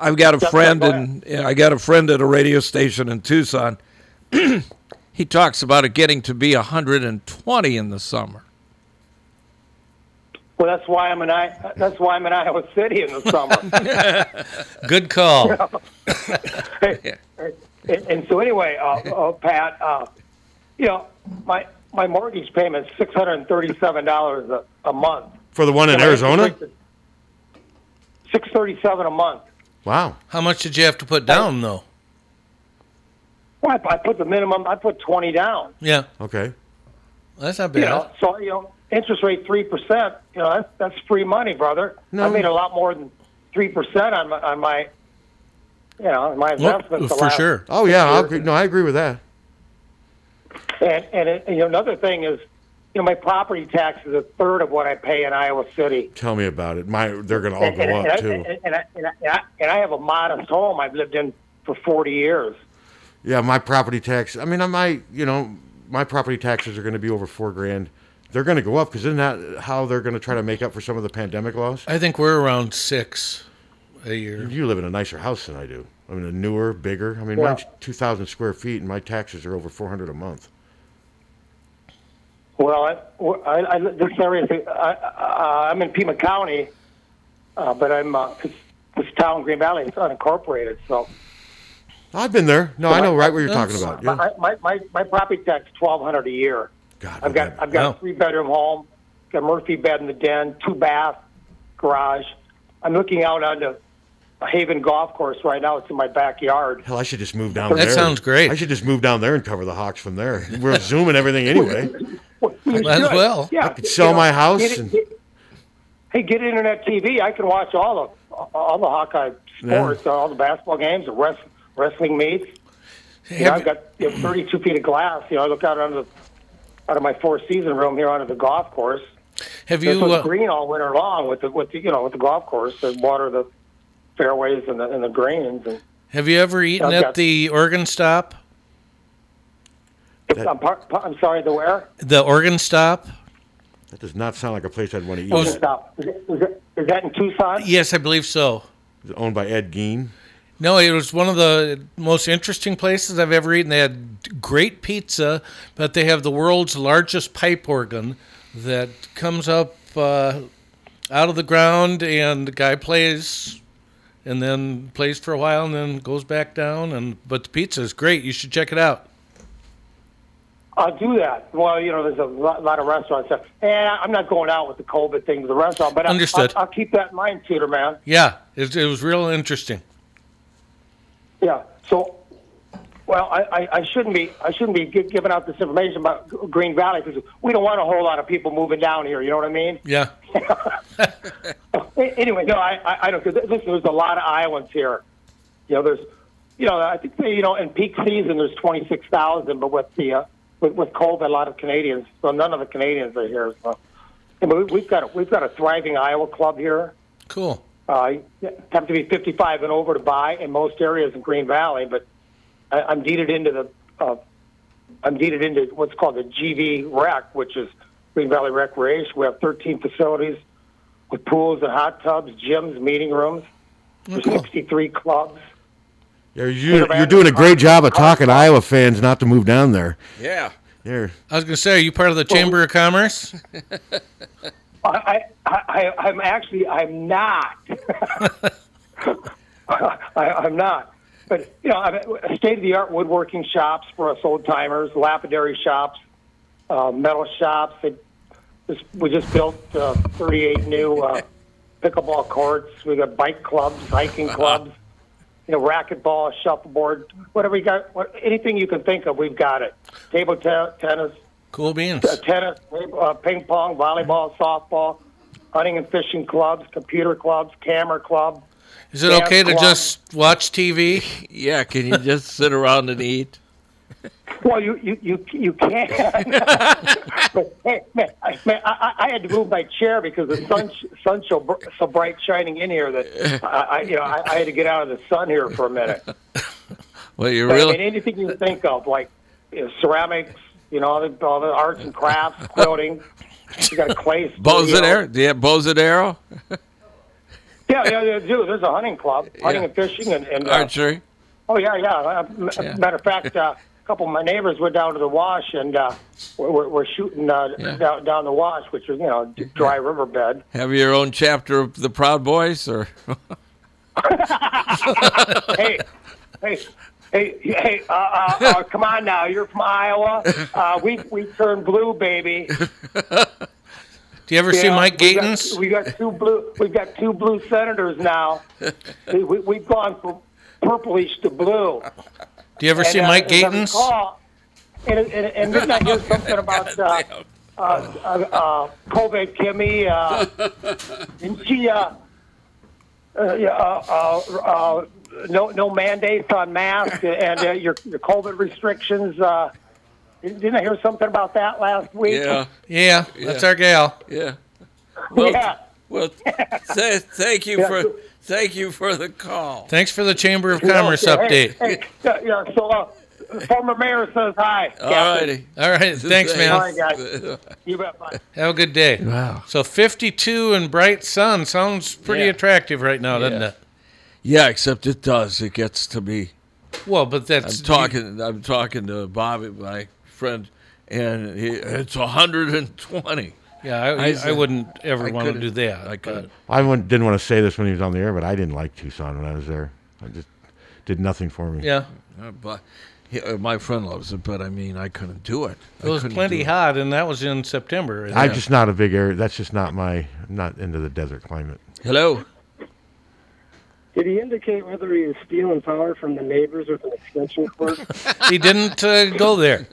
[SPEAKER 1] I've got a
[SPEAKER 19] That's
[SPEAKER 1] friend,
[SPEAKER 19] right, go
[SPEAKER 1] and I got a friend at a radio station in Tucson. he talks about it getting to be 120 in the summer.
[SPEAKER 19] Well, that's why I'm in I- that's why I'm in Iowa City in the summer.
[SPEAKER 2] Good call.
[SPEAKER 19] and, and so anyway, uh, uh, Pat, uh, you know my my mortgage payment's six hundred and thirty seven dollars a a month.
[SPEAKER 3] For the one in
[SPEAKER 19] And my interest
[SPEAKER 3] Arizona?
[SPEAKER 19] rate's Six thirty seven a month.
[SPEAKER 3] Wow.
[SPEAKER 2] How much did you have to put down, though?
[SPEAKER 19] Well, I, I put the minimum. I put twenty down.
[SPEAKER 2] Yeah.
[SPEAKER 3] Okay.
[SPEAKER 2] That's not bad.
[SPEAKER 19] You know, so you know, interest rate three percent. You know, that's that's free money, brother. I made a lot more than three percent on my on my, you know, on my investments. the last-
[SPEAKER 3] Oh yeah, I'll agree. no, I agree with that.
[SPEAKER 19] And and, it, and you know, another thing is, you know, my property tax is a third of what I pay in Iowa City.
[SPEAKER 3] Tell me about it. My, they're going to all
[SPEAKER 19] and,
[SPEAKER 3] go
[SPEAKER 19] and,
[SPEAKER 3] up
[SPEAKER 19] and I,
[SPEAKER 3] too.
[SPEAKER 19] And, and, I, and, I, and, I, and I have a modest home I've lived in for forty years.
[SPEAKER 3] yeah, my property tax. I mean, I might, you know, my property taxes are going to be over four grand. They're going to go up because isn't that how they're going to try to make up for some of the pandemic loss?
[SPEAKER 2] I think we're around six a year.
[SPEAKER 3] You live in a nicer house than I do. I mean, a newer, bigger. I mean,
[SPEAKER 2] Yeah.
[SPEAKER 3] mine's two thousand square feet, and my taxes are over four hundred a month.
[SPEAKER 19] Well, I, well, I, I this area, I, I, I'm in Pima County, uh, but I'm uh, this, this town, Green Valley, is unincorporated. So
[SPEAKER 3] I've been there. No, I know right what you're talking
[SPEAKER 19] That's-
[SPEAKER 3] about. Yeah.
[SPEAKER 19] My, my, my, my property tax twelve hundred a year.
[SPEAKER 3] God,
[SPEAKER 19] I've got I've got
[SPEAKER 3] Wow.
[SPEAKER 19] a three bedroom home, got a Murphy bed in the den, two bath, garage. I'm looking out onto a Haven golf course right now. It's in my backyard.
[SPEAKER 3] Hell, I should just move down
[SPEAKER 19] That
[SPEAKER 3] there.
[SPEAKER 19] sounds
[SPEAKER 3] great. I should just move down there and cover the Hawks from there. We're zooming everything anyway.
[SPEAKER 19] You
[SPEAKER 3] Might as
[SPEAKER 19] should.
[SPEAKER 3] well.
[SPEAKER 19] Yeah,
[SPEAKER 3] I could sell my house
[SPEAKER 19] get it-
[SPEAKER 3] and-
[SPEAKER 19] get- hey, get internet TV. I can watch all the all the Hawkeye sports, all the basketball games, the rest, wrestling meets. You know, I've got you know, 32 feet of glass. You know, I look out onto the, out of my four season room here onto the golf course.
[SPEAKER 2] Have
[SPEAKER 19] This
[SPEAKER 2] you,
[SPEAKER 19] was
[SPEAKER 2] uh,
[SPEAKER 19] green all winter long with the with the, you know with the golf course and water the fairways and the and the greens and
[SPEAKER 2] Have you ever eaten
[SPEAKER 19] I've
[SPEAKER 2] at
[SPEAKER 19] got-
[SPEAKER 2] the Oregon Stop?
[SPEAKER 19] I'm, par, par, I'm sorry the where
[SPEAKER 2] The Oregon Stop?
[SPEAKER 3] That does not sound like a place I'd want to eat.
[SPEAKER 19] Oh, stop is, it, is, it, is that in Tucson
[SPEAKER 2] Yes, I believe so.
[SPEAKER 3] It's owned by Ed Gein.
[SPEAKER 2] No, it was one of the most interesting places I've ever eaten. They had great pizza, but they have the world's largest pipe organ that comes up uh, out of the ground, and the guy plays, and then plays for a while, and then goes back down. And but the pizza is great. You should check it out.
[SPEAKER 19] I'll do that. Well, you know, there's a lot, lot of restaurants. That, eh, I'm not going out with the COVID thing to the restaurant, but I-
[SPEAKER 2] Understood.
[SPEAKER 19] I'll, I'll keep that in mind, Tudor man.
[SPEAKER 2] Yeah, it, it was real interesting.
[SPEAKER 19] Yeah. So, well, I, I, I shouldn't be I shouldn't be gi- giving out this information about G- Green Valley because we don't want a whole lot of people moving down here. You know what I mean?
[SPEAKER 2] Yeah.
[SPEAKER 19] A- Anyway, no, I I, I don't. Cause listen, there's a lot of Iowans here. You know, there's you know I think they, you know in peak season there's 26,000, but with the uh, with, with COVID, a lot of Canadians. So none of the Canadians are here. So. Yeah, but we- we've got a, we've got a thriving Iowa club here.
[SPEAKER 2] Cool.
[SPEAKER 19] Uh, you have to be 55 and over to buy in most areas in Green Valley, but I, I'm deeded into the uh, I'm deeded into what's called the GV Rec, which is Green Valley Recreation. We have 13 facilities with pools and hot tubs, gyms, meeting rooms. There's 63 clubs.
[SPEAKER 3] Yeah, you, you're doing a great job of talking to Iowa fans not to move down there.
[SPEAKER 1] Yeah.
[SPEAKER 3] There.
[SPEAKER 2] I was gonna say, are you part of the Chamber of Commerce?
[SPEAKER 19] I, I, I, I'm actually, I'm not. I, I'm not. But, you know, I'm state of the art woodworking shops for us old timers, lapidary shops, uh, metal shops. It just, we just built uh, 38 new uh, pickleball courts. We got bike clubs, hiking clubs, you know, racquetball, shuffleboard, whatever you got, what, anything you can think of, we've got it. Table te- tennis,
[SPEAKER 2] Cool beans.
[SPEAKER 19] Uh, tennis, uh, ping pong, volleyball, softball, hunting and fishing clubs, computer clubs, camera club.
[SPEAKER 2] Is it okay
[SPEAKER 19] dance
[SPEAKER 2] to
[SPEAKER 19] club.
[SPEAKER 2] just watch TV?
[SPEAKER 1] Yeah, can you just sit around and eat?
[SPEAKER 19] Well, you you you, you can. but hey, man, I, man I, I I had to move my chair because the sun sun's so, br- so bright shining in here that I, I you know I, I had to get out of the sun here for a minute.
[SPEAKER 1] Well, you
[SPEAKER 19] But, I
[SPEAKER 1] really
[SPEAKER 19] mean, anything you think of, like you know, ceramics, you know, all the, all the arts and crafts, quilting. You got clay.
[SPEAKER 1] bows
[SPEAKER 19] studio.
[SPEAKER 1] and arrow? Do you have bows and arrow?
[SPEAKER 19] Yeah, yeah, yeah, dude. There's a hunting club, hunting
[SPEAKER 1] Yeah.
[SPEAKER 19] and fishing, and, and uh,
[SPEAKER 1] Archery.
[SPEAKER 19] Oh yeah, yeah. Uh, m-
[SPEAKER 1] Yeah.
[SPEAKER 19] Matter of fact, uh, a couple of my neighbors went down to the wash and uh, we're, we're- we're shooting uh,
[SPEAKER 1] Yeah.
[SPEAKER 19] down, down the wash, which is you know d- dry riverbed.
[SPEAKER 1] Have your own chapter of the Proud Boys, or
[SPEAKER 19] hey, hey. Hey, hey! Uh, uh, uh, come on now! You're from Iowa. Uh, we we turned blue, baby.
[SPEAKER 2] Do you ever see Mike
[SPEAKER 19] we got-
[SPEAKER 2] Gatens?
[SPEAKER 19] We got, two blue. We've got two blue senators now. we, we, we've gone from purplish to blue.
[SPEAKER 2] Do you ever
[SPEAKER 19] And,
[SPEAKER 2] see
[SPEAKER 19] uh, as
[SPEAKER 2] Mike
[SPEAKER 19] I
[SPEAKER 2] Gatens?
[SPEAKER 19] recall- And, and, and didn't I hear something about uh, uh, uh, uh, Kobe Kimmy? Uh, didn't she? Uh, uh, yeah, uh, uh, uh, no, no mandates on masks and uh, your, your COVID restrictions. Uh, didn't I hear something about that last week?
[SPEAKER 2] Yeah, that's our gal.
[SPEAKER 1] Yeah. Well,
[SPEAKER 19] Yeah.
[SPEAKER 1] well th- thank you
[SPEAKER 19] Yeah.
[SPEAKER 1] for thank you for the call.
[SPEAKER 2] Thanks for the Chamber of
[SPEAKER 19] Yeah,
[SPEAKER 2] Commerce
[SPEAKER 19] yeah, hey,
[SPEAKER 2] update.
[SPEAKER 19] hey, yeah, yeah, so uh, former mayor says hi.
[SPEAKER 2] All
[SPEAKER 19] Captain.
[SPEAKER 2] righty. All right, thanks, man.
[SPEAKER 19] All right, guys. You bet. Bye.
[SPEAKER 2] Have a good day.
[SPEAKER 1] Wow.
[SPEAKER 2] So 52 and bright sun sounds pretty
[SPEAKER 1] Yeah.
[SPEAKER 2] attractive right now, doesn't
[SPEAKER 1] Yeah.
[SPEAKER 2] it?
[SPEAKER 1] Yeah, except it does. It gets to me.
[SPEAKER 2] Well, but that's
[SPEAKER 1] I'm talking. I'm talking to Bobby, my friend, and he, it's 120.
[SPEAKER 2] Yeah, I, I,
[SPEAKER 1] said-
[SPEAKER 2] wouldn't ever
[SPEAKER 1] I
[SPEAKER 2] want to
[SPEAKER 1] couldn't-
[SPEAKER 2] do that.
[SPEAKER 1] I could.
[SPEAKER 3] I wouldn't- didn't want to say this when he was on the air, but I didn't like Tucson when I was there. I just did nothing for me.
[SPEAKER 2] Yeah.
[SPEAKER 1] but he, uh, my friend loves it. But I mean, I couldn't do it.
[SPEAKER 2] It was plenty hot, and that was in September.
[SPEAKER 3] I'm just not a big area. That's just not my. I'm not into the desert climate.
[SPEAKER 1] Hello.
[SPEAKER 4] Did he indicate whether he was stealing power from the neighbors with an extension cord?
[SPEAKER 2] he didn't uh, go there.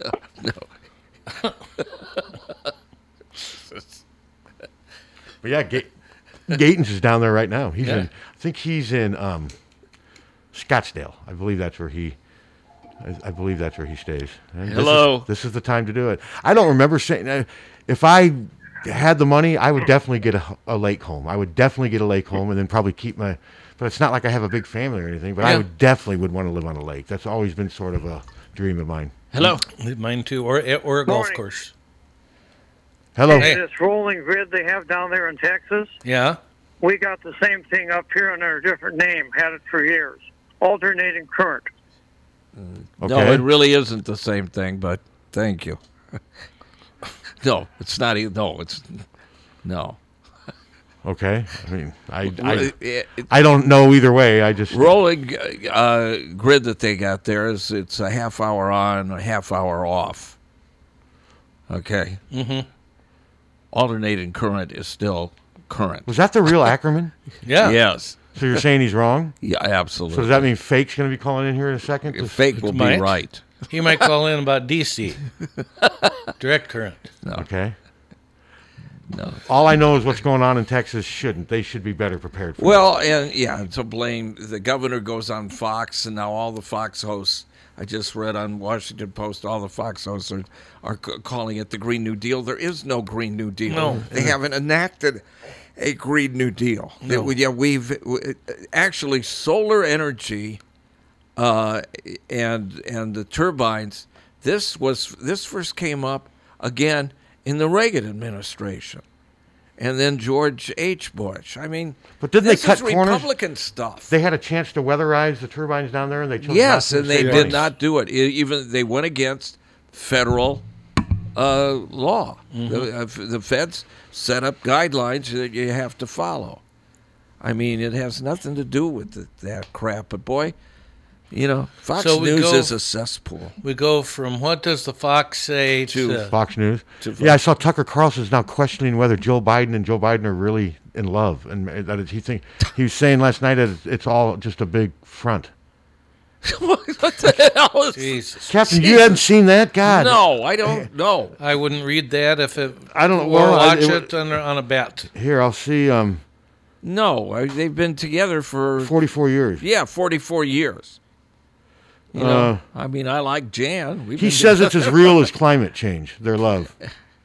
[SPEAKER 3] But yeah, Ga- Gatens is down there right now. He's
[SPEAKER 1] Yeah.
[SPEAKER 3] in. I think he's in um, Scottsdale. I believe that's where he. I, I believe that's where he stays. And this is-
[SPEAKER 1] Hello.
[SPEAKER 3] This is, the time to do it. I don't remember saying. Uh, if I had the money, I would definitely get a, a lake home. I would definitely get a lake home, and then probably keep my. But it's not like I have a big family or anything. But I
[SPEAKER 2] Yeah.
[SPEAKER 3] would definitely would want to live on a lake. That's always been sort of a dream of mine.
[SPEAKER 1] Hello.
[SPEAKER 2] Mine too, or, or a golf course.
[SPEAKER 3] Hello.
[SPEAKER 20] Hey, This rolling grid they have down there in Texas,
[SPEAKER 2] Yeah.
[SPEAKER 20] we got the same thing up here under a different name, had it for years. Alternating current.
[SPEAKER 1] Mm. No,
[SPEAKER 3] Okay.
[SPEAKER 1] it really isn't the same thing. But thank you. no, it's not. e- No, it's no.
[SPEAKER 3] Okay. I mean, I
[SPEAKER 1] Oh. Well,
[SPEAKER 3] I,
[SPEAKER 1] it- it-
[SPEAKER 3] I don't know either way. I just
[SPEAKER 1] rolling uh, grid that they got there is it's a half hour on, a half hour off. Okay.
[SPEAKER 2] Mm-hmm.
[SPEAKER 1] Alternating current is still current.
[SPEAKER 3] Was that the real Ackerman?
[SPEAKER 2] Yeah.
[SPEAKER 1] Yes.
[SPEAKER 3] So you're saying he's wrong?
[SPEAKER 1] Yeah, absolutely.
[SPEAKER 3] So does that mean fake's going to be calling in here in a second?
[SPEAKER 1] Fake will be
[SPEAKER 2] Might.
[SPEAKER 1] right.
[SPEAKER 2] He might call in about DC, direct current.
[SPEAKER 3] Okay.
[SPEAKER 1] No.
[SPEAKER 3] All I know is what's going on in Texas shouldn't. They should be better prepared for
[SPEAKER 1] Well, and yeah, to blame the governor goes on Fox, and now all the Fox hosts. I just read on Washington Post all the Fox hosts are, are c- calling it the Green New Deal. There is no Green New Deal.
[SPEAKER 2] No.
[SPEAKER 1] they haven't enacted a Green New Deal.
[SPEAKER 2] No.
[SPEAKER 1] That we- yeah, we've w- actually solar energy uh, and and the turbines. This was this first came up again in the Reagan administration, and then George H. Bush. I mean,
[SPEAKER 3] But didn't
[SPEAKER 1] this
[SPEAKER 3] they cut
[SPEAKER 1] is
[SPEAKER 3] corners?
[SPEAKER 1] Republican stuff.
[SPEAKER 3] They had a chance to weatherize the turbines down there, and they chose
[SPEAKER 1] Yes,
[SPEAKER 3] not to
[SPEAKER 1] and they
[SPEAKER 3] save
[SPEAKER 1] did
[SPEAKER 3] money.
[SPEAKER 1] not do it. E- Even they went against federal uh, law.
[SPEAKER 3] Mm-hmm.
[SPEAKER 1] The, uh, f- the feds set up guidelines that you have to follow. I mean, it has nothing to do with th that crap. But boy, you know, Fox
[SPEAKER 2] So we
[SPEAKER 1] News
[SPEAKER 2] go-
[SPEAKER 1] is a cesspool.
[SPEAKER 2] We go from what does the fox say to,
[SPEAKER 3] Fox News.
[SPEAKER 2] To
[SPEAKER 3] Yeah, I saw Tucker Carlson is now questioning whether Joe Biden and Joe Biden are really in uh, love, and that is, he think he was saying last night that it's all just a big front.
[SPEAKER 1] what the hell is
[SPEAKER 2] Jesus.
[SPEAKER 3] Captain, you hadn't seen that? God.
[SPEAKER 1] No, I don't know.
[SPEAKER 2] I wouldn't read that if it.
[SPEAKER 3] I don't-
[SPEAKER 2] Or
[SPEAKER 3] well, I-
[SPEAKER 2] watch
[SPEAKER 3] it
[SPEAKER 2] it, on, a- on a bat.
[SPEAKER 3] Here, I'll see. Um,
[SPEAKER 1] No, I- they've been together for
[SPEAKER 3] 44 years.
[SPEAKER 1] Yeah, forty-four years. You know,
[SPEAKER 3] Uh,
[SPEAKER 1] I mean, I like Jan. We've
[SPEAKER 3] He
[SPEAKER 1] been
[SPEAKER 3] says it's as
[SPEAKER 1] together.
[SPEAKER 3] real as climate change, their love.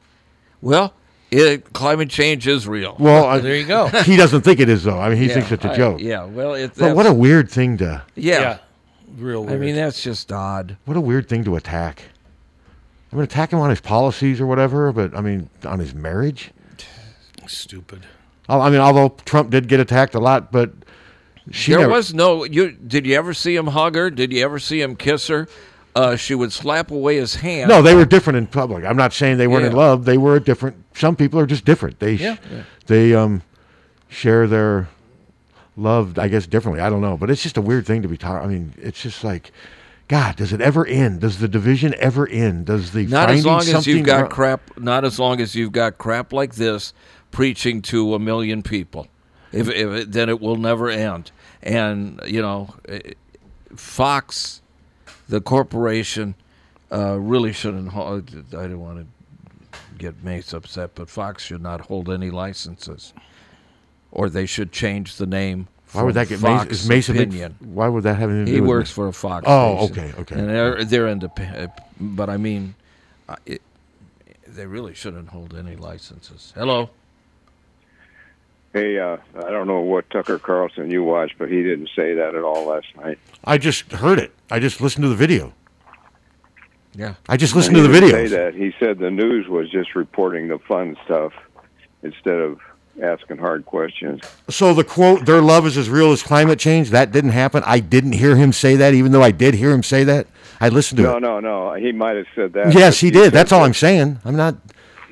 [SPEAKER 1] Well, it, climate change is real.
[SPEAKER 3] Well, I-
[SPEAKER 1] there you go.
[SPEAKER 3] He doesn't think it is, though. I mean, he
[SPEAKER 1] Yeah,
[SPEAKER 3] thinks it's a
[SPEAKER 1] I-
[SPEAKER 3] joke.
[SPEAKER 1] yeah, well, it-
[SPEAKER 3] but what a
[SPEAKER 1] that's-
[SPEAKER 3] weird thing to.
[SPEAKER 1] Yeah.
[SPEAKER 2] Real
[SPEAKER 1] I mean, that's just odd.
[SPEAKER 3] What a weird thing to attack. I mean, attack him on his policies or whatever, but I mean, on his marriage.
[SPEAKER 2] Stupid.
[SPEAKER 3] I I mean, although Trump did get attacked a lot, but she
[SPEAKER 1] there
[SPEAKER 3] never-
[SPEAKER 1] was no. You did you ever see him hug her? Did you ever see him kiss her? Uh, she would slap away his hand.
[SPEAKER 3] no, they were different in public. I'm not saying they weren't in
[SPEAKER 1] Yeah.
[SPEAKER 3] love. They were different. Some people are just different. They sh-
[SPEAKER 1] Yeah. Yeah.
[SPEAKER 3] they um share their love, I guess, differently. I don't know, but it's just a weird thing to be taught. I mean, it's just like. God, does it ever end? Does the division ever end? Does the
[SPEAKER 1] Not
[SPEAKER 3] finding
[SPEAKER 1] as long as
[SPEAKER 3] something
[SPEAKER 1] you've got
[SPEAKER 3] wrong-
[SPEAKER 1] crap. Not as long as you've got crap like this preaching to a million people. If, if it, then it will never end. And you know, eh, Fox, the corporation, uh, really shouldn't. Hold, I don't want to get Mace upset, but Fox should not hold any licenses, or they should change the name.
[SPEAKER 3] Why would
[SPEAKER 1] from
[SPEAKER 3] that get Mace-
[SPEAKER 1] Fox
[SPEAKER 3] is Mace a big-
[SPEAKER 1] opinion?
[SPEAKER 3] why would that have anything to
[SPEAKER 1] He
[SPEAKER 3] do with
[SPEAKER 1] works
[SPEAKER 3] Mace?
[SPEAKER 1] for a Fox.
[SPEAKER 3] Oh,
[SPEAKER 1] station.
[SPEAKER 3] okay, okay.
[SPEAKER 1] And they're they're independent, but I mean, I- it, they really shouldn't hold any licenses. Hello.
[SPEAKER 5] Hey, uh, I don't know what Tucker Carlson you watched, but he didn't say that at all last night.
[SPEAKER 3] I just heard it. I just listened to the video.
[SPEAKER 1] Yeah.
[SPEAKER 3] I just listened to
[SPEAKER 5] He
[SPEAKER 3] the
[SPEAKER 5] didn't
[SPEAKER 3] video.
[SPEAKER 5] Say that he said the news was just reporting the fun stuff instead of asking hard questions.
[SPEAKER 3] So the quote, "Their love is as real as climate change," that didn't happen. I didn't hear him say that, even though I did hear him say that. I listened to
[SPEAKER 5] no,
[SPEAKER 3] it.
[SPEAKER 5] no, no. He might have said that.
[SPEAKER 3] yes, he,
[SPEAKER 5] but
[SPEAKER 3] did.
[SPEAKER 5] said
[SPEAKER 3] That's all I'm saying. I'm not.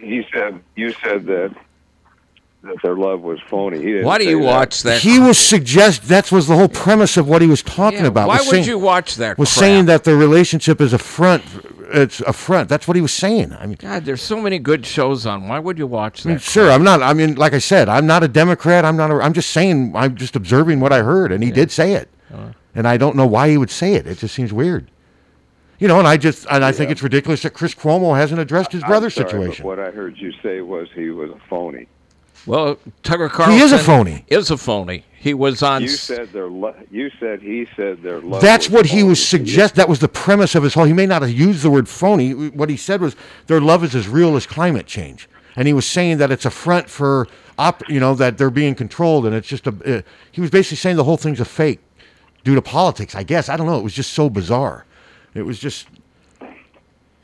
[SPEAKER 5] He said you said that that their love was phony. He didn't. say that.
[SPEAKER 3] He was suggest that was the whole premise of what he was talking
[SPEAKER 5] Yeah,
[SPEAKER 3] about.
[SPEAKER 5] why
[SPEAKER 3] was
[SPEAKER 5] would
[SPEAKER 3] saying-
[SPEAKER 5] you watch that
[SPEAKER 3] Was
[SPEAKER 1] crap?
[SPEAKER 3] saying that their relationship is a front. It's a front. That's what he was saying. I mean,
[SPEAKER 1] God, there's so many good shows on. Why would you watch
[SPEAKER 3] I mean,
[SPEAKER 1] that?
[SPEAKER 3] sure, I'm not. I mean, like I said, I'm not a Democrat. I'm not. A, I'm just saying. I'm just observing what I heard, and he did say it,
[SPEAKER 1] Uh.
[SPEAKER 3] and I don't know why he would say it. It just seems weird, you know. And I just and I think it's ridiculous that Chris Cuomo hasn't addressed his
[SPEAKER 5] I'm
[SPEAKER 3] brother's
[SPEAKER 5] sorry, but
[SPEAKER 3] situation.
[SPEAKER 5] What I heard you say was he was a phony.
[SPEAKER 1] Well, Tucker Carlson
[SPEAKER 3] is a phony.
[SPEAKER 1] Is a phony. He was on.
[SPEAKER 5] You
[SPEAKER 1] s-
[SPEAKER 5] said their lo- You said he said their love.
[SPEAKER 3] That's
[SPEAKER 5] was
[SPEAKER 3] what he was suggest. That was the premise of his whole. He may not have used the word phony. What he said was their love is as real as climate change, and he was saying that it's a front for op. You know that they're being controlled, and it's just a. Uh, he was basically saying the whole thing's a fake, due to politics. I guess I don't know. It was just so bizarre. It was just.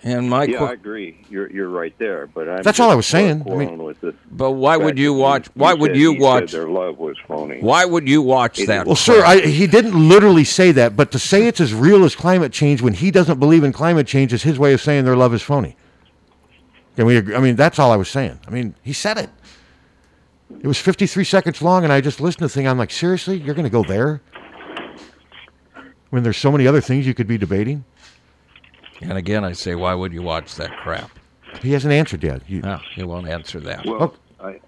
[SPEAKER 1] And my
[SPEAKER 5] yeah,
[SPEAKER 1] que-
[SPEAKER 5] I agree. You're you're right there, but I'm
[SPEAKER 3] That's all
[SPEAKER 5] just
[SPEAKER 3] I was saying.
[SPEAKER 5] quarreling
[SPEAKER 3] I mean-
[SPEAKER 5] with the
[SPEAKER 1] But why
[SPEAKER 5] fact
[SPEAKER 1] would you
[SPEAKER 5] that
[SPEAKER 1] watch- why would
[SPEAKER 5] said-
[SPEAKER 1] you
[SPEAKER 5] he
[SPEAKER 1] watch-
[SPEAKER 5] Said their love was phony.
[SPEAKER 1] Why would you watch that?
[SPEAKER 3] Well, sir, I, he didn't literally say that, but to say it's as real as climate change when he doesn't believe in climate change is his way of saying their love is phony. Can we? Agree? I mean, that's all I was saying. I mean, he said it. It was 53 seconds long, and I just listened to the thing. I'm like, seriously, you're going to go there? When there's so many other things you could be debating?
[SPEAKER 1] and again, I say, why would you watch that crap?
[SPEAKER 3] He hasn't answered yet. You-
[SPEAKER 1] No, he won't answer that.
[SPEAKER 5] Well,
[SPEAKER 3] Oh.
[SPEAKER 5] I,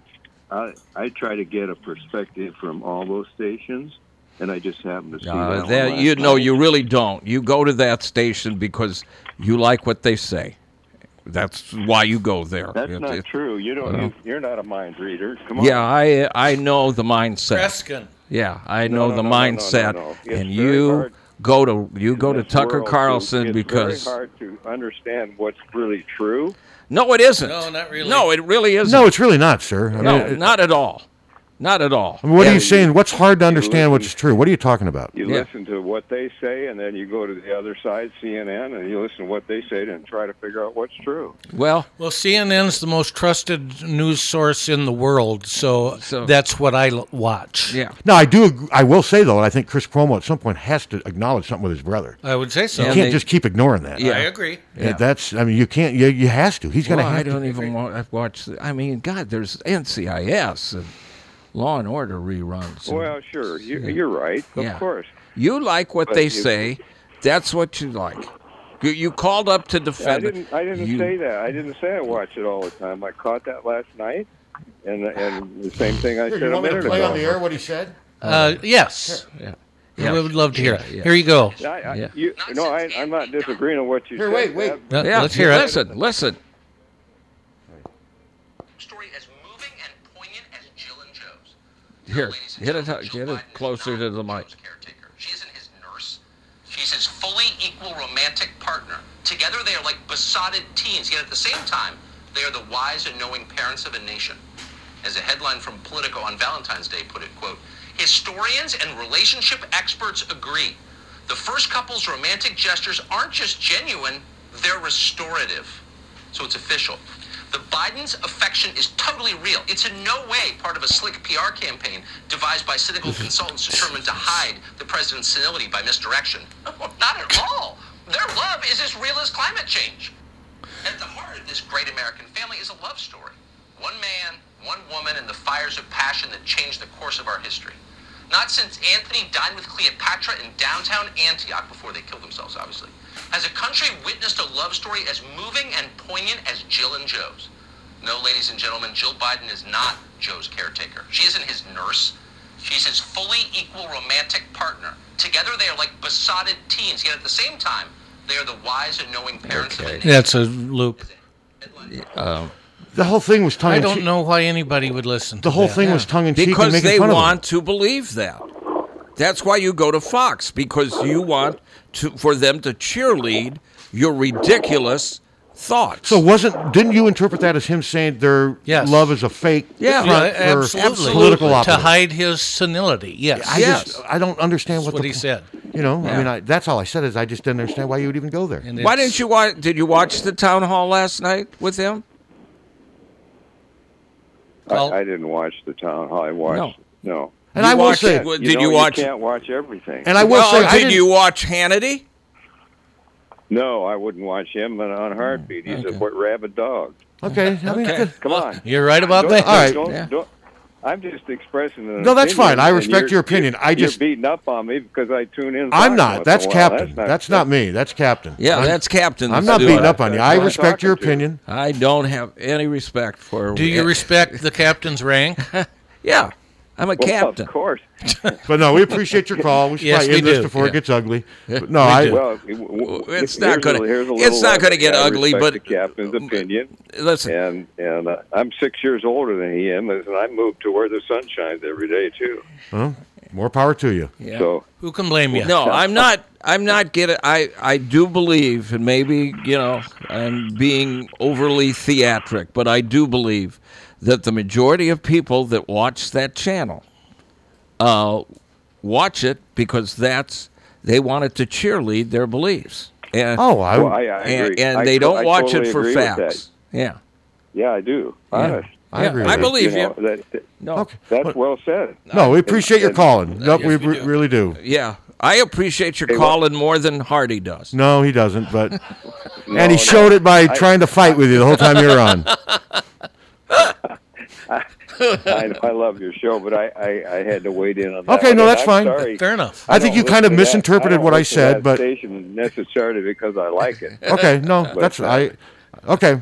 [SPEAKER 5] I I try to get a perspective from all those stations, and I just happen to see
[SPEAKER 1] Uh,
[SPEAKER 5] that,
[SPEAKER 1] that
[SPEAKER 5] one
[SPEAKER 1] you
[SPEAKER 5] last
[SPEAKER 1] know,
[SPEAKER 5] night.
[SPEAKER 1] you really don't. You go to that station because you like what they say. That's why you go there.
[SPEAKER 5] That's
[SPEAKER 1] It-
[SPEAKER 5] not
[SPEAKER 1] it-
[SPEAKER 5] true. You don't.
[SPEAKER 1] Well.
[SPEAKER 5] You, you're not a mind reader. Come on.
[SPEAKER 1] Yeah, I I know the mindset.
[SPEAKER 5] Kreskin.
[SPEAKER 1] Yeah, I
[SPEAKER 5] No,
[SPEAKER 1] know
[SPEAKER 5] no,
[SPEAKER 1] the
[SPEAKER 5] no, no, no, no,
[SPEAKER 1] mindset,
[SPEAKER 5] no. It's
[SPEAKER 1] and
[SPEAKER 5] very
[SPEAKER 1] you
[SPEAKER 5] hard
[SPEAKER 1] go to you go to
[SPEAKER 5] This
[SPEAKER 1] Tucker
[SPEAKER 5] world,
[SPEAKER 1] Carlson
[SPEAKER 5] it's
[SPEAKER 1] because
[SPEAKER 5] very hard to understand what's really true.
[SPEAKER 1] no, it isn't.
[SPEAKER 5] No,
[SPEAKER 1] not really. No, it really isn't.
[SPEAKER 3] No, it's really not, sir. I
[SPEAKER 1] no,
[SPEAKER 3] mean, it-
[SPEAKER 1] not at all. Not at all.
[SPEAKER 3] I mean, what are
[SPEAKER 1] Yeah.
[SPEAKER 3] you saying? What's hard to understand? What's true? What are you talking about?
[SPEAKER 5] You listen to what they say, and then you go to the other side, CNN, and you listen to what they say and try to figure out what's true.
[SPEAKER 1] Well,
[SPEAKER 2] well, CNN's the most trusted news source in the world, so, that's what I l- watch.
[SPEAKER 1] Yeah,
[SPEAKER 3] No, I do. ag- I will say though, I think Chris Cuomo at some point has to acknowledge something with his brother.
[SPEAKER 2] I would say so.
[SPEAKER 3] You
[SPEAKER 2] And
[SPEAKER 3] can't
[SPEAKER 2] they-
[SPEAKER 3] just keep ignoring that.
[SPEAKER 2] Yeah. I agree.
[SPEAKER 3] Yeah,
[SPEAKER 1] Yeah.
[SPEAKER 3] That's. I mean, you can't. You, you has to. He's going
[SPEAKER 1] Well,
[SPEAKER 3] to
[SPEAKER 1] I
[SPEAKER 3] have. to.
[SPEAKER 1] don't even want to watch. The, I mean, God, there's NCIS and Law and Order reruns. and-
[SPEAKER 5] Well, sure, you, you're right, of
[SPEAKER 1] Yeah.
[SPEAKER 5] course.
[SPEAKER 1] You like what
[SPEAKER 5] But
[SPEAKER 1] they
[SPEAKER 5] you-
[SPEAKER 1] say. That's what you like. You, you called up to
[SPEAKER 5] I
[SPEAKER 1] defend. it.
[SPEAKER 5] didn't. I didn't
[SPEAKER 1] You-
[SPEAKER 5] say that. I didn't say I watch it all the time. I caught that last night, and and the same thing I said a minute ago.
[SPEAKER 3] what he said?
[SPEAKER 2] Uh, yes.
[SPEAKER 1] Yeah.
[SPEAKER 2] Yeah. We would love to hear it.
[SPEAKER 1] Yeah.
[SPEAKER 2] Here you go.
[SPEAKER 5] I, I, you, no, I, I'm not disagreeing on what you
[SPEAKER 10] Here,
[SPEAKER 5] said.
[SPEAKER 10] wait, wait.
[SPEAKER 5] That-
[SPEAKER 2] Yeah, let's hear it.
[SPEAKER 1] Listen, listen. Here, hit it, get it closer to the mic.
[SPEAKER 21] She's his fully equal romantic partner. Together they are like besotted teens, yet at the same time, they are the wise and knowing parents of a nation. As a headline from Politico on Valentine's Day put it, quote, historians and relationship experts agree. The first couple's romantic gestures aren't just genuine, they're restorative. So it's official. The Biden's affection is totally real. It's in no way part of a slick PR campaign devised by cynical consultants determined to hide the president's senility by misdirection. No, not at all. Their love is as real as climate change. At the heart of this great American family is a love story. One man, one woman, and the fires of passion that changed the course of our history. Not since Anthony dined with Cleopatra in downtown Antioch before they killed themselves, obviously, has a country witnessed a love story as moving and poignant as Jill and Joe's. No, ladies and gentlemen, Jill Biden is not Joe's caretaker. She isn't his nurse. She's his fully equal romantic partner. Together they are like besotted teens, yet at the same time, they are the wise and knowing parents of a nation.
[SPEAKER 2] That's a loop.
[SPEAKER 1] Um,
[SPEAKER 3] The whole thing was tongue
[SPEAKER 2] I
[SPEAKER 3] in
[SPEAKER 2] don't
[SPEAKER 3] cheek.
[SPEAKER 2] know why anybody would listen.
[SPEAKER 3] The
[SPEAKER 2] to
[SPEAKER 3] whole
[SPEAKER 2] that.
[SPEAKER 3] thing was tongue in cheek.
[SPEAKER 1] Because
[SPEAKER 3] and making
[SPEAKER 1] they
[SPEAKER 3] fun
[SPEAKER 1] want to believe that. That's why you go to Fox because you want to for them to cheerlead your ridiculous thought.
[SPEAKER 3] Of them. So wasn't didn't you interpret that as him saying their love is a fake?
[SPEAKER 2] Yeah,
[SPEAKER 3] front
[SPEAKER 2] yeah,
[SPEAKER 3] for
[SPEAKER 2] absolutely.
[SPEAKER 3] Political
[SPEAKER 2] to
[SPEAKER 3] operating?
[SPEAKER 2] hide his senility. Yes,
[SPEAKER 3] I just I don't understand what,
[SPEAKER 2] That's what
[SPEAKER 3] the
[SPEAKER 2] he
[SPEAKER 3] po-
[SPEAKER 2] said.
[SPEAKER 3] You know, I
[SPEAKER 2] Yeah.
[SPEAKER 3] mean, I, that's all I said is I just didn't understand why you would even go there.
[SPEAKER 1] why didn't you watch? Did you watch the town hall last night with him?
[SPEAKER 5] I, I didn't watch the town hall. I watched no.
[SPEAKER 3] And You I will watched say- it.
[SPEAKER 5] You
[SPEAKER 1] Did
[SPEAKER 5] know,
[SPEAKER 1] you watch-
[SPEAKER 5] can't watch everything.
[SPEAKER 1] Well, did you watch Hannity?
[SPEAKER 5] No, I wouldn't watch him on on heartbeat. He's a what, rabid dog.
[SPEAKER 3] Okay, I mean, Oh, good.
[SPEAKER 5] Come on.
[SPEAKER 2] You're right about
[SPEAKER 5] Don't-
[SPEAKER 2] that.
[SPEAKER 5] don't-
[SPEAKER 3] All right.
[SPEAKER 5] don't-
[SPEAKER 3] Yeah.
[SPEAKER 5] don't- I'm just expressing an
[SPEAKER 3] No, that's
[SPEAKER 5] opinion,
[SPEAKER 3] fine. I
[SPEAKER 5] and
[SPEAKER 3] respect
[SPEAKER 5] you're-
[SPEAKER 3] your opinion. I
[SPEAKER 5] you're
[SPEAKER 3] just-
[SPEAKER 5] beating up on me because I tune in.
[SPEAKER 3] I'm
[SPEAKER 5] once in a
[SPEAKER 3] not. That's
[SPEAKER 5] while.
[SPEAKER 3] captain.
[SPEAKER 5] That's
[SPEAKER 3] That's
[SPEAKER 5] not
[SPEAKER 3] not, me. That's captain.
[SPEAKER 1] Yeah,
[SPEAKER 3] I'm-
[SPEAKER 1] that's Captain.
[SPEAKER 3] I'm not
[SPEAKER 1] Stewart.
[SPEAKER 3] beating up on you. I
[SPEAKER 1] That's what I'm
[SPEAKER 3] respect your
[SPEAKER 1] talking to.
[SPEAKER 3] opinion.
[SPEAKER 1] I don't have any respect for.
[SPEAKER 2] Do you respect the captain's rank?
[SPEAKER 1] yeah, I'm a
[SPEAKER 2] Well, of
[SPEAKER 1] captain. Of
[SPEAKER 5] course.
[SPEAKER 3] But no, we appreciate your call. We should
[SPEAKER 1] Yes,
[SPEAKER 3] probably
[SPEAKER 1] we
[SPEAKER 3] end this
[SPEAKER 1] do.
[SPEAKER 3] before
[SPEAKER 1] Yeah.
[SPEAKER 3] it gets ugly. But no,
[SPEAKER 1] We
[SPEAKER 3] I.
[SPEAKER 1] do.
[SPEAKER 5] Well, w- w-
[SPEAKER 1] It's
[SPEAKER 5] here's
[SPEAKER 1] not gonna-
[SPEAKER 5] a- here's a
[SPEAKER 1] it's
[SPEAKER 5] little
[SPEAKER 1] not gonna
[SPEAKER 5] levity.
[SPEAKER 1] get
[SPEAKER 5] I
[SPEAKER 1] ugly,
[SPEAKER 5] respect
[SPEAKER 1] but-
[SPEAKER 5] the captain's opinion.
[SPEAKER 1] Listen,
[SPEAKER 5] and and uh, I'm six years older than he is, and I moved to where the sun shines every day too.
[SPEAKER 3] Well, more power to you.
[SPEAKER 1] Yeah.
[SPEAKER 5] So
[SPEAKER 2] Who can blame you?
[SPEAKER 1] No, I'm not. I'm not getting. I I do believe, and maybe you know, I'm being overly theatric, but I do believe that the majority of people that watch that channel uh, watch it because that's they want it to cheerlead their beliefs. And,
[SPEAKER 3] Oh, I- Well, I- I
[SPEAKER 1] and,
[SPEAKER 3] agree.
[SPEAKER 1] and
[SPEAKER 3] I
[SPEAKER 1] they
[SPEAKER 3] to-
[SPEAKER 1] don't
[SPEAKER 3] I
[SPEAKER 1] watch
[SPEAKER 3] totally
[SPEAKER 1] it for
[SPEAKER 3] agree with that.
[SPEAKER 1] facts. Yeah.
[SPEAKER 5] Yeah, I do.
[SPEAKER 1] Yeah.
[SPEAKER 5] Honest.
[SPEAKER 3] I Yeah, agree with I
[SPEAKER 5] That-
[SPEAKER 3] you. believe
[SPEAKER 5] know,
[SPEAKER 1] you.
[SPEAKER 5] that- that-
[SPEAKER 1] No.
[SPEAKER 5] That's well said.
[SPEAKER 3] No, we appreciate your
[SPEAKER 5] And-
[SPEAKER 3] calling. No,
[SPEAKER 1] Yes,
[SPEAKER 3] we,
[SPEAKER 1] we
[SPEAKER 3] re- really do.
[SPEAKER 1] Yeah, I appreciate your calling more than Hardy does.
[SPEAKER 3] No, he doesn't. But
[SPEAKER 1] No,
[SPEAKER 3] and
[SPEAKER 1] no.
[SPEAKER 3] he showed it by
[SPEAKER 1] I-
[SPEAKER 3] trying to fight with you the whole time you were on.
[SPEAKER 5] I, I love your show, but I, I, I had to wait in on that.
[SPEAKER 3] Okay,
[SPEAKER 5] one,
[SPEAKER 3] no,
[SPEAKER 5] and
[SPEAKER 3] that's
[SPEAKER 5] I'm
[SPEAKER 3] fine.
[SPEAKER 5] sorry.
[SPEAKER 3] Fair enough.
[SPEAKER 5] I
[SPEAKER 3] I think
[SPEAKER 5] don't
[SPEAKER 3] you kind of
[SPEAKER 5] listen to that-
[SPEAKER 3] misinterpreted
[SPEAKER 5] don't
[SPEAKER 3] what I
[SPEAKER 5] listen to
[SPEAKER 3] said,
[SPEAKER 5] that
[SPEAKER 3] but-
[SPEAKER 5] station necessarily because I like it.
[SPEAKER 3] Okay, no,
[SPEAKER 5] But,
[SPEAKER 3] that's
[SPEAKER 5] uh,
[SPEAKER 3] I. Okay,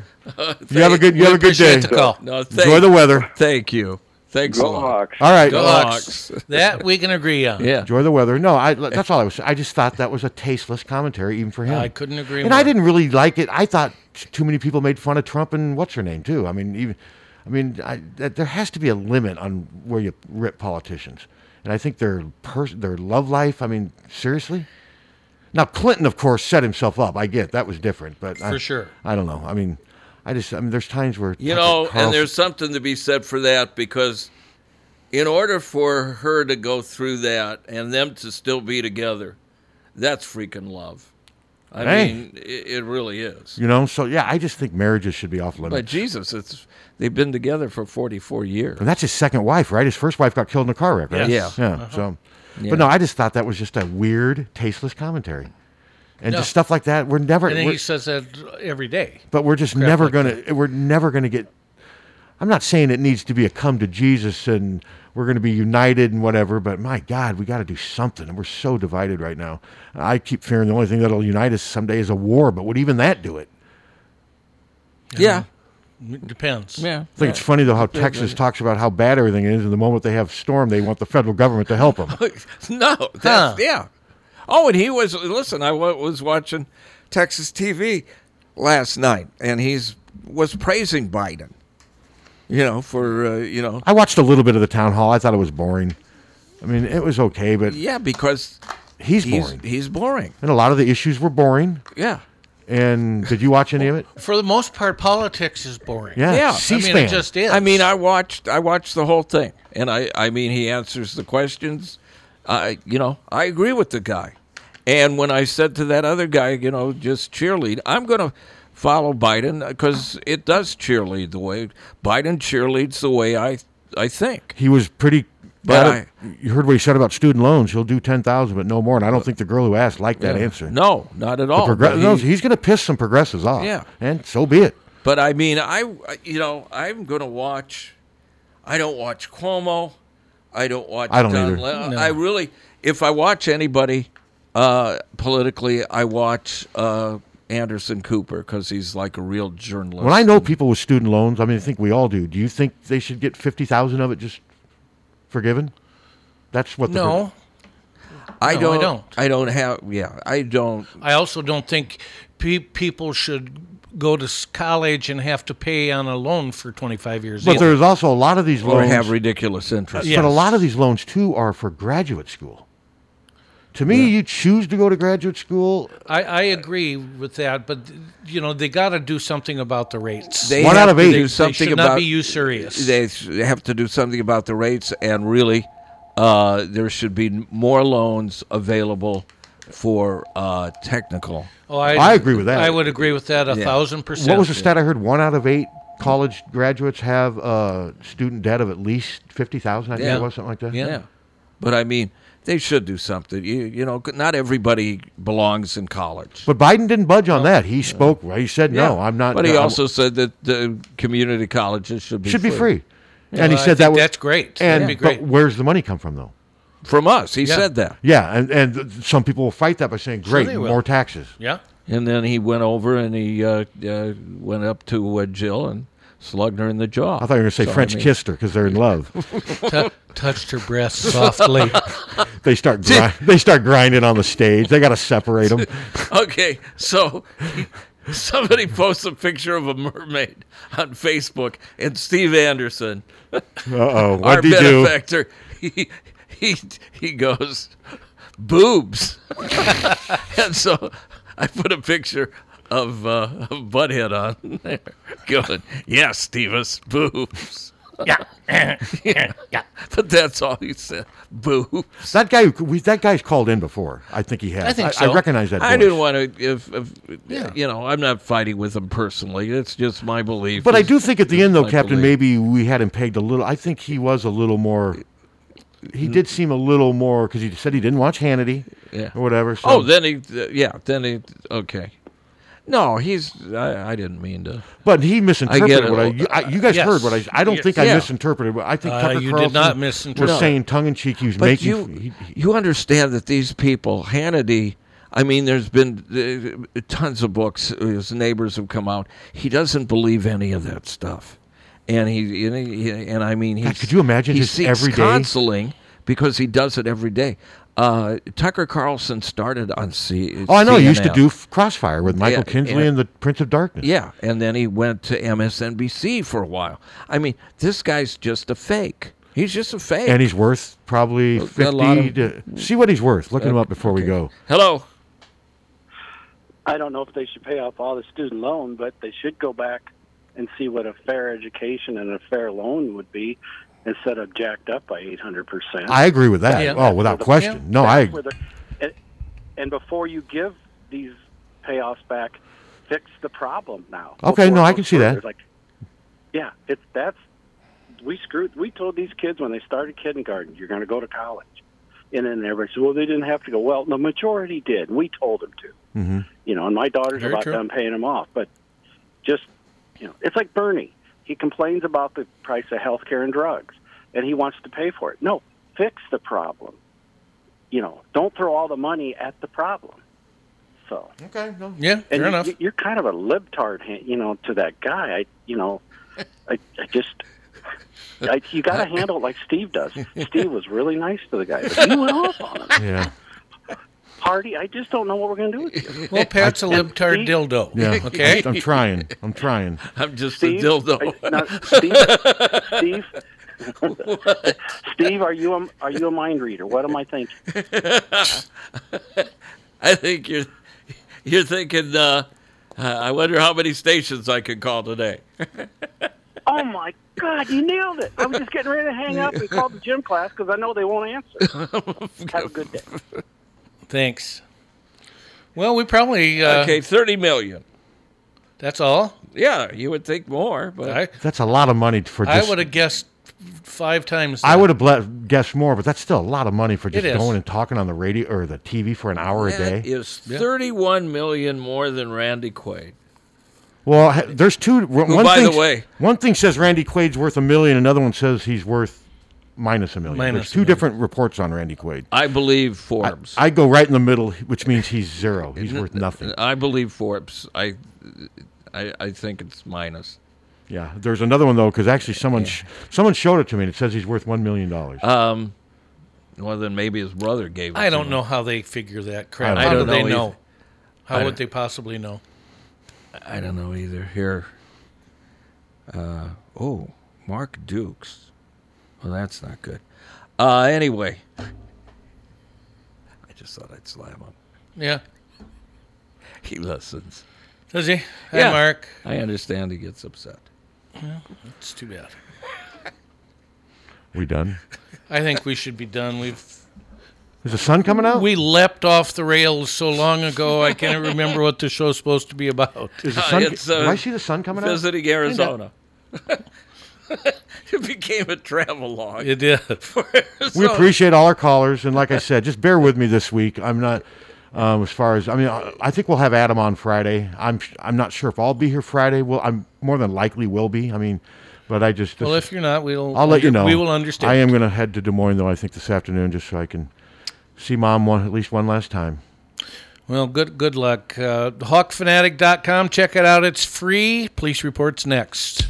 [SPEAKER 3] you have a good you have a good day.
[SPEAKER 1] No, thank-
[SPEAKER 3] Enjoy the weather.
[SPEAKER 1] Thank you. Thanks a
[SPEAKER 3] Go
[SPEAKER 1] lot.
[SPEAKER 3] Hawks. All right.
[SPEAKER 1] Go
[SPEAKER 3] Go
[SPEAKER 1] Hawks.
[SPEAKER 2] That we can agree on.
[SPEAKER 3] Enjoy the weather. No, I, that's all I was. I just thought that was a tasteless commentary, even for him.
[SPEAKER 2] I couldn't agree
[SPEAKER 3] And
[SPEAKER 2] more.
[SPEAKER 3] I didn't really like it. I thought t- too many people made fun of Trump and what's her name too. I mean, even, I mean, I, that, there has to be a limit on where you rip politicians. And I think their pers- their love life. I mean, seriously. Now Clinton, of course, set himself up. I get that was different, but I,
[SPEAKER 1] For sure.
[SPEAKER 3] I don't know. I mean, I just I mean, there's times where
[SPEAKER 1] You know,
[SPEAKER 3] Carlson-
[SPEAKER 1] and there's something to be said for that because in order for her to go through that and them to still be together, that's freaking love. I
[SPEAKER 3] Hey.
[SPEAKER 1] mean, it, it really is.
[SPEAKER 3] you know. So yeah, I just think marriages should be off limits.
[SPEAKER 1] But Jesus, it's they've been together for 44 years.
[SPEAKER 3] And that's his second wife, right? His first wife got killed in a car wreck, right?
[SPEAKER 1] Yes. Yeah.
[SPEAKER 3] Yeah.
[SPEAKER 1] Uh-huh.
[SPEAKER 3] So,
[SPEAKER 1] Yeah.
[SPEAKER 3] but no, I just thought that was just a weird, tasteless commentary, and
[SPEAKER 2] No.
[SPEAKER 3] just stuff like that. We're never,
[SPEAKER 2] and
[SPEAKER 3] we're-
[SPEAKER 2] he says that every day.
[SPEAKER 3] but we're just
[SPEAKER 2] Crap
[SPEAKER 3] never
[SPEAKER 2] like
[SPEAKER 3] gonna, we're never gonna get. I'm not saying it needs to be a come to Jesus and we're going to be united and whatever, but my God, we got to do something. And we're so divided right now. I keep fearing the only thing that'll unite us someday is a war, but would even that do it?
[SPEAKER 1] Yeah.
[SPEAKER 2] It depends.
[SPEAKER 22] Yeah.
[SPEAKER 3] I think it's funny though how Texas talks about how bad everything is, and the moment they have storm, they want the federal government to help them.
[SPEAKER 1] no, that's, yeah. Oh, and he was. Listen, I wa- was watching Texas TV last night, and he's was praising Biden. You know, for uh, you know,
[SPEAKER 3] I watched a little bit of the town hall. I thought it was boring. I mean, it was okay, but
[SPEAKER 1] yeah, because
[SPEAKER 3] he's,
[SPEAKER 1] he's
[SPEAKER 3] boring,
[SPEAKER 1] he's boring.
[SPEAKER 3] and a lot of the issues were boring.
[SPEAKER 1] Yeah.
[SPEAKER 3] And did you watch any of it?
[SPEAKER 2] For the most part, politics is boring. I mean, it just is.
[SPEAKER 1] I mean, I watched I watched the whole thing, and I I mean, he answers the questions. I you know I agree with the guy, and when I said to that other guy, you know, just cheerlead, I'm gonna follow Biden because it does cheerlead the way Biden cheerleads the way I I think.
[SPEAKER 3] He was pretty.
[SPEAKER 1] But
[SPEAKER 3] I don't- you heard what he said about student loans. He'll do ten thousand, but no more. And I don't think the girl who asked liked that
[SPEAKER 1] Yeah.
[SPEAKER 3] answer.
[SPEAKER 1] No, not at
[SPEAKER 3] The
[SPEAKER 1] all.
[SPEAKER 3] progre-
[SPEAKER 1] But
[SPEAKER 3] no,
[SPEAKER 1] he-
[SPEAKER 3] he's going to piss some progressives off.
[SPEAKER 1] Yeah.
[SPEAKER 3] And so be it.
[SPEAKER 1] But I mean, I you know I'm gonna watch. I don't watch Cuomo. I don't watch.
[SPEAKER 3] I don't
[SPEAKER 1] Don
[SPEAKER 3] either.
[SPEAKER 1] Le-
[SPEAKER 3] No.
[SPEAKER 1] I really, if I watch anybody uh, politically, I watch uh, Anderson Cooper because he's like a real journalist.
[SPEAKER 3] When I know people with student loans, I mean, I think we all do. Do you think they should get fifty thousand of it just forgiven? That's what. The
[SPEAKER 2] No.
[SPEAKER 1] I
[SPEAKER 2] No, I
[SPEAKER 1] don't.
[SPEAKER 2] don't.
[SPEAKER 1] I don't have. Yeah, I don't.
[SPEAKER 2] I also don't think pe- people should go to s- college and have to pay on a loan for 25 years.
[SPEAKER 3] But
[SPEAKER 2] either.
[SPEAKER 3] there's also a lot of these
[SPEAKER 1] Or
[SPEAKER 3] loans
[SPEAKER 1] have ridiculous interest.
[SPEAKER 3] But a lot of these loans too are for graduate school. To me, you choose to go to graduate school.
[SPEAKER 2] I, I agree with that, but you know they got to do something about the rates.
[SPEAKER 1] They
[SPEAKER 3] One
[SPEAKER 1] have
[SPEAKER 3] out of
[SPEAKER 1] to
[SPEAKER 3] eight.
[SPEAKER 1] do
[SPEAKER 3] They
[SPEAKER 1] something
[SPEAKER 2] should not
[SPEAKER 1] about
[SPEAKER 2] be usurious.
[SPEAKER 1] They sh- have to do something about the rates, and really, uh, there should be n- more loans available for uh, technical.
[SPEAKER 2] Oh,
[SPEAKER 3] I agree with that.
[SPEAKER 2] I would agree with that uh, a
[SPEAKER 1] Yeah.
[SPEAKER 2] thousand percent.
[SPEAKER 3] What was the stat I heard? One out of eight college graduates have uh, student debt of at least fifty thousand. I think it was something like that.
[SPEAKER 1] Yeah. But I mean, they should do something. You you know, not everybody belongs in college.
[SPEAKER 3] But Biden didn't budge on that. He spoke. right? He said, "No,
[SPEAKER 1] Yeah.
[SPEAKER 3] I'm not."
[SPEAKER 1] But he
[SPEAKER 3] I'm-
[SPEAKER 1] also said that the community colleges should be
[SPEAKER 3] should be
[SPEAKER 1] free.
[SPEAKER 3] free.
[SPEAKER 1] Yeah.
[SPEAKER 3] And he
[SPEAKER 1] Well, I
[SPEAKER 3] said that
[SPEAKER 1] think
[SPEAKER 3] was
[SPEAKER 1] that's great.
[SPEAKER 3] And
[SPEAKER 1] That'd be great.
[SPEAKER 3] but where's the money come from though?
[SPEAKER 1] From us, he Yeah. said that.
[SPEAKER 3] Yeah, and and th- some people will fight that by saying,
[SPEAKER 1] Sure
[SPEAKER 3] "Great,
[SPEAKER 1] they will.
[SPEAKER 3] more taxes."
[SPEAKER 2] Yeah.
[SPEAKER 1] And then he went over and he uh, uh, went up to uh, Jill and slugged her in the jaw.
[SPEAKER 3] I thought you were going to say
[SPEAKER 1] So, I
[SPEAKER 3] French
[SPEAKER 1] mean-
[SPEAKER 3] kissed her because they're in love.
[SPEAKER 2] Tou- touched her breast softly.
[SPEAKER 3] they start gri- they start grinding on the stage. They got to separate them.
[SPEAKER 1] okay, so somebody posts a picture of a mermaid on Facebook, and Steve Anderson,
[SPEAKER 3] Uh-oh,
[SPEAKER 1] our
[SPEAKER 3] Oh, what'd he do?
[SPEAKER 1] benefactor, he, he he goes boobs, and so I put a picture. Of, uh, of butthead on there, going yes, Stevis, boobs.
[SPEAKER 23] Yeah.
[SPEAKER 1] yeah. But that's all he said, boobs.
[SPEAKER 3] That guy, we, that guy's called in before. I think he has.
[SPEAKER 1] I think
[SPEAKER 3] I,
[SPEAKER 1] so.
[SPEAKER 3] recognize that.
[SPEAKER 1] I
[SPEAKER 3] voice.
[SPEAKER 1] didn't want to. If, if you know, I'm not fighting with him personally. It's just my belief.
[SPEAKER 3] But I
[SPEAKER 1] It's-
[SPEAKER 3] do think at the
[SPEAKER 1] it's
[SPEAKER 3] end, though,
[SPEAKER 1] my
[SPEAKER 3] Captain,
[SPEAKER 1] belief.
[SPEAKER 3] maybe we had him pegged a little. I think he was a little more. He did seem a little more because he said he didn't watch Hannity
[SPEAKER 1] Yeah.
[SPEAKER 3] or whatever. So
[SPEAKER 1] Oh, then he. yeah, then he. Okay. No, he's. I, I didn't mean to.
[SPEAKER 3] But he
[SPEAKER 1] I get
[SPEAKER 3] misinterpreted
[SPEAKER 1] it.
[SPEAKER 3] what I you, I. you guys
[SPEAKER 1] Yes.
[SPEAKER 3] heard what I. I don't think I
[SPEAKER 1] Yeah.
[SPEAKER 3] misinterpreted. What, I think
[SPEAKER 1] Uh,
[SPEAKER 3] Tucker
[SPEAKER 1] you did
[SPEAKER 3] Carlson
[SPEAKER 1] not
[SPEAKER 3] was
[SPEAKER 1] misinterpret.
[SPEAKER 3] saying tongue in cheek. He was
[SPEAKER 1] But
[SPEAKER 3] making.
[SPEAKER 1] you, you understand that these people, Hannity. I mean, there's been uh, tons of books. His neighbors have come out. He doesn't believe any of that stuff, and he and, he, and I mean, he
[SPEAKER 3] God, could you imagine
[SPEAKER 1] he
[SPEAKER 3] just
[SPEAKER 1] seeks
[SPEAKER 3] every day?
[SPEAKER 1] counseling because he does it every day. Uh, Tucker Carlson started on C.
[SPEAKER 3] oh, I know. He used to
[SPEAKER 1] CNN.
[SPEAKER 3] do f- Crossfire with Michael
[SPEAKER 1] Yeah,
[SPEAKER 3] Kinsley
[SPEAKER 1] yeah.
[SPEAKER 3] and the Prince of Darkness.
[SPEAKER 1] Yeah, and then he went to MSNBC for a while. I mean, this guy's just a fake. He's just a fake.
[SPEAKER 3] And he's worth probably
[SPEAKER 1] Got a lot
[SPEAKER 3] fifty. To,
[SPEAKER 1] of-
[SPEAKER 3] see what he's worth. Look him up before we go.
[SPEAKER 1] Hello.
[SPEAKER 6] I don't know if they should pay off all the student loan, but they should go back and see what a fair education and a fair loan would be instead of jacked up by 800%.
[SPEAKER 3] I agree with that. Yeah. Oh, without question. No,
[SPEAKER 6] That's
[SPEAKER 3] I-
[SPEAKER 6] where the- and, and before you give these payoffs back, fix the problem now.
[SPEAKER 3] Okay,
[SPEAKER 6] Before
[SPEAKER 3] no,
[SPEAKER 6] it
[SPEAKER 3] I
[SPEAKER 6] goes
[SPEAKER 3] can see that.
[SPEAKER 6] further. Like, yeah, it's that's we screwed. We told these kids when they started kindergarten, you're going to go to college, and then everybody said, well, they didn't have to go. Well, the majority did. We told them to
[SPEAKER 23] Mm-hmm.
[SPEAKER 6] you know, and my daughter's
[SPEAKER 23] Very
[SPEAKER 6] about
[SPEAKER 23] true.
[SPEAKER 6] done paying him off. But just, you know, it's like Bernie. He complains about the price of health care and drugs, and he wants to pay for it. No, fix the problem. You know, don't throw all the money at the problem. So
[SPEAKER 3] okay, no.
[SPEAKER 2] Yeah,
[SPEAKER 6] and
[SPEAKER 2] fair
[SPEAKER 6] you,
[SPEAKER 2] enough.
[SPEAKER 6] you- You're kind of a libtard, ha- you know, to that guy. I, you know, I, I just. I, you got to handle it like Steve does. Steve was really nice to the guy, but you went off on him.
[SPEAKER 3] Yeah.
[SPEAKER 6] Hardy, I just don't know what we're going to do with you.
[SPEAKER 2] Well, Pat's a
[SPEAKER 6] a
[SPEAKER 2] libtard dildo.
[SPEAKER 3] Yeah.
[SPEAKER 2] Okay.
[SPEAKER 3] I'm trying. I'm trying.
[SPEAKER 1] I'm just
[SPEAKER 6] Steve, I- now, Steve, Steve, Steve, are you a, are you a mind reader? What am I thinking?
[SPEAKER 1] I think you're you're thinking. Uh, uh, I wonder how many stations I can call today.
[SPEAKER 6] Oh my God, you nailed it! I was just getting ready to hang up and call the gym class because I know they won't answer. Have a good day.
[SPEAKER 2] Thanks. Well, we probably uh,
[SPEAKER 1] okay, thirty million.
[SPEAKER 2] That's all.
[SPEAKER 1] Yeah, you would think more, but
[SPEAKER 2] I,
[SPEAKER 3] That's a lot of money for
[SPEAKER 2] I
[SPEAKER 3] just.
[SPEAKER 2] would have guessed five times.
[SPEAKER 3] I would have ble- guessed more, but that's still a lot of money for
[SPEAKER 1] It
[SPEAKER 3] just
[SPEAKER 1] is.
[SPEAKER 3] going and talking on the radio or the TV for an hour a day.
[SPEAKER 1] that is thirty-one million more than Randy Quaid.
[SPEAKER 3] Well, ha- there's two. One
[SPEAKER 1] by the
[SPEAKER 3] thing,
[SPEAKER 1] way-
[SPEAKER 3] one thing says Randy Quaid's worth a million. Another one says he's worth minus a million.
[SPEAKER 1] Minus
[SPEAKER 3] there's
[SPEAKER 1] a
[SPEAKER 3] two
[SPEAKER 1] million.
[SPEAKER 3] different reports on Randy Quaid.
[SPEAKER 1] I believe Forbes.
[SPEAKER 3] I go right in the middle, which means he's zero. He's worth nothing.
[SPEAKER 1] I believe Forbes. I, I, I think it's minus.
[SPEAKER 3] Yeah. There's another one though, because actually someone sh- someone showed it to me, and it says he's worth one million dollars.
[SPEAKER 1] Um, well, then maybe his brother gave. it
[SPEAKER 2] I
[SPEAKER 1] to
[SPEAKER 2] don't
[SPEAKER 1] him.
[SPEAKER 2] know how they figure that crap.
[SPEAKER 1] I
[SPEAKER 2] How do
[SPEAKER 1] don't
[SPEAKER 2] they
[SPEAKER 1] know
[SPEAKER 2] know?
[SPEAKER 1] either. I
[SPEAKER 2] How
[SPEAKER 1] don't-
[SPEAKER 2] would they possibly know?
[SPEAKER 1] I don't know either. Here. Uh, oh, Mark Dukes. Well, that's not good. Uh, anyway, I just thought I'd slam him.
[SPEAKER 2] Yeah.
[SPEAKER 1] He listens.
[SPEAKER 2] Does he? Hi, Mark.
[SPEAKER 1] I understand he gets upset.
[SPEAKER 2] Well, it's too bad.
[SPEAKER 3] we done?
[SPEAKER 2] I think we should be done. We've
[SPEAKER 3] Is the sun coming out?
[SPEAKER 2] we leapt off the rails so long ago. I can't remember what the show's supposed to be about.
[SPEAKER 3] Is the sun? do I see the sun coming out?
[SPEAKER 1] Uh, Visiting Arizona. it became a travelogue.
[SPEAKER 2] It did.
[SPEAKER 3] we appreciate all our callers, and like I said, just bear with me this week. I'm not um, as far as I mean. I I think we'll have Adam on Friday. I'm I'm not sure if I'll be here Friday. Well, I'm more than likely will be. I mean, but I just
[SPEAKER 2] Well, if you're not, we'll
[SPEAKER 3] I'll let you
[SPEAKER 2] under-
[SPEAKER 3] know.
[SPEAKER 2] we will understand.
[SPEAKER 3] I am going to head to Des Moines though. I think this afternoon, just so I can see mom one at least one last time.
[SPEAKER 2] Well, good good luck. Uh, hawkfanatic.com. Check it out. It's free. Police reports next.